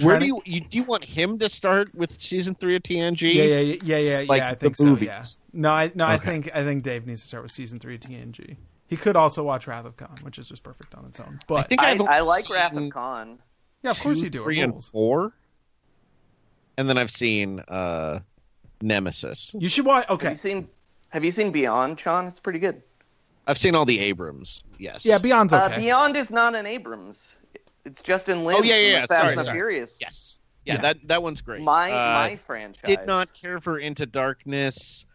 Where do trying to- you, you do you want him to start with season three of TNG? Yeah, yeah, yeah, yeah, yeah. Like yeah, I the think so. movies. Yeah. No, I no, I Okay. think I think Dave needs to start with season three of TNG. He could also watch Wrath of Khan, which is just perfect on its own. But I think I, I've only I like seen Wrath of Khan. yeah, of course two, you do. It Three and rules. four, and then I've seen uh, Nemesis. You should watch. Have Okay. you seen Have you seen Beyond, Sean? It's pretty good. I've seen all the Abrams. Yes. Yeah, Beyond's okay. Uh, Beyond is not an Abrams. It's Justin Lin. Oh, yeah, yeah, from yeah. the Fast Sorry, and the sorry. Furious. Yes. Yeah, Yeah. that that one's great. My Uh, my franchise did not care for Into Darkness.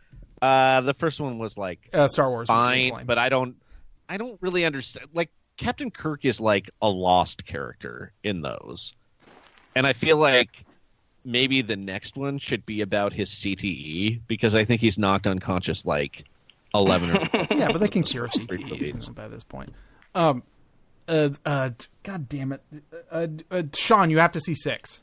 Uh, the first one was like uh, Star Wars. movie, it's fine, lame. but I don't I don't really understand. Like Captain Kirk is like a lost character in those, and I feel like maybe the next one should be about his CTE because I think he's knocked unconscious like eleven or yeah, but they can cure Three CTE you movies. know, by this point. Um, uh, uh, God damn it, uh, uh, Sean, you have to see six.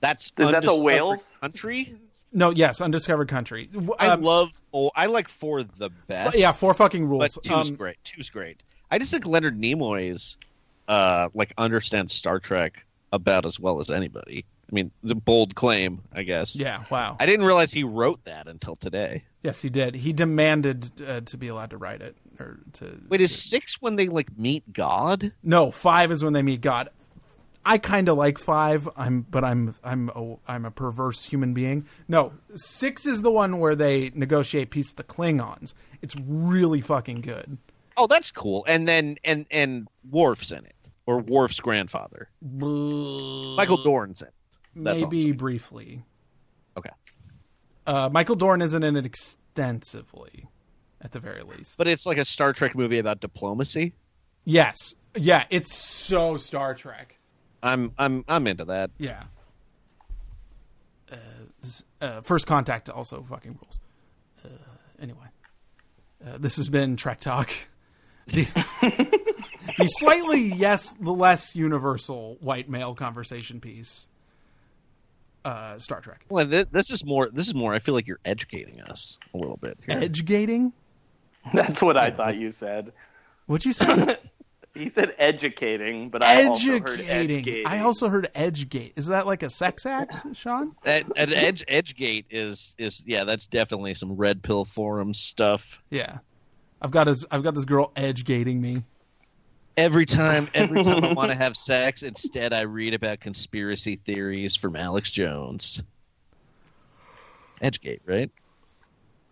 That's Is that the undiscovered whales? country? No, yes, Undiscovered Country. W- I um, love. Oh, I like four the best. yeah, four fucking but rules. two's Um, great. Two's great. I just think Leonard Nimoy's uh, like understands Star Trek about as well as anybody. I mean, the bold claim, I guess. yeah, wow. I didn't realize he wrote that until today. yes, he did. He demanded uh, to be allowed to write it or to Wait, is six when they like meet God? No, five is when they meet God. I kind of like five. I'm, but I'm, I'm, a, I'm a perverse human being. No, six is the one where they negotiate peace with the Klingons. It's really fucking good. Oh, that's cool. And then and and Worf's in it, or Worf's grandfather, Michael Dorn's in it. That's Maybe awesome. briefly. Okay. Uh, Michael Dorn isn't in it extensively, at the very least. But it's like a Star Trek movie about diplomacy. yes, yeah, it's so Star Trek. I'm I'm I'm into that. Yeah. Uh, this, uh, first contact also fucking rules. Uh, anyway, uh, this has been Trek Talk. The, the slightly yes, the less universal white male conversation piece. Uh, Star Trek. Well, thi- this is more. This is more. I feel like you're educating us a little bit. Here. Educating? That's what I thought you said. What'd you say? He said educating, but I also heard Educating. I also heard edgegate. Is that like a sex act, Sean? At, at Edge Edgegate is is yeah. That's definitely some red pill forum stuff. Yeah. I've got his, I've got this girl edgegating me. Every time, every time I want to have sex, instead I read about conspiracy theories from Alex Jones. Edgegate, right?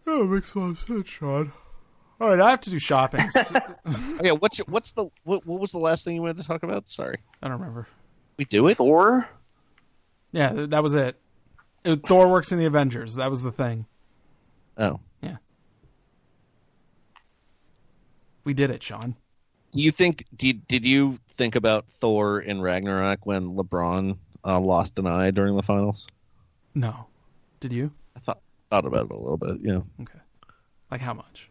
Yeah, makes a lot of sense, Sean. All right, I have to do shopping. I Okay. Oh, What's your, what's the what, what was the last thing you wanted to talk about? Sorry, don't remember. we do it. Thor. Yeah, th- that was it. it was- Thor works in the Avengers. That was the thing. Oh, Yeah. We did it, Sean. do you think did did you think about Thor in Ragnarok when LeBron uh, lost an eye during the finals? No. Did you? I thought thought about it a little bit. Yeah, Okay. Like how much?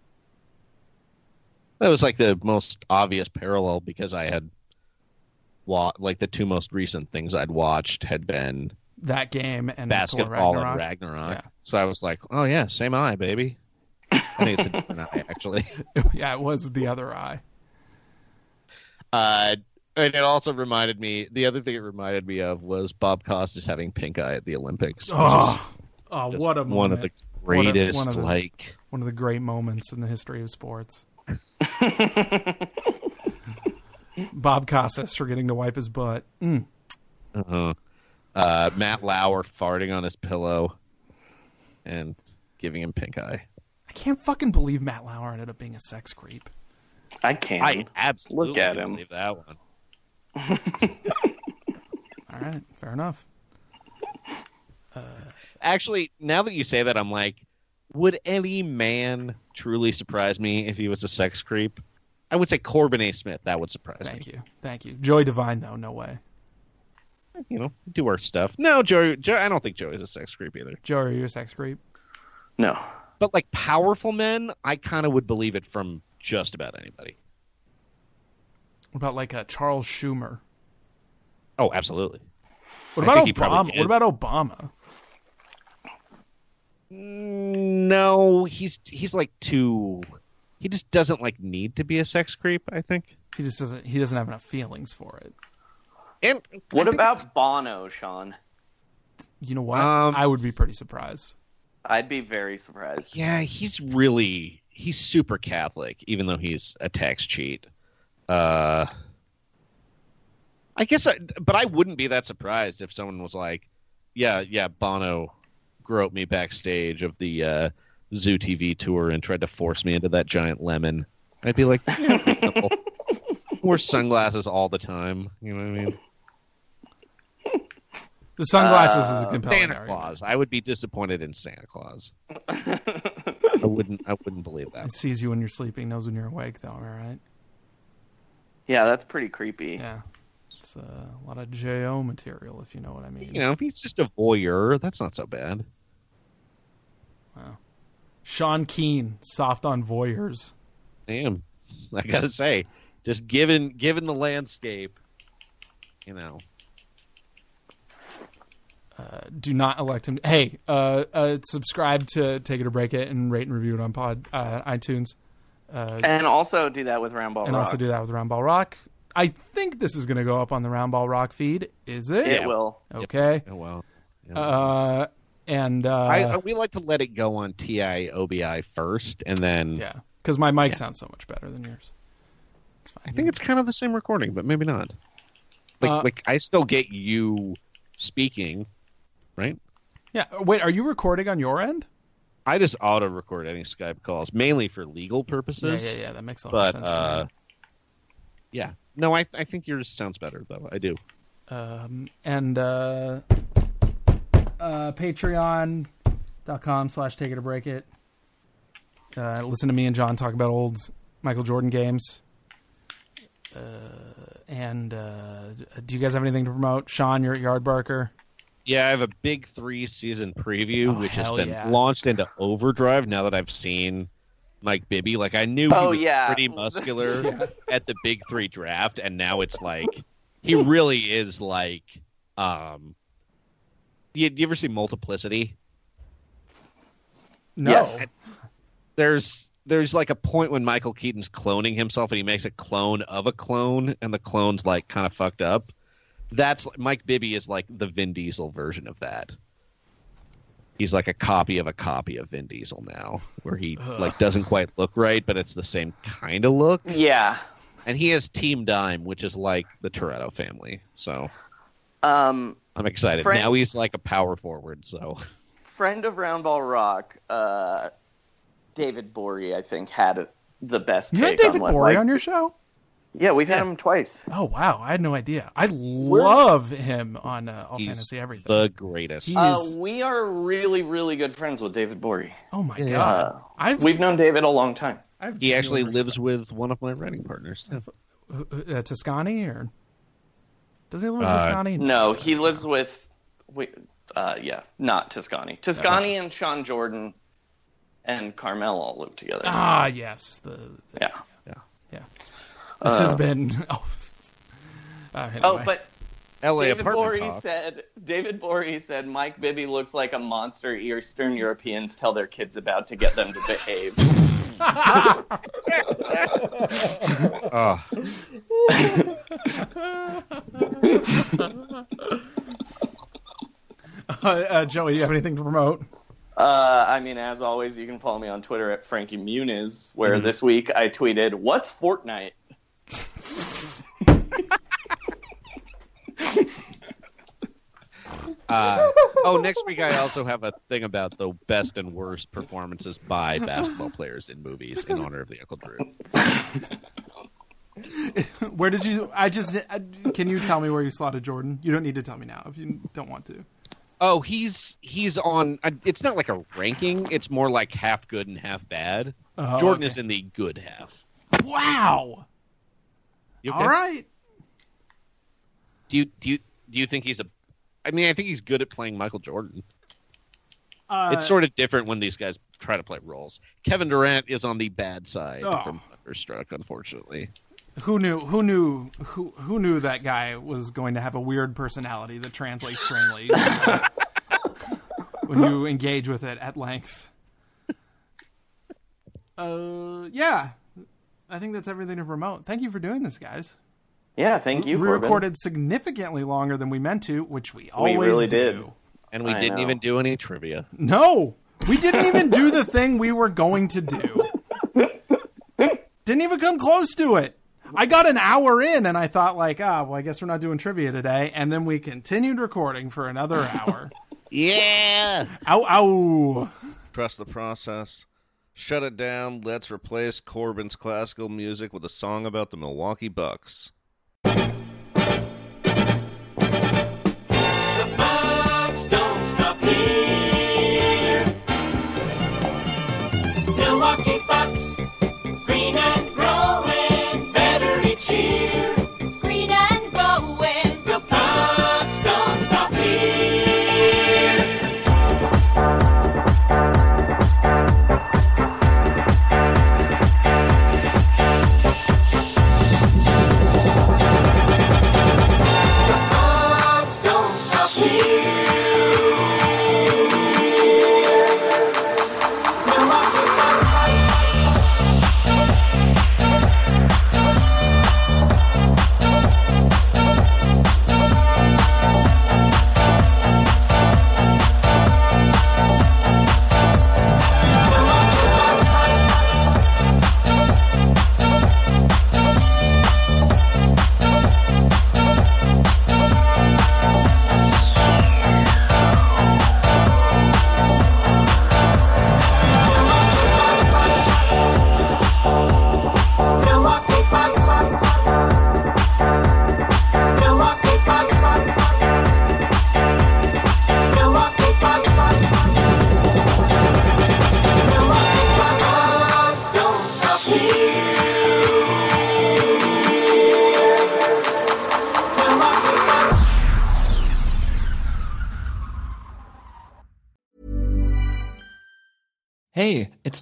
that was like the most obvious parallel because I had, wa- like the two most recent things I'd watched had been That game and Thor basketball and Ragnarok. Ragnarok. Yeah. So I was like, oh yeah, same eye, baby. I think it's a different eye actually. yeah, it was the other eye. Uh, and it also reminded me. The other thing it reminded me of was Bob Costas having pink eye at the Olympics. which is Oh, oh just what a moment. one of the What a- greatest one of the- like. one of the great moments in the history of sports. Bob Costas forgetting to wipe his butt. Mm. Uh-huh. Uh, Matt Lauer farting on his pillow and giving him pink eye. I can't fucking believe Matt Lauer ended up being a sex creep. I can. I absolutely Look at him. believe that one. All right, fair enough. Actually, now that you say that, I'm like, would any man truly surprise me if he was a sex creep? I would say Corbin A. Smith. That would surprise me. Thank you, thank you. Joey Divine, though, no way. Eh, You know, do our stuff. No, Joey. Joe, I don't think Joey's a sex creep either. Joey, are you a sex creep? No. But like powerful men, I kind of would believe it from just about anybody. What about like a Charles Schumer? Oh, absolutely. What I about think he probably Obama? What did. about Obama? Mm, No, he's he's like too. He just doesn't like need to be a sex creep. I think. He just doesn't. He doesn't have enough feelings for it. And What I think about Bono, Sean? You know what? Um, I would be pretty surprised. I'd be very surprised. Yeah, he's really he's super Catholic, even though he's a tax cheat. Uh, I guess, I, but I wouldn't be that surprised if someone was like, "Yeah, yeah, Bono groped me backstage of the uh, Zoo TV tour and tried to force me into that giant lemon." I'd be like, "Yeah, reasonable." "Wear sunglasses all the time." You know what I mean? The sunglasses is a compelling uh, Santa argument. Claus. I would be disappointed in Santa Claus. I wouldn't. I wouldn't believe that. It sees you when you're sleeping, knows when you're awake, though. All right. Yeah, that's pretty creepy. Yeah. It's uh, a lot of Jo material, if you know what I mean. you know, if he's just a voyeur, that's not so bad. Sean Keen, soft on voyeurs. Damn, I gotta say, just given given the landscape, you know, do not elect him. Hey, uh, uh, subscribe to Take It or Break It and rate and review it on Pod uh, iTunes, And also do that with Roundball and Rock. also do that with Roundball Rock. I think this is going to go up on the Roundball Rock feed. Is it? It will. Okay. oh well. you know. Uh, and uh, I, I- we like to let it go on TI OBI first, and then yeah, because my mic sounds so much better than yours. I think it's kind of the same recording, but maybe not. Like, Uh, like I still get you speaking, right? Yeah. Wait, are you recording on your end? I just auto record any Skype calls, mainly for legal purposes. yeah, yeah, yeah. That makes a lot But of sense. uh, to yeah, no, I I think yours sounds better though. I do. me. Um, and uh, uh, patreon.com slash take it or break it. Uh, listen to me and John talk about old Michael Jordan games. Uh, and uh, do you guys have anything to promote? Sean, you're at Yard Barker. Yeah, I have a big three season preview, Oh, which has hell been yeah. launched into overdrive now that I've seen Mike Bibby. Like, I knew Oh, he was yeah. pretty muscular at the big three draft, and now it's like he really is like. um you, you ever see Multiplicity? No. Yes. There's there's like a point when Michael Keaton's cloning himself, and he makes a clone of a clone, and the clone's like kind of fucked up. That's Mike Bibby is like the Vin Diesel version of that. he's like a copy of a copy of Vin Diesel now, where he like doesn't quite look right, but it's the same kind of look. Yeah. And he has Team Dime, which is like the Toretto family. So Um, I'm excited. Frank- now he's like a power forward. So friend of Roundball Rock, uh, David Bory, I think, had the best You had take David on what, Bory like- on your show? Yeah, we've had him twice. Oh, wow. I had no idea. I love him on uh, All he's Fantasy Everything. the greatest. He Uh, is- we are really, really good friends with David Bory. oh, my God. Uh, I've, We've known David a long time. I've he actually genuine lives with one of my writing partners. too. uh, Toscani or does he live in Uh, Toscani? No, he lives with, wait, uh, yeah, not Toscani. Toscani and Sean Jordan and Carmel all live together. Ah, yes. The, the- yeah. yeah. This has been. Oh, uh, anyway. Oh, but LA David apartment Bory talk. said David Bory said Mike Bibby looks like a monster Eastern Europeans tell their kids about to get them to behave. Oh, uh, uh, Joey, you have anything to promote? Uh, I mean, as always, you can follow me on Twitter at Frankie Muniz, where this week I tweeted, "What's Fortnite?" uh, oh, next week I also have a thing about the best and worst performances by basketball players in movies in honor of the Uncle Drew. Where did you? I just. I, can you tell me where you slotted Jordan? You don't need to tell me now if you don't want to. Oh, he's he's on. uh, It's not like a ranking. It's more like half good and half bad. Oh, Jordan okay. is in the good half. Wow. You okay? All right. Do you do you do you think he's a? I mean, I think he's good at playing Michael Jordan. Uh, it's sort of different when these guys try to play roles. Kevin Durant is on the bad side Oh. from Thunderstruck, unfortunately. who knew? Who knew? Who who knew that guy was going to have a weird personality that translates strangely when you engage with it at length? Uh, yeah, I think that's everything to promote. Thank you for doing this, guys. Yeah, thank you. We Corbin. recorded significantly longer than we meant to, which we always really do. did. and we I didn't know. even do any trivia. No, we didn't even do the thing we were going to do. Didn't even come close to it. I got an hour in and I thought like, ah, well, I guess we're not doing trivia today. And then we continued recording for another hour. Yeah. ow, ow. Trust the process. Shut it down. Let's replace Corbin's classical music with a song about the Milwaukee Bucks. Milwaukee Bucks, green and growing, better each year. Green and growing, the Bucks don't stop here. Bucks don't stop here. Milwaukee Bucks. Milwaukee Bucks. Milwaukee Bucks. Milwaukee Bucks. Milwaukee Bucks. Don't stop here. Milwaukee Bucks. Hey, it's